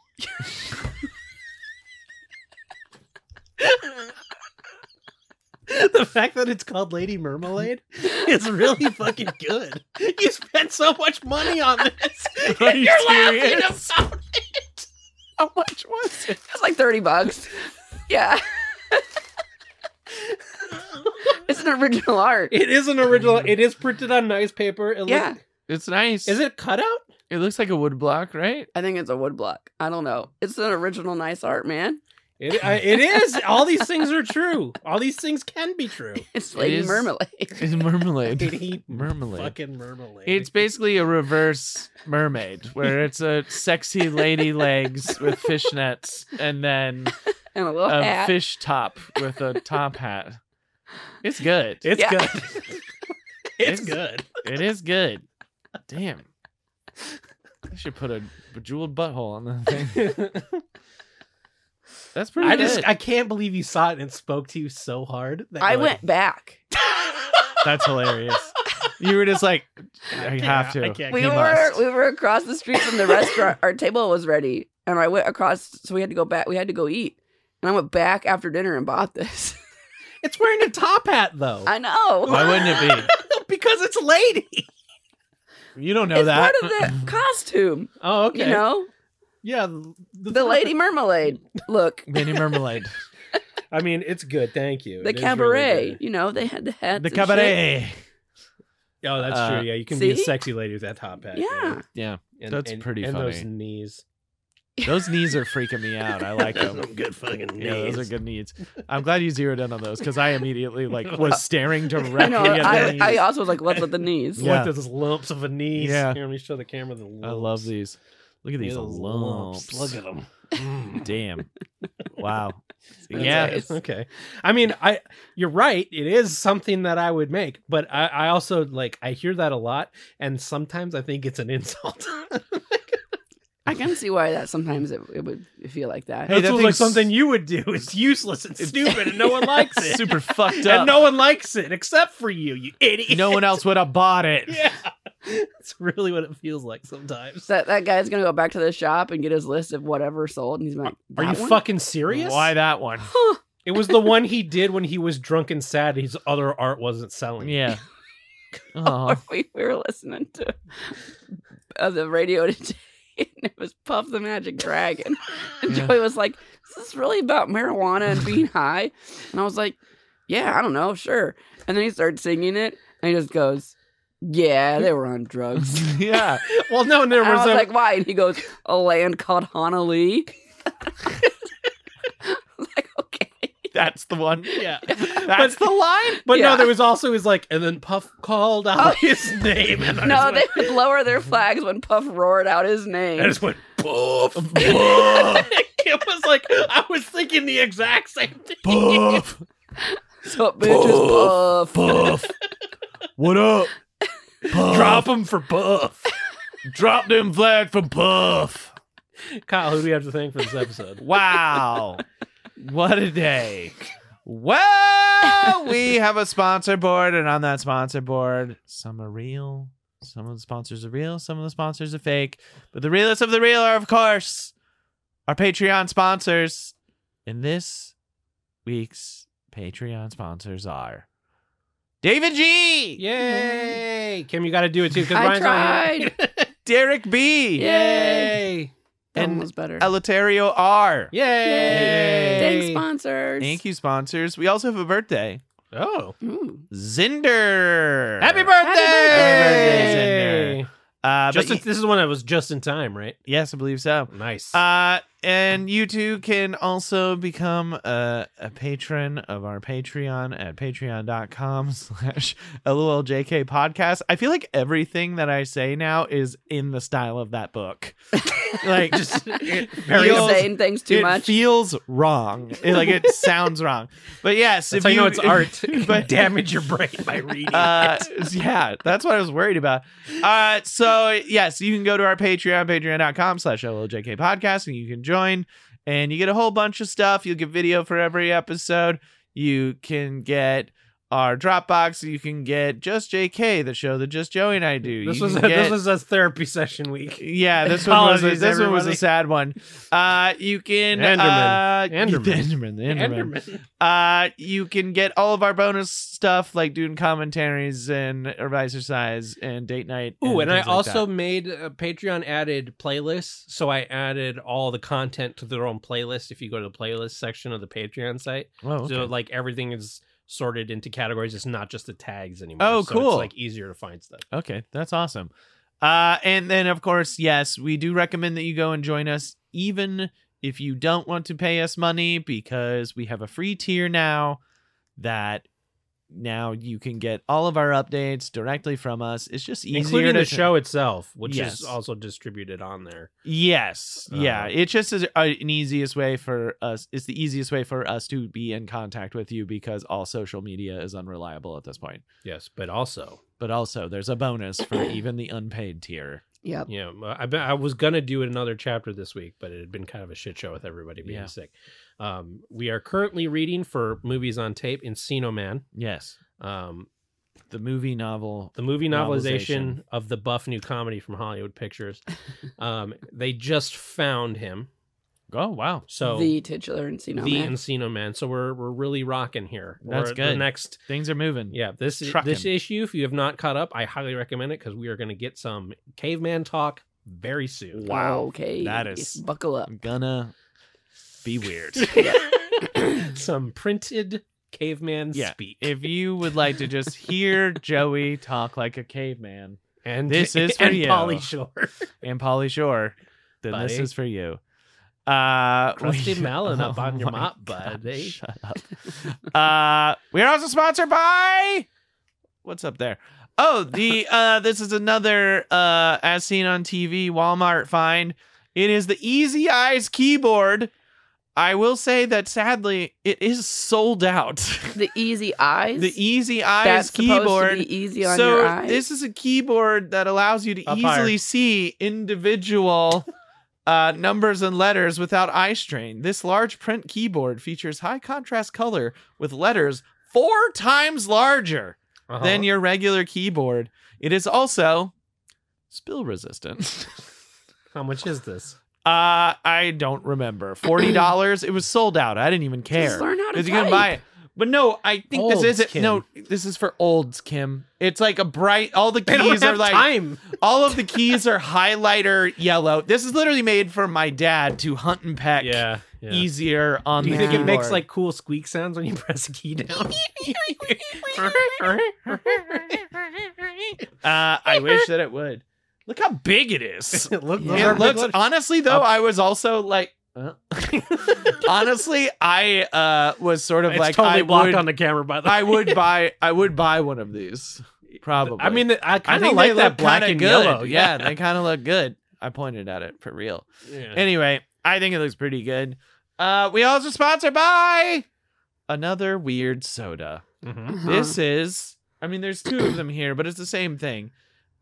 Speaker 4: the fact that it's called Lady Mermalade is really fucking good. You spent so much money on this.
Speaker 2: Are
Speaker 4: and
Speaker 2: you
Speaker 4: you're
Speaker 2: serious?
Speaker 4: laughing about it. How much was it?
Speaker 3: It's like 30 bucks. Yeah. It's an original art.
Speaker 4: It is an original. It is printed on nice paper. It look-
Speaker 3: Yeah.
Speaker 2: It's nice.
Speaker 4: Is it cutout?
Speaker 2: It looks like a wood block, right?
Speaker 3: I think it's a wood block. I don't know. It's an original nice art, man.
Speaker 4: It, I- it is. All these things are true. All these things can be true.
Speaker 3: It's Lady
Speaker 2: is-
Speaker 3: Mermalade.
Speaker 2: It's marmalade.
Speaker 4: Lady
Speaker 2: marmalade.
Speaker 4: fucking Mermalade.
Speaker 2: It's basically a reverse mermaid, where it's a sexy lady legs with fishnets, and then
Speaker 3: And a little
Speaker 2: a
Speaker 3: hat.
Speaker 2: fish top with a top hat. It's good.
Speaker 4: It's
Speaker 3: Yeah.
Speaker 4: good. it's
Speaker 2: It's-
Speaker 4: good.
Speaker 2: It is good. Damn. I should put a bejeweled butthole on the thing. That's pretty
Speaker 4: I
Speaker 2: good.
Speaker 4: just I can't believe you saw it and spoke to you so hard. That
Speaker 3: I
Speaker 4: you're like,
Speaker 3: went back.
Speaker 2: That's hilarious. You were just like, I have to.
Speaker 4: I can't.
Speaker 3: We
Speaker 2: he
Speaker 3: were
Speaker 2: must.
Speaker 3: we were across the street from the restaurant. Our table was ready, and I went across, so we had to go back. We had to go eat, and I went back after dinner and bought this.
Speaker 4: It's wearing a top hat though,
Speaker 3: I know.
Speaker 2: Why wouldn't it
Speaker 4: because it's lady.
Speaker 2: be? You don't know
Speaker 3: it's
Speaker 2: that.
Speaker 3: part of the costume,
Speaker 4: Oh, okay.
Speaker 3: you know,
Speaker 4: yeah,
Speaker 3: the Lady Mermalade look,
Speaker 2: Mini Mermalade.
Speaker 4: I mean, it's good. Thank you.
Speaker 3: the
Speaker 4: It is really
Speaker 3: cabaret.
Speaker 4: good.
Speaker 3: you know, they had the hats.
Speaker 2: the
Speaker 3: and shit.
Speaker 2: cabaret.
Speaker 4: oh, that's
Speaker 2: Uh,
Speaker 4: true. Yeah, you can be a
Speaker 3: see?
Speaker 4: sexy lady with that top hat.
Speaker 3: Yeah,
Speaker 2: Yeah.
Speaker 4: And,
Speaker 2: That's
Speaker 4: and-
Speaker 2: pretty
Speaker 4: and those
Speaker 2: funny.
Speaker 4: knees.
Speaker 2: Those knees are freaking me out. I like them.
Speaker 4: good fucking
Speaker 2: Yeah, those are good needs. I'm glad you zeroed in on those because I immediately like was staring
Speaker 3: I
Speaker 2: directly
Speaker 3: know.
Speaker 2: at the
Speaker 3: I,
Speaker 2: knees.
Speaker 3: I also was like, what's with the knees?
Speaker 2: Yeah.
Speaker 4: Look at those lumps of a knee.
Speaker 2: Yeah.
Speaker 4: Here, let me show the camera the lumps.
Speaker 2: I love these. Look at
Speaker 4: Look at
Speaker 2: these
Speaker 4: those
Speaker 2: lumps.
Speaker 4: Look at them. Mm.
Speaker 2: Damn. Wow.
Speaker 3: That's
Speaker 2: yeah.
Speaker 3: nice.
Speaker 4: Okay. I mean, I you're right. It is something that I would make, but I, I also like I hear that a lot, and sometimes I think it's an insult.
Speaker 3: I can see why that sometimes it, it would feel like that.
Speaker 2: Hey,
Speaker 4: That's
Speaker 2: that
Speaker 4: what, like
Speaker 2: thing's-
Speaker 4: something you would do. It's useless and stupid, and no one likes it.
Speaker 2: Super fucked up.
Speaker 4: and no one likes it except for you, you idiot.
Speaker 2: No one else would have bought it.
Speaker 4: Yeah, that's really what it feels like sometimes.
Speaker 3: So that, that guy's gonna go back to the shop and get his list of whatever sold, and he's like,
Speaker 4: Are you
Speaker 3: "That one?"
Speaker 4: fucking serious?
Speaker 2: Why that one?
Speaker 3: Huh.
Speaker 4: It was the one he did when he was drunk and sad. His other art wasn't selling.
Speaker 2: Yeah.
Speaker 3: or
Speaker 2: Oh,
Speaker 3: we were listening to uh, the radio today, and it was Puff the Magic Dragon. And
Speaker 2: Yeah.
Speaker 3: Joey was like, "Is this really about marijuana and being high?" And I was like, "Yeah, I don't know, sure." And then he started singing it, and he just goes, "Yeah, they were on drugs."
Speaker 2: yeah.
Speaker 4: Well, no, and there
Speaker 3: And I
Speaker 4: was,
Speaker 3: was
Speaker 4: a,
Speaker 3: like, "Why?" And he goes, "A land called Honolulu." I was like, okay,
Speaker 2: That's the one.
Speaker 4: yeah.
Speaker 2: That's the line.
Speaker 4: But no,
Speaker 3: Yeah.
Speaker 4: there was also his like, and then Puff called out
Speaker 3: Oh.
Speaker 4: his name. And I
Speaker 3: no,
Speaker 4: just
Speaker 3: they
Speaker 4: went,
Speaker 3: would lower their flags when Puff roared out his name.
Speaker 4: I just went Puff. Puff. it was like I was thinking the exact same thing.
Speaker 2: Puff.
Speaker 3: So bitch is Puff.
Speaker 2: Puff. What up? Puff.
Speaker 4: Drop him for Puff.
Speaker 2: Drop them flag for Puff.
Speaker 4: Kyle, who do we have to thank for this episode?
Speaker 2: Wow. what a day. Well, we have a sponsor board, and on that sponsor board, some are real. Some of the sponsors are real, some of the sponsors are fake. But the realest of the real are, of course, our Patreon sponsors. And this week's Patreon sponsors are David G,
Speaker 4: Yay! Kim, you got to do it too because
Speaker 3: I
Speaker 4: Ryan's not here.
Speaker 2: Derek B,
Speaker 3: Yeah.
Speaker 4: Yay!
Speaker 3: That one
Speaker 2: And
Speaker 3: was better.
Speaker 2: Eleuterio R.
Speaker 4: Yay!
Speaker 3: Thanks, sponsors.
Speaker 2: Thank you, sponsors. We also have a birthday.
Speaker 4: Oh,
Speaker 3: Ooh.
Speaker 2: Zinder.
Speaker 4: happy birthday!
Speaker 2: birthday, Xander. Uh,
Speaker 4: Just
Speaker 2: but
Speaker 4: in- this is one that was just in time, right?
Speaker 2: y- yes, I believe so.
Speaker 4: Nice.
Speaker 2: Uh, and you too can also become a, a patron of our Patreon at patreon.com slash LOLJK podcast. I feel like everything that I say now is in the style of that book. like just it
Speaker 4: Very
Speaker 3: You're
Speaker 2: feels-
Speaker 3: saying things too
Speaker 2: it
Speaker 3: much.
Speaker 2: feels wrong. It- like it sounds wrong. But yes,
Speaker 4: That's
Speaker 2: if
Speaker 4: how you,
Speaker 2: you
Speaker 4: know it's art.
Speaker 2: but-
Speaker 4: but damage your brain by reading.
Speaker 2: uh
Speaker 4: it.
Speaker 2: yeah that's what i was worried about uh so yes you can go to our patreon patreon.com slash lljk podcast and you can join and you get a whole bunch of stuff you'll get video for every episode you can get our Dropbox. You can get just JK, the show that just Joey and I do.
Speaker 4: This
Speaker 2: You
Speaker 4: was a,
Speaker 2: can get-
Speaker 4: this was a therapy session week.
Speaker 2: yeah, this one was a,
Speaker 4: Apologies,
Speaker 2: this one was a
Speaker 4: everybody.
Speaker 2: sad one. Uh, you can
Speaker 4: Enderman.
Speaker 2: uh,
Speaker 4: Enderman.
Speaker 2: the Enderman, the Enderman.
Speaker 4: Enderman.
Speaker 2: Uh, you can get all of our bonus stuff like doing commentaries and advisor size and date night.
Speaker 4: Ooh, and I
Speaker 2: things like
Speaker 4: also
Speaker 2: that.
Speaker 4: made a Patreon added playlists. So I added all the content to their own playlist. If you go to the playlist section of the Patreon site,
Speaker 2: Whoa, Oh, okay.
Speaker 4: so like everything is sorted into categories. It's not just the tags anymore.
Speaker 2: Oh,
Speaker 4: so
Speaker 2: cool.
Speaker 4: It's like easier to find stuff.
Speaker 2: Okay, that's awesome. Uh, and then, of course, yes, we do recommend that you go and join us, even if you don't want to pay us money, because we have a free tier now that now you can get all of our updates directly from us. It's just easier
Speaker 4: Including
Speaker 2: to
Speaker 4: the show itself, which
Speaker 2: Yes.
Speaker 4: is also distributed on there.
Speaker 2: Yes, yeah,
Speaker 4: Uh,
Speaker 2: it's just is a, an easiest way for us. It's the easiest way for us to be in contact with you because all social media is unreliable at this point.
Speaker 4: Yes, but also,
Speaker 2: But also, there's a bonus for even the unpaid tier.
Speaker 3: Yep.
Speaker 4: yeah, I be- I was gonna do another chapter this week, but it had been kind of a shit show with everybody being
Speaker 2: Yeah.
Speaker 4: sick. Um, we are currently reading for movies on tape Encino Man,
Speaker 2: Yes,
Speaker 4: um,
Speaker 2: the movie novel
Speaker 4: the movie novelization,
Speaker 2: Novelization.
Speaker 4: of the buff new comedy from Hollywood Pictures. um, they just found him,
Speaker 2: Oh wow,
Speaker 4: so
Speaker 3: the titular Encino
Speaker 4: the
Speaker 3: Man.
Speaker 4: Encino Man. So we're we're really rocking here.
Speaker 2: That's
Speaker 4: We're- The
Speaker 2: good.
Speaker 4: next,
Speaker 2: things are moving.
Speaker 4: yeah, this
Speaker 2: Trucking.
Speaker 4: this issue. If you have not caught up, I highly recommend it because we are going to get some caveman talk very soon.
Speaker 2: Wow.
Speaker 3: Okay.
Speaker 2: That is-
Speaker 3: Buckle up.
Speaker 2: I'm gonna be weird.
Speaker 4: some printed caveman
Speaker 2: Yeah,
Speaker 4: speak.
Speaker 2: if you would like to just hear Joey talk like a caveman
Speaker 4: and
Speaker 2: this is for
Speaker 4: and
Speaker 2: you.
Speaker 4: Polly Shore,
Speaker 2: and Polly Shore, then this
Speaker 4: Buddy.
Speaker 2: is for you. Uh, we-
Speaker 4: Crusty melon up on your
Speaker 2: my
Speaker 4: mop,
Speaker 2: God,
Speaker 4: buddy.
Speaker 2: Shut up. uh we are also sponsored by what's up there oh the uh this is another uh as seen on tv walmart find it is the easy eyes keyboard i will say that sadly it is sold out
Speaker 3: The easy eyes.
Speaker 2: the easy eyes
Speaker 3: That's supposed
Speaker 2: keyboard
Speaker 3: to be easy on
Speaker 2: so
Speaker 3: your eyes.
Speaker 2: this is a keyboard that allows you to
Speaker 4: Up
Speaker 2: easily
Speaker 4: higher.
Speaker 2: see individual uh, numbers and letters without eye strain. This large print keyboard features high contrast color with letters four times larger
Speaker 4: Uh-huh.
Speaker 2: than your regular keyboard. It is also spill resistant.
Speaker 4: How much is this?
Speaker 2: Uh, I don't remember. Forty dollars. it was sold out. I didn't even care.
Speaker 3: Just learn how to
Speaker 2: Because you can buy it. But no, I think
Speaker 4: Olds,
Speaker 2: this isn't.
Speaker 4: Kim.
Speaker 2: No, this is for olds, Kim. It's like a bright. All the
Speaker 4: They don't
Speaker 2: keys are
Speaker 4: have
Speaker 2: like
Speaker 4: time.
Speaker 2: all of the keys are highlighter yellow. This is literally made for my dad to hunt and peck
Speaker 4: Yeah. yeah.
Speaker 2: easier on.
Speaker 4: Do you
Speaker 3: Yeah.
Speaker 2: the
Speaker 4: think it makes
Speaker 2: keyboard.
Speaker 4: like cool squeak sounds when you press a key down?
Speaker 2: Uh, I wish that it would. Look how big it is.
Speaker 4: Look,
Speaker 3: Yeah.
Speaker 4: those
Speaker 2: it
Speaker 4: are big
Speaker 2: looks
Speaker 4: letters.
Speaker 2: honestly though.
Speaker 4: Up.
Speaker 2: I was also like.
Speaker 4: uh-huh.
Speaker 2: uh, honestly, I uh, was sort of
Speaker 4: It's
Speaker 2: like
Speaker 4: totally
Speaker 2: I
Speaker 4: blocked
Speaker 2: would,
Speaker 4: on the camera, by the way.
Speaker 2: I would buy I would buy one of these. Probably.
Speaker 4: I mean, I
Speaker 2: I
Speaker 4: kind of
Speaker 2: think
Speaker 4: like
Speaker 2: they
Speaker 4: that
Speaker 2: look
Speaker 4: black
Speaker 2: kinda
Speaker 4: and
Speaker 2: good.
Speaker 4: yellow.
Speaker 2: Yeah, they kind of look good. I pointed at it for real.
Speaker 4: Yeah.
Speaker 2: Anyway, I think it looks pretty good. Uh, we also sponsored by another weird soda.
Speaker 4: Mhm.
Speaker 3: Uh-huh.
Speaker 2: This is I mean, there's two of them here, but it's the same thing.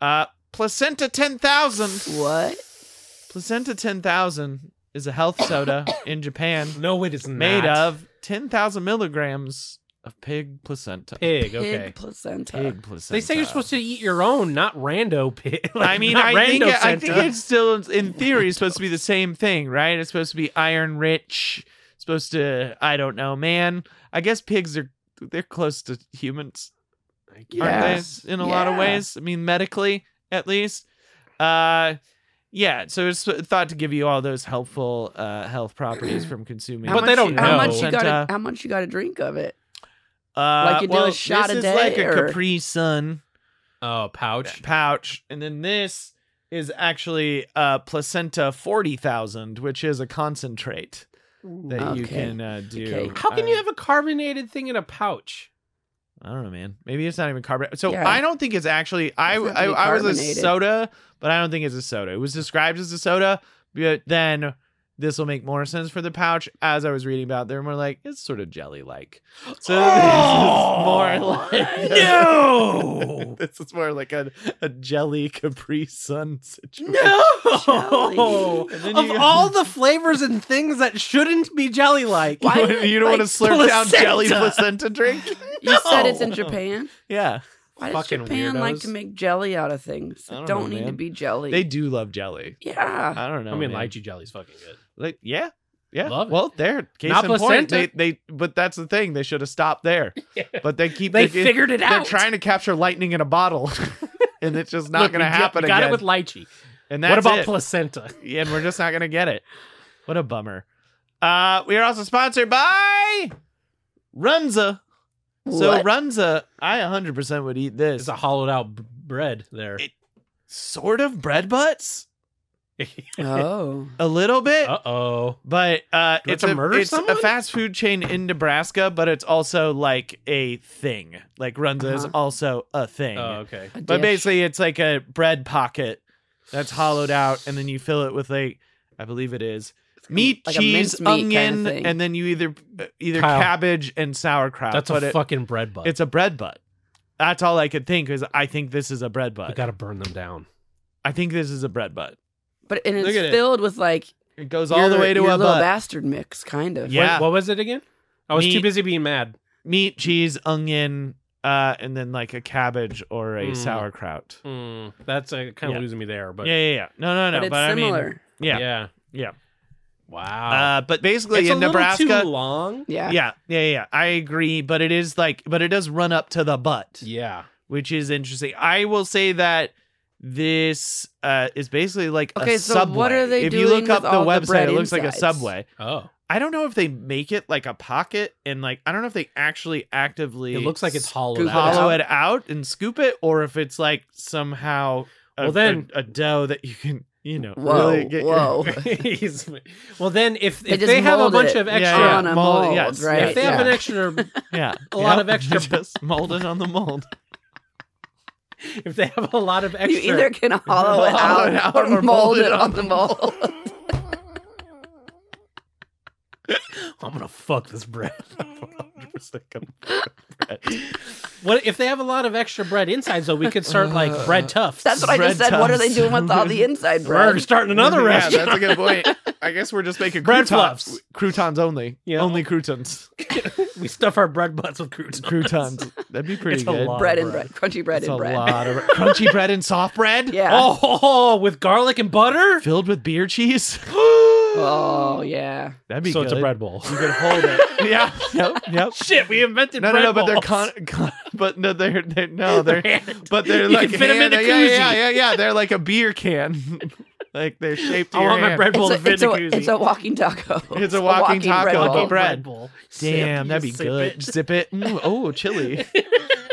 Speaker 2: Uh, Placenta 10,000.
Speaker 3: what?
Speaker 2: Placenta 10,000 is a health soda in Japan
Speaker 4: No, it is not.
Speaker 2: made of 10,000 milligrams of pig placenta.
Speaker 4: pig.
Speaker 3: Pig
Speaker 4: Okay.
Speaker 3: placenta.
Speaker 2: Pig placenta.
Speaker 4: They say you're supposed to eat your own, not rando pig. Like,
Speaker 2: I mean,
Speaker 4: not
Speaker 2: I think,
Speaker 4: rando
Speaker 2: I think
Speaker 4: Santa.
Speaker 2: it's still in theory supposed to be the same thing, right? It's supposed to be iron rich. Supposed to, I don't know, man. I guess pigs are they're close to humans, aren't
Speaker 3: Yes.
Speaker 2: they? In a lot of
Speaker 3: Yeah.
Speaker 2: ways. I mean, medically at least. Uh, yeah. So it's thought to give you all those helpful uh, health properties from consuming.
Speaker 3: How
Speaker 4: But they
Speaker 3: much-
Speaker 4: don't
Speaker 3: How
Speaker 4: know.
Speaker 3: much you
Speaker 2: Placenta.
Speaker 3: got? How much you got to drink of it?
Speaker 2: Uh,
Speaker 3: like you do a
Speaker 2: well,
Speaker 3: shot
Speaker 2: this
Speaker 3: a
Speaker 2: is like
Speaker 3: day,
Speaker 2: a
Speaker 3: or-
Speaker 2: Capri Sun.
Speaker 4: Oh, pouch.
Speaker 2: pouch. And then this is actually uh, placenta 40,000, which is a concentrate that you
Speaker 3: Okay.
Speaker 2: can uh, do.
Speaker 3: Okay.
Speaker 4: How can
Speaker 2: I-
Speaker 4: you have a carbonated thing in a pouch?
Speaker 2: I don't know, man. Maybe it's not even carbon. So
Speaker 3: Yeah.
Speaker 2: I don't think it's actually. I
Speaker 3: Doesn't have to
Speaker 2: I,
Speaker 3: be
Speaker 2: I was a
Speaker 3: carbonated.
Speaker 2: soda, but I don't think it's a soda. It was described as a soda, but then this will make more sense for the pouch. As I was reading about, they're more like it's sort of jelly like. So
Speaker 3: Oh!
Speaker 2: this is more like this
Speaker 4: no,
Speaker 2: is more like a, a jelly Capri Sun situation.
Speaker 4: no.
Speaker 3: Jelly.
Speaker 2: And then
Speaker 4: Of
Speaker 2: you-
Speaker 4: all the flavors and things that shouldn't be jelly-like,
Speaker 3: Why
Speaker 2: you don't want to
Speaker 3: like
Speaker 2: slurp down jelly placenta drink?
Speaker 3: You said it's in
Speaker 2: No.
Speaker 3: Japan.
Speaker 2: Yeah,
Speaker 3: Why does
Speaker 4: Fucking
Speaker 3: Japan like
Speaker 4: weirdos.
Speaker 3: to make jelly out of things
Speaker 2: I
Speaker 3: that
Speaker 2: don't
Speaker 3: don't,
Speaker 2: know,
Speaker 3: need to
Speaker 2: man.
Speaker 3: be jelly?
Speaker 2: they do love jelly.
Speaker 3: yeah.
Speaker 2: I don't know.
Speaker 4: I mean,
Speaker 2: man.
Speaker 4: lychee jelly's fucking good.
Speaker 2: Like, yeah, yeah.
Speaker 4: Love it.
Speaker 2: Well, there. Case
Speaker 4: Not
Speaker 2: in point, they,
Speaker 4: placenta.
Speaker 2: they. But that's the thing. They should have stopped there. But they keep.
Speaker 4: They
Speaker 2: keep-
Speaker 4: figured it
Speaker 2: They're
Speaker 4: out.
Speaker 2: trying to capture lightning in a bottle, and it's just not
Speaker 4: Look,
Speaker 2: going to
Speaker 4: we got-
Speaker 2: happen
Speaker 4: we Got
Speaker 2: again.
Speaker 4: it with lychee.
Speaker 2: and that's
Speaker 4: What about
Speaker 2: it.
Speaker 4: placenta?
Speaker 2: Yeah, and we're just not going to get it. What a bummer. Uh, we are also sponsored by Runza. So
Speaker 3: What?
Speaker 2: Runza, I 100% would eat this.
Speaker 4: It's a hollowed out b- bread there.
Speaker 2: It- sort of bread butts,
Speaker 3: oh.
Speaker 2: a little bit.
Speaker 4: uh oh.
Speaker 2: But uh,
Speaker 4: Do I
Speaker 2: it's
Speaker 4: have to
Speaker 2: a
Speaker 4: murder
Speaker 2: it's a
Speaker 4: someone?
Speaker 2: fast food chain in Nebraska, but it's also like a thing. Like Runza is
Speaker 3: Uh-huh.
Speaker 2: also a thing.
Speaker 4: Oh, okay.
Speaker 3: a
Speaker 2: but
Speaker 3: dish.
Speaker 2: basically, it's like a bread pocket that's hollowed out, and then you fill it with like I believe it is meat,
Speaker 3: like a
Speaker 2: cheese,
Speaker 3: minced meat
Speaker 2: onion,
Speaker 3: kinda thing.
Speaker 2: and then you either uh, either
Speaker 4: Kyle,
Speaker 2: cabbage and sauerkraut.
Speaker 4: That's
Speaker 2: but
Speaker 4: a
Speaker 2: it-
Speaker 4: fucking bread butt.
Speaker 2: it's a bread butt. That's all I could think because I think this is a bread
Speaker 4: we
Speaker 2: butt.
Speaker 4: gotta burn them down.
Speaker 2: I think this is a bread butt.
Speaker 3: but and
Speaker 2: look at it.
Speaker 3: it's filled with like
Speaker 2: It goes all the
Speaker 3: your-
Speaker 2: way to
Speaker 3: your
Speaker 2: a
Speaker 3: little
Speaker 2: butt.
Speaker 3: bastard mix, kind of.
Speaker 2: Yeah.
Speaker 4: What, what was it again? I was
Speaker 2: Meat.
Speaker 4: too busy being mad.
Speaker 2: meat, cheese, onion, uh, and then like a cabbage or a
Speaker 4: Mm.
Speaker 2: sauerkraut.
Speaker 4: Mm, that's uh, kind of
Speaker 2: Hmm. Yeah.
Speaker 4: losing me there, but
Speaker 2: yeah, yeah, yeah. No, no, no.
Speaker 3: but
Speaker 2: But,
Speaker 3: it's
Speaker 2: I mean,
Speaker 3: similar.
Speaker 2: yeah,
Speaker 4: yeah.
Speaker 2: yeah.
Speaker 4: Wow.
Speaker 2: Uh, but basically in Nebraska,
Speaker 4: long.
Speaker 3: yeah.
Speaker 2: yeah, yeah, yeah, yeah. I agree, but it is like, but it does run up to the butt,
Speaker 4: Yeah.
Speaker 2: which is interesting. I will say that this uh is basically like a
Speaker 3: Okay, so
Speaker 2: subway.
Speaker 3: what are they
Speaker 2: if you
Speaker 3: doing
Speaker 2: look up
Speaker 3: with
Speaker 2: the
Speaker 3: all the
Speaker 2: website,
Speaker 3: bread
Speaker 2: it looks like a
Speaker 3: insides?
Speaker 2: subway.
Speaker 4: Oh,
Speaker 2: I don't know if they make it like a pocket and like I don't know if they actually actively
Speaker 4: it looks like it's hollowed
Speaker 3: scoop
Speaker 4: out.
Speaker 2: hollow
Speaker 3: out.
Speaker 2: it out and scoop it, or if it's like somehow a,
Speaker 4: Well, then-
Speaker 2: a, a dough that you can, you know,
Speaker 3: Whoa,
Speaker 2: really get your-
Speaker 3: whoa.
Speaker 4: He's- well, then if
Speaker 3: They
Speaker 4: if
Speaker 3: just
Speaker 4: they have a
Speaker 3: molded
Speaker 4: bunch
Speaker 3: it
Speaker 4: of extra,
Speaker 2: yeah.
Speaker 3: on a
Speaker 2: Mold,
Speaker 3: mold,
Speaker 2: yes.
Speaker 3: right?
Speaker 4: if they have
Speaker 3: yeah.
Speaker 4: an extra,
Speaker 2: yeah,
Speaker 4: A lot
Speaker 2: yeah.
Speaker 4: of extra-
Speaker 2: just mold it on the mold,
Speaker 4: if they have a lot of extra,
Speaker 3: You either can hollow it
Speaker 2: Hollow it
Speaker 3: out or mold it on the mold.
Speaker 4: I'm gonna fuck this bread. What if they have a lot of extra bread insides? Though we could start like bread tufts.
Speaker 3: That's what I just
Speaker 2: Bread
Speaker 3: said. What are they
Speaker 2: tufts.
Speaker 3: doing with all the inside
Speaker 4: We're
Speaker 3: bread?
Speaker 4: starting another
Speaker 2: yeah,
Speaker 4: restaurant.
Speaker 2: that's a good point. I guess we're just making
Speaker 4: Bread
Speaker 2: croutons,
Speaker 4: fluffs.
Speaker 2: croutons only,
Speaker 4: Yeah.
Speaker 2: only croutons,
Speaker 4: we stuff our bread butts with croutons.
Speaker 2: croutons. That'd be pretty
Speaker 4: It's a
Speaker 2: good.
Speaker 4: lot.
Speaker 3: Bread and
Speaker 4: bread.
Speaker 3: bread, crunchy bread
Speaker 2: It's
Speaker 3: and
Speaker 2: a
Speaker 3: bread.
Speaker 2: lot of crunchy bread and soft bread.
Speaker 3: Yeah.
Speaker 4: Oh, ho, ho, with garlic and butter.
Speaker 2: filled with beer cheese.
Speaker 3: Oh yeah.
Speaker 2: That'd be
Speaker 4: so
Speaker 2: good.
Speaker 4: it's a bread bowl.
Speaker 2: You could hold it. yeah. Yep. Yep.
Speaker 4: Shit, we invented
Speaker 2: No, no,
Speaker 4: bread
Speaker 2: no, but they're
Speaker 4: balls.
Speaker 2: con, con but no, they're, they're no, they're but they're
Speaker 4: You
Speaker 2: like
Speaker 4: can fit 'em in
Speaker 2: hand-
Speaker 4: a
Speaker 2: yeah,
Speaker 4: koozie.
Speaker 2: yeah, yeah, yeah, they're like a beer can, like they're shaped. to
Speaker 4: I
Speaker 2: your
Speaker 4: want my
Speaker 2: hand.
Speaker 4: bread bowl
Speaker 3: It's
Speaker 4: to
Speaker 3: a,
Speaker 4: fit
Speaker 3: it's,
Speaker 4: in
Speaker 3: a,
Speaker 4: a
Speaker 3: it's
Speaker 4: koozie.
Speaker 3: a walking taco.
Speaker 2: It's a walking taco.
Speaker 3: bread
Speaker 2: Walking
Speaker 3: bowl.
Speaker 2: bread.
Speaker 4: bowl.
Speaker 2: Damn, that'd be
Speaker 4: Sip,
Speaker 2: good.
Speaker 4: sip it.
Speaker 2: Zip it. Mm, oh, chili.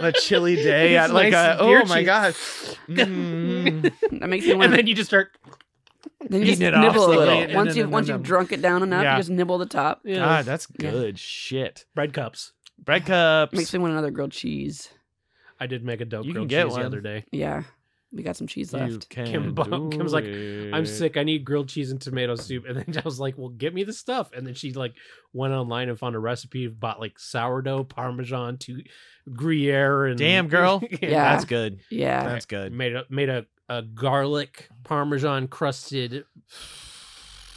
Speaker 2: a chilly day.
Speaker 4: It's
Speaker 2: at like
Speaker 4: nice
Speaker 2: a,
Speaker 4: beer
Speaker 2: oh my
Speaker 4: cheese.
Speaker 2: gosh. Mm.
Speaker 3: That makes me want
Speaker 4: And
Speaker 3: to
Speaker 4: then you just start.
Speaker 3: then you just
Speaker 2: eating it off
Speaker 3: nibble a
Speaker 2: slowly.
Speaker 3: little.
Speaker 2: And
Speaker 3: once
Speaker 2: then-
Speaker 3: you've
Speaker 2: and
Speaker 3: once
Speaker 2: then-
Speaker 3: you've drunk it down enough,
Speaker 2: Yeah.
Speaker 3: you just nibble the top.
Speaker 4: Yeah.
Speaker 2: God, that's
Speaker 3: Yeah.
Speaker 2: good shit.
Speaker 4: bread cups.
Speaker 2: Bread cups.
Speaker 3: Makes me want another grilled cheese.
Speaker 4: I did make a dope
Speaker 2: You can
Speaker 4: grilled
Speaker 2: get
Speaker 4: cheese
Speaker 2: one.
Speaker 4: the other day.
Speaker 3: Yeah, we got some cheese
Speaker 2: you
Speaker 3: left.
Speaker 2: can
Speaker 4: Kim Bo-
Speaker 2: do
Speaker 4: Kim's like, I'm
Speaker 2: it."
Speaker 4: sick. I need grilled cheese and tomato soup. And then I was like, "Well, get me the stuff." And then she like went online and found a recipe. Bought like sourdough, parmesan, to Gruyere, and
Speaker 2: Damn, girl.
Speaker 3: Yeah.
Speaker 2: That's good.
Speaker 3: Yeah,
Speaker 2: That's good.
Speaker 4: made a made a, a garlic parmesan crusted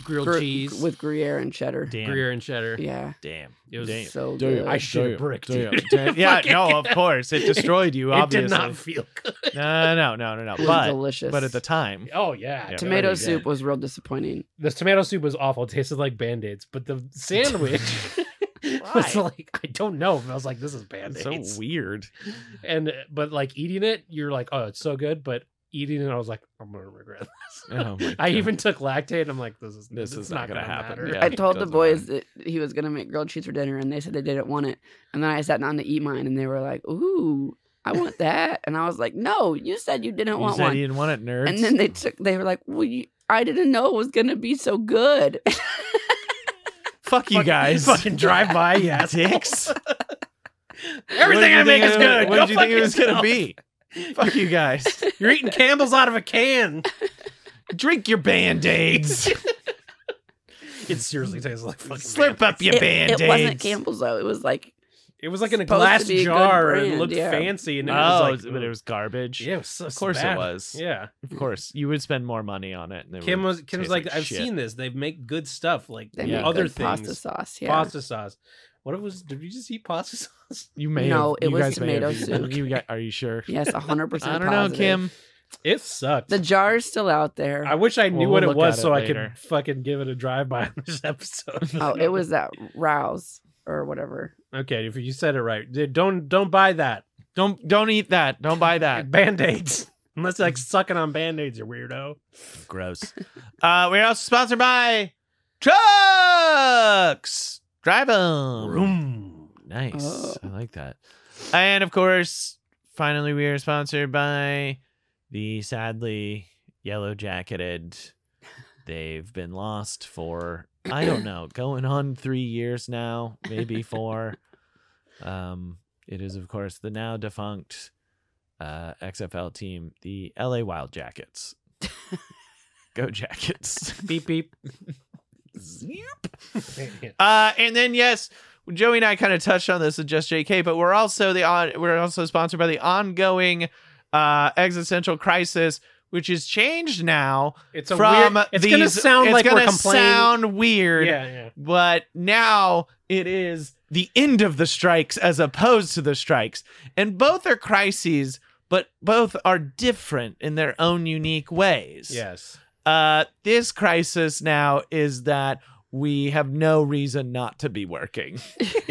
Speaker 4: grilled
Speaker 3: Gru-
Speaker 4: cheese with
Speaker 3: with Gruyere and cheddar.
Speaker 2: Damn.
Speaker 4: Gruyere and cheddar.
Speaker 3: Yeah,
Speaker 2: Damn.
Speaker 4: It was.
Speaker 2: Damn.
Speaker 1: Damn.
Speaker 3: so good.
Speaker 4: I should
Speaker 1: Damn,
Speaker 4: have bricked
Speaker 1: damn,
Speaker 4: it.
Speaker 2: Damn. Yeah,
Speaker 4: Fucking-
Speaker 2: no, of course. It destroyed you,
Speaker 4: It
Speaker 2: obviously.
Speaker 4: did not feel good.
Speaker 2: No, no, no, no, no.
Speaker 3: It was
Speaker 2: But
Speaker 3: delicious.
Speaker 2: but at the time,
Speaker 4: Oh yeah,
Speaker 2: Yeah.
Speaker 3: tomato
Speaker 2: Very good.
Speaker 3: soup was real disappointing.
Speaker 4: the tomato soup was awful. It tasted like band aids, but the sandwich was
Speaker 2: Why?
Speaker 4: like I don't know. But I was like, this is band
Speaker 2: it's
Speaker 4: aids.
Speaker 2: so weird.
Speaker 4: And but like eating it, you're like, oh, it's so good. But eating it, I was like, I'm gonna regret this.
Speaker 2: Oh my
Speaker 4: I
Speaker 2: God.
Speaker 4: even took lactate. I'm like, this is
Speaker 2: This
Speaker 4: it's
Speaker 2: is not gonna happen.
Speaker 4: matter.
Speaker 2: Yeah,
Speaker 3: I
Speaker 2: it
Speaker 3: told the
Speaker 2: doesn't
Speaker 3: boys that he was gonna make grilled cheese for dinner, and they said they didn't want it. And then I sat down to eat mine, and they were like, "Ooh, I want that." And I was like, "No, you said you didn't
Speaker 2: You
Speaker 3: want
Speaker 2: said
Speaker 3: one."
Speaker 2: you didn't want it, nerds.
Speaker 3: And then they took. They were like, "Well, you, I didn't know it was gonna be so good."
Speaker 2: fuck you
Speaker 4: Fucking-
Speaker 2: guys.
Speaker 4: fucking drive by, yeah.
Speaker 2: dicks.
Speaker 4: Everything I make is good.
Speaker 2: What
Speaker 4: Go
Speaker 2: did you
Speaker 4: fuck
Speaker 2: think it was gonna
Speaker 4: yourself.
Speaker 2: be? Fuck you guys.
Speaker 4: You're eating Campbell's out of a can.
Speaker 2: Drink your band aids.
Speaker 4: It seriously tastes like fucking.
Speaker 2: Slurp up your
Speaker 3: it,
Speaker 2: band
Speaker 3: it wasn't Campbell's though. It was like
Speaker 4: It was like in a
Speaker 3: Supposed to
Speaker 4: glass
Speaker 3: be a good
Speaker 4: jar and
Speaker 3: brand,
Speaker 4: looked
Speaker 3: yeah.
Speaker 4: fancy, and it
Speaker 2: Oh,
Speaker 4: was like,
Speaker 2: but it was garbage.
Speaker 4: yeah, it was so,
Speaker 2: of course
Speaker 4: bad.
Speaker 2: it was.
Speaker 4: Yeah,
Speaker 2: Of course, you would spend more money on it. And it
Speaker 4: Kim
Speaker 2: would
Speaker 4: was Kim's
Speaker 2: taste
Speaker 4: like, I've
Speaker 2: shit."
Speaker 4: seen this. They make good stuff, like
Speaker 3: they
Speaker 2: Yeah.
Speaker 3: make
Speaker 4: other
Speaker 3: good
Speaker 4: things,
Speaker 3: pasta sauce. Yeah,
Speaker 4: pasta sauce. What it was? Did we just eat pasta sauce?
Speaker 2: You may
Speaker 3: No,
Speaker 2: have-
Speaker 3: it
Speaker 2: you
Speaker 3: was
Speaker 2: guys may have
Speaker 3: tomato
Speaker 2: eaten-
Speaker 3: soup.
Speaker 2: You got, are you sure?
Speaker 3: yes, hundred percent.
Speaker 2: I don't know, Kim.
Speaker 4: It sucked.
Speaker 3: The jar's still out there.
Speaker 4: I wish I knew
Speaker 2: Well,
Speaker 4: what
Speaker 2: we'll
Speaker 4: it
Speaker 2: look
Speaker 4: was
Speaker 2: at it
Speaker 4: so I
Speaker 2: later.
Speaker 4: could fucking give it a drive by on this episode.
Speaker 3: oh, it was that rouse or whatever.
Speaker 4: okay. If you said it right, Dude, don't don't buy that
Speaker 2: Don't don't eat that. Don't buy
Speaker 4: Uh,
Speaker 2: that.
Speaker 4: band aids unless like sucking on band aids. You weirdo.
Speaker 2: Gross. uh, we're also sponsored by trucks. Drive 'em.
Speaker 4: Vroom.
Speaker 2: Nice.
Speaker 3: Oh.
Speaker 2: I like that. And of course, finally, we are sponsored by the sadly yellow jacketed. They've been lost for, I don't know, going on three years now, maybe four. um, it is, of course, the now defunct uh, XFL team, the LA Wild Jackets. Go Jackets.
Speaker 4: Beep beep.
Speaker 2: Uh, and then yes, Joey and I kind of touched on this with just JK, but we're also the on, we're also sponsored by the ongoing uh, existential crisis, which has changed now
Speaker 4: It's a
Speaker 2: from
Speaker 4: weird. It's
Speaker 2: these,
Speaker 4: gonna sound
Speaker 2: it's
Speaker 4: like
Speaker 2: gonna
Speaker 4: we're complaining.
Speaker 2: sound weird,
Speaker 4: yeah, yeah.
Speaker 2: but now it is the end of the strikes as opposed to the strikes, and both are crises, but both are different in their own unique ways.
Speaker 4: Yes.
Speaker 2: Uh, this crisis now is that we have no reason not to be working,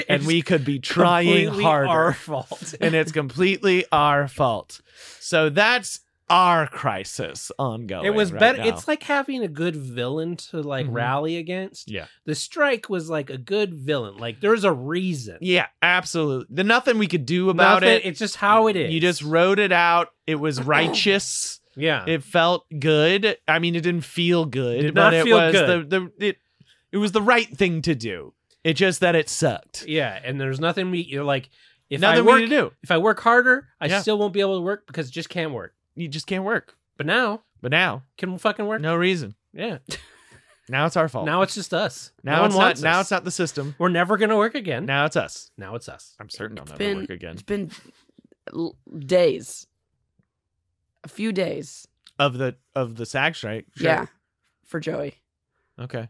Speaker 2: and we could be trying
Speaker 4: Completely
Speaker 2: harder,
Speaker 4: Our fault.
Speaker 2: and it's completely our fault. So that's our crisis ongoing.
Speaker 4: It was
Speaker 2: right
Speaker 4: better.
Speaker 2: now.
Speaker 4: It's like having a good villain to like
Speaker 2: Mhm.
Speaker 4: rally against.
Speaker 2: Yeah.
Speaker 4: The strike was like a good villain. Like there's a reason.
Speaker 2: yeah, absolutely. There's nothing we could do about
Speaker 4: Nothing-
Speaker 2: it.
Speaker 4: It's just how it is.
Speaker 2: You just wrote it out. It was righteous.
Speaker 4: yeah.
Speaker 2: It felt good. I mean, it didn't feel good,
Speaker 4: Did
Speaker 2: but
Speaker 4: not
Speaker 2: it
Speaker 4: feel
Speaker 2: was
Speaker 4: good.
Speaker 2: the the it. It was the right thing to do. It just that it sucked.
Speaker 4: yeah. And there's nothing we you're like if
Speaker 2: Nothing
Speaker 4: I work
Speaker 2: we to do.
Speaker 4: if I work harder, I
Speaker 2: Yeah.
Speaker 4: still won't be able to work because it just can't work.
Speaker 2: you just can't work.
Speaker 4: But now
Speaker 2: But now,
Speaker 4: can fucking work.
Speaker 2: no reason.
Speaker 4: Yeah.
Speaker 2: Now it's our fault.
Speaker 4: Now it's just us.
Speaker 2: now
Speaker 4: no
Speaker 2: it's
Speaker 4: one
Speaker 2: not.
Speaker 4: wants
Speaker 2: Now
Speaker 4: us.
Speaker 2: it's not the system.
Speaker 4: We're never gonna work again. Now,
Speaker 2: Now it's us.
Speaker 4: it's us.
Speaker 2: I'm certain I'll never
Speaker 3: been-
Speaker 2: work again.
Speaker 3: It's been l- days, a few days.
Speaker 2: Of the of the SAG strike. Sure.
Speaker 3: Yeah, for Joey.
Speaker 2: Okay.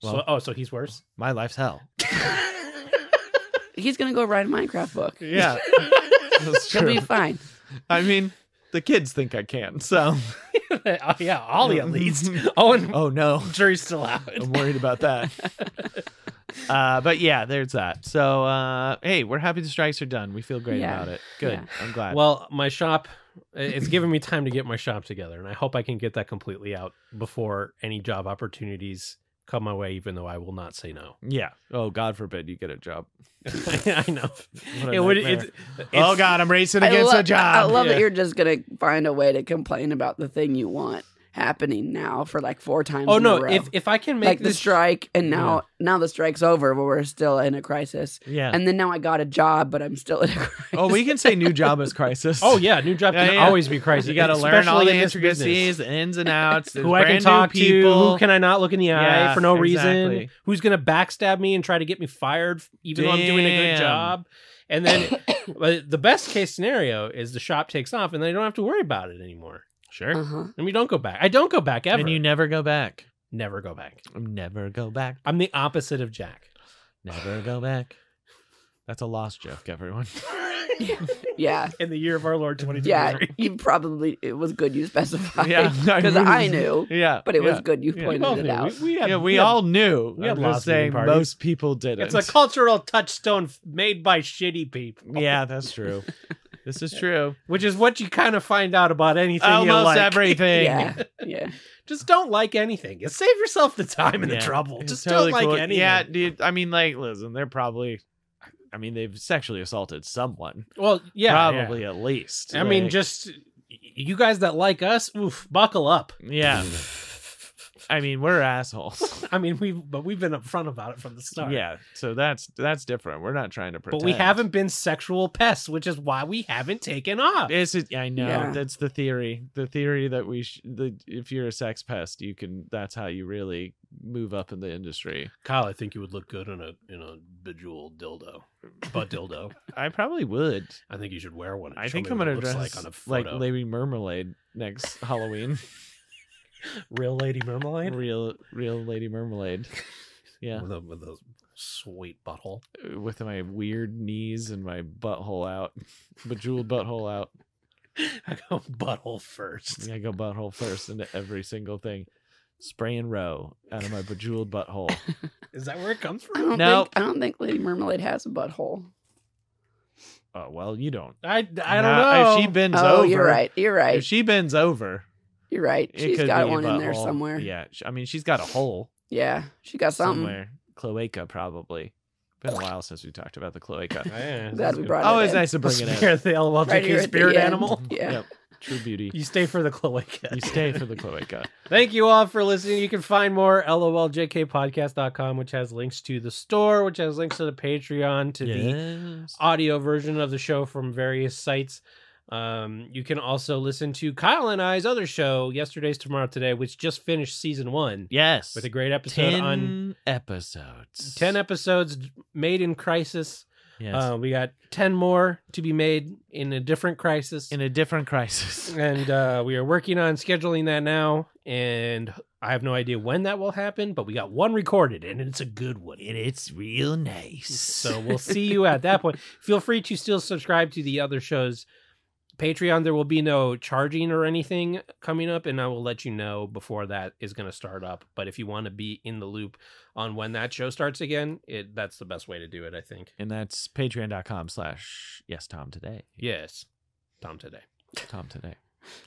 Speaker 4: so,
Speaker 2: Well-
Speaker 4: oh, so he's worse.
Speaker 2: My life's hell.
Speaker 3: He's gonna go write a Minecraft book.
Speaker 2: Yeah. That's
Speaker 3: He'll
Speaker 2: true.
Speaker 3: be fine.
Speaker 2: I mean, the kids think I can. So.
Speaker 4: oh, yeah, Ollie at least. Owen
Speaker 2: Oh no.
Speaker 4: jury's still out.
Speaker 2: I'm worried about that. Uh, but yeah, there's that. So uh, hey, we're happy the strikes are done. We feel great
Speaker 3: Yeah.
Speaker 2: about it. Good.
Speaker 3: Yeah.
Speaker 2: I'm glad.
Speaker 4: Well, my shop, it's given me time to get my shop together, and I hope I can get that completely out before any job opportunities come my way, even though I will not say no.
Speaker 2: yeah. Oh God forbid you get a job.
Speaker 4: I know.
Speaker 2: What a
Speaker 4: It would,
Speaker 2: nightmare.
Speaker 4: it's, it's,
Speaker 2: oh God, I'm racing
Speaker 3: I
Speaker 2: against
Speaker 3: lo-
Speaker 2: a job.
Speaker 3: I love
Speaker 4: Yeah.
Speaker 3: that you're just gonna find a way to complain about the thing you want happening now for like four times.
Speaker 4: Oh,
Speaker 3: in a
Speaker 4: no.
Speaker 3: row.
Speaker 4: If, if I can make
Speaker 3: like the
Speaker 4: this.
Speaker 3: strike, and now now the strike's over, but we're still in a crisis.
Speaker 2: yeah.
Speaker 3: And then now I got a job, but I'm still in a crisis.
Speaker 2: oh, we can say new job is crisis.
Speaker 4: oh, yeah. New job
Speaker 2: Yeah,
Speaker 4: can
Speaker 2: yeah.
Speaker 4: always be crazy.
Speaker 2: You got to learn all
Speaker 4: especially
Speaker 2: the
Speaker 4: in this business.
Speaker 2: intricacies, the ins and outs. There's
Speaker 4: Who I can
Speaker 2: brand new
Speaker 4: talk
Speaker 2: people.
Speaker 4: to, who can I not look in the eye
Speaker 2: Yeah,
Speaker 4: for no
Speaker 2: exactly.
Speaker 4: reason, who's going to backstab me and try to get me fired, even though I'm doing a
Speaker 2: Damn.
Speaker 4: good job. And then but the best case scenario is the shop takes off and then I don't have to worry about it anymore.
Speaker 2: Sure.
Speaker 3: Uh-huh.
Speaker 4: And we don't go back. I don't go back ever.
Speaker 2: And you never go back.
Speaker 4: never go back.
Speaker 2: Never go back.
Speaker 4: I'm the opposite of Jack.
Speaker 2: Never go back. That's a lost joke, everyone.
Speaker 3: Yeah,
Speaker 4: In the year of our Lord 2023.
Speaker 3: yeah. You probably it was good you specified.
Speaker 2: I
Speaker 3: because
Speaker 2: mean-
Speaker 3: I knew,
Speaker 2: Yeah,
Speaker 3: but it was
Speaker 2: yeah.
Speaker 3: good you
Speaker 2: Yeah.
Speaker 4: We
Speaker 3: pointed
Speaker 4: both
Speaker 3: it
Speaker 4: knew.
Speaker 3: out.
Speaker 4: We, we had,
Speaker 2: Yeah, we all knew.
Speaker 4: we had
Speaker 2: I'm just
Speaker 4: lost
Speaker 2: saying
Speaker 4: meeting parties.
Speaker 2: most people didn't.
Speaker 4: It's a cultural touchstone f- made by shitty people.
Speaker 2: yeah, that's true. this is true.
Speaker 4: Which is what you kind of find out about anything you
Speaker 2: Almost
Speaker 4: like.
Speaker 2: everything.
Speaker 3: Yeah, yeah.
Speaker 4: Just don't like anything. Just Save yourself the time and
Speaker 2: Yeah.
Speaker 4: the trouble.
Speaker 2: It's
Speaker 4: Just
Speaker 2: totally
Speaker 4: don't like
Speaker 2: cool.
Speaker 4: anything.
Speaker 2: Yeah, dude. I mean, like, listen, they're probably. I mean, they've sexually assaulted someone.
Speaker 4: Well, yeah.
Speaker 2: probably at least.
Speaker 4: yeah. I mean,
Speaker 2: Like,
Speaker 4: just you guys that like us, oof, buckle up.
Speaker 2: yeah. I mean, we're assholes.
Speaker 4: I mean, we've but we've been upfront about it from the start.
Speaker 2: Yeah, so that's that's different. We're not trying to
Speaker 4: But
Speaker 2: pretend.
Speaker 4: we haven't been sexual pests, which is why we haven't taken off.
Speaker 2: This is I know
Speaker 3: Yeah.
Speaker 2: that's the theory. The theory that we sh- the, if you're a sex pest, you can. That's how you really move up in the industry.
Speaker 4: Kyle, I think you would look good in a in a bejeweled dildo, butt dildo.
Speaker 2: I probably would.
Speaker 4: I think you should wear one. and
Speaker 2: I
Speaker 4: show
Speaker 2: think
Speaker 4: me
Speaker 2: I'm
Speaker 4: what
Speaker 2: gonna
Speaker 4: it looks
Speaker 2: dress
Speaker 4: like on a
Speaker 2: like
Speaker 4: photo.
Speaker 2: Lady Mermaid next Halloween.
Speaker 4: real lady mermaid
Speaker 2: real, real Lady Mermaid. Yeah,
Speaker 4: with a with a sweet butthole.
Speaker 2: with my weird knees and my butthole out, bejeweled butthole out.
Speaker 4: I go butthole first.
Speaker 2: I go butthole first into every single thing. Spray and row out of my bejeweled butthole.
Speaker 4: Is that where it comes
Speaker 3: I
Speaker 4: from?
Speaker 3: don't
Speaker 2: Nope.
Speaker 3: think I don't think Lady Mermaid has a butthole.
Speaker 2: Oh well, you don't.
Speaker 4: I, I don't
Speaker 2: Nah,
Speaker 4: know.
Speaker 2: If she bends
Speaker 3: oh,
Speaker 2: over,
Speaker 3: you're right. You're right.
Speaker 2: If she bends over,
Speaker 3: you're right.
Speaker 2: it
Speaker 3: She's
Speaker 2: could
Speaker 3: got
Speaker 2: be a
Speaker 3: one in there
Speaker 2: butthole.
Speaker 3: somewhere. Yeah.
Speaker 2: Yeah, sh- I mean, she's got a hole
Speaker 3: she got something.
Speaker 2: somewhere. Cloaca, probably. Been a while since we talked about the cloaca.
Speaker 4: I'm
Speaker 3: Glad we brought
Speaker 2: Always
Speaker 3: it.
Speaker 2: nice to bring it in.
Speaker 4: Spirit, the LLGK
Speaker 3: Right here at the
Speaker 4: spirit
Speaker 3: end.
Speaker 4: animal.
Speaker 3: in. Yeah.
Speaker 2: Yep. True beauty.
Speaker 4: You stay for the cloaca.
Speaker 2: You stay for the cloaca.
Speaker 4: Thank you all for listening. You can find more loljkpodcast.com, which has links to the store, which has links to the Patreon, to the
Speaker 2: Yes.
Speaker 4: audio version of the show from various sites. Um, you can also listen to Kyle and I's other show, Yesterday's Tomorrow Today, which just finished season one
Speaker 2: Yes.
Speaker 4: with a great episode
Speaker 2: ten
Speaker 4: on
Speaker 2: episodes.
Speaker 4: 10 episodes made in crisis.
Speaker 2: Yes.
Speaker 4: Uh, we got 10 more to be made in a different crisis.
Speaker 2: in a different crisis.
Speaker 4: and uh, we are working on scheduling that now. And I have no idea when that will happen, but we got one recorded and it's a good one.
Speaker 2: And it's real nice.
Speaker 4: So we'll see you at that point. Feel free to still subscribe to the other shows. Patreon, there will be no charging or anything coming up, and I will let you know before that is going to start up. But if you want to be in the loop on when that show starts again, it that's the best way to do it, I think.
Speaker 2: and that's patreon.com slash yes Tom today.
Speaker 4: Yes, Tom today.
Speaker 2: Tom today.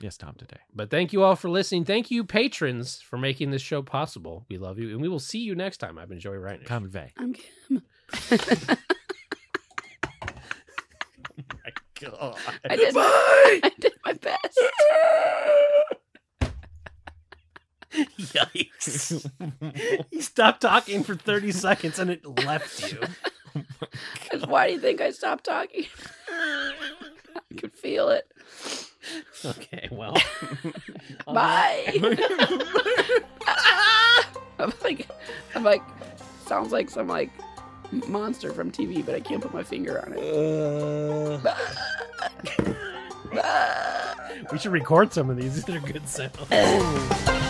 Speaker 2: Yes, Tom today.
Speaker 4: But thank you all for listening. Thank you, patrons, for making this show possible. We love you, and we will see you next time. I've been Joey Reiner.
Speaker 2: Common Vay.
Speaker 3: I'm Kim. I did, I did my best.
Speaker 4: Yikes. you stopped talking for 30 seconds and it left you.
Speaker 3: 'Cause Why do you think I stopped talking? I could feel it.
Speaker 4: Okay, well. on
Speaker 3: Bye.
Speaker 4: that-
Speaker 3: I'm like, I'm like, sounds like some like monster from TV, but I can't put my finger on it. Ah.
Speaker 4: we should record some of these. These are good sounds.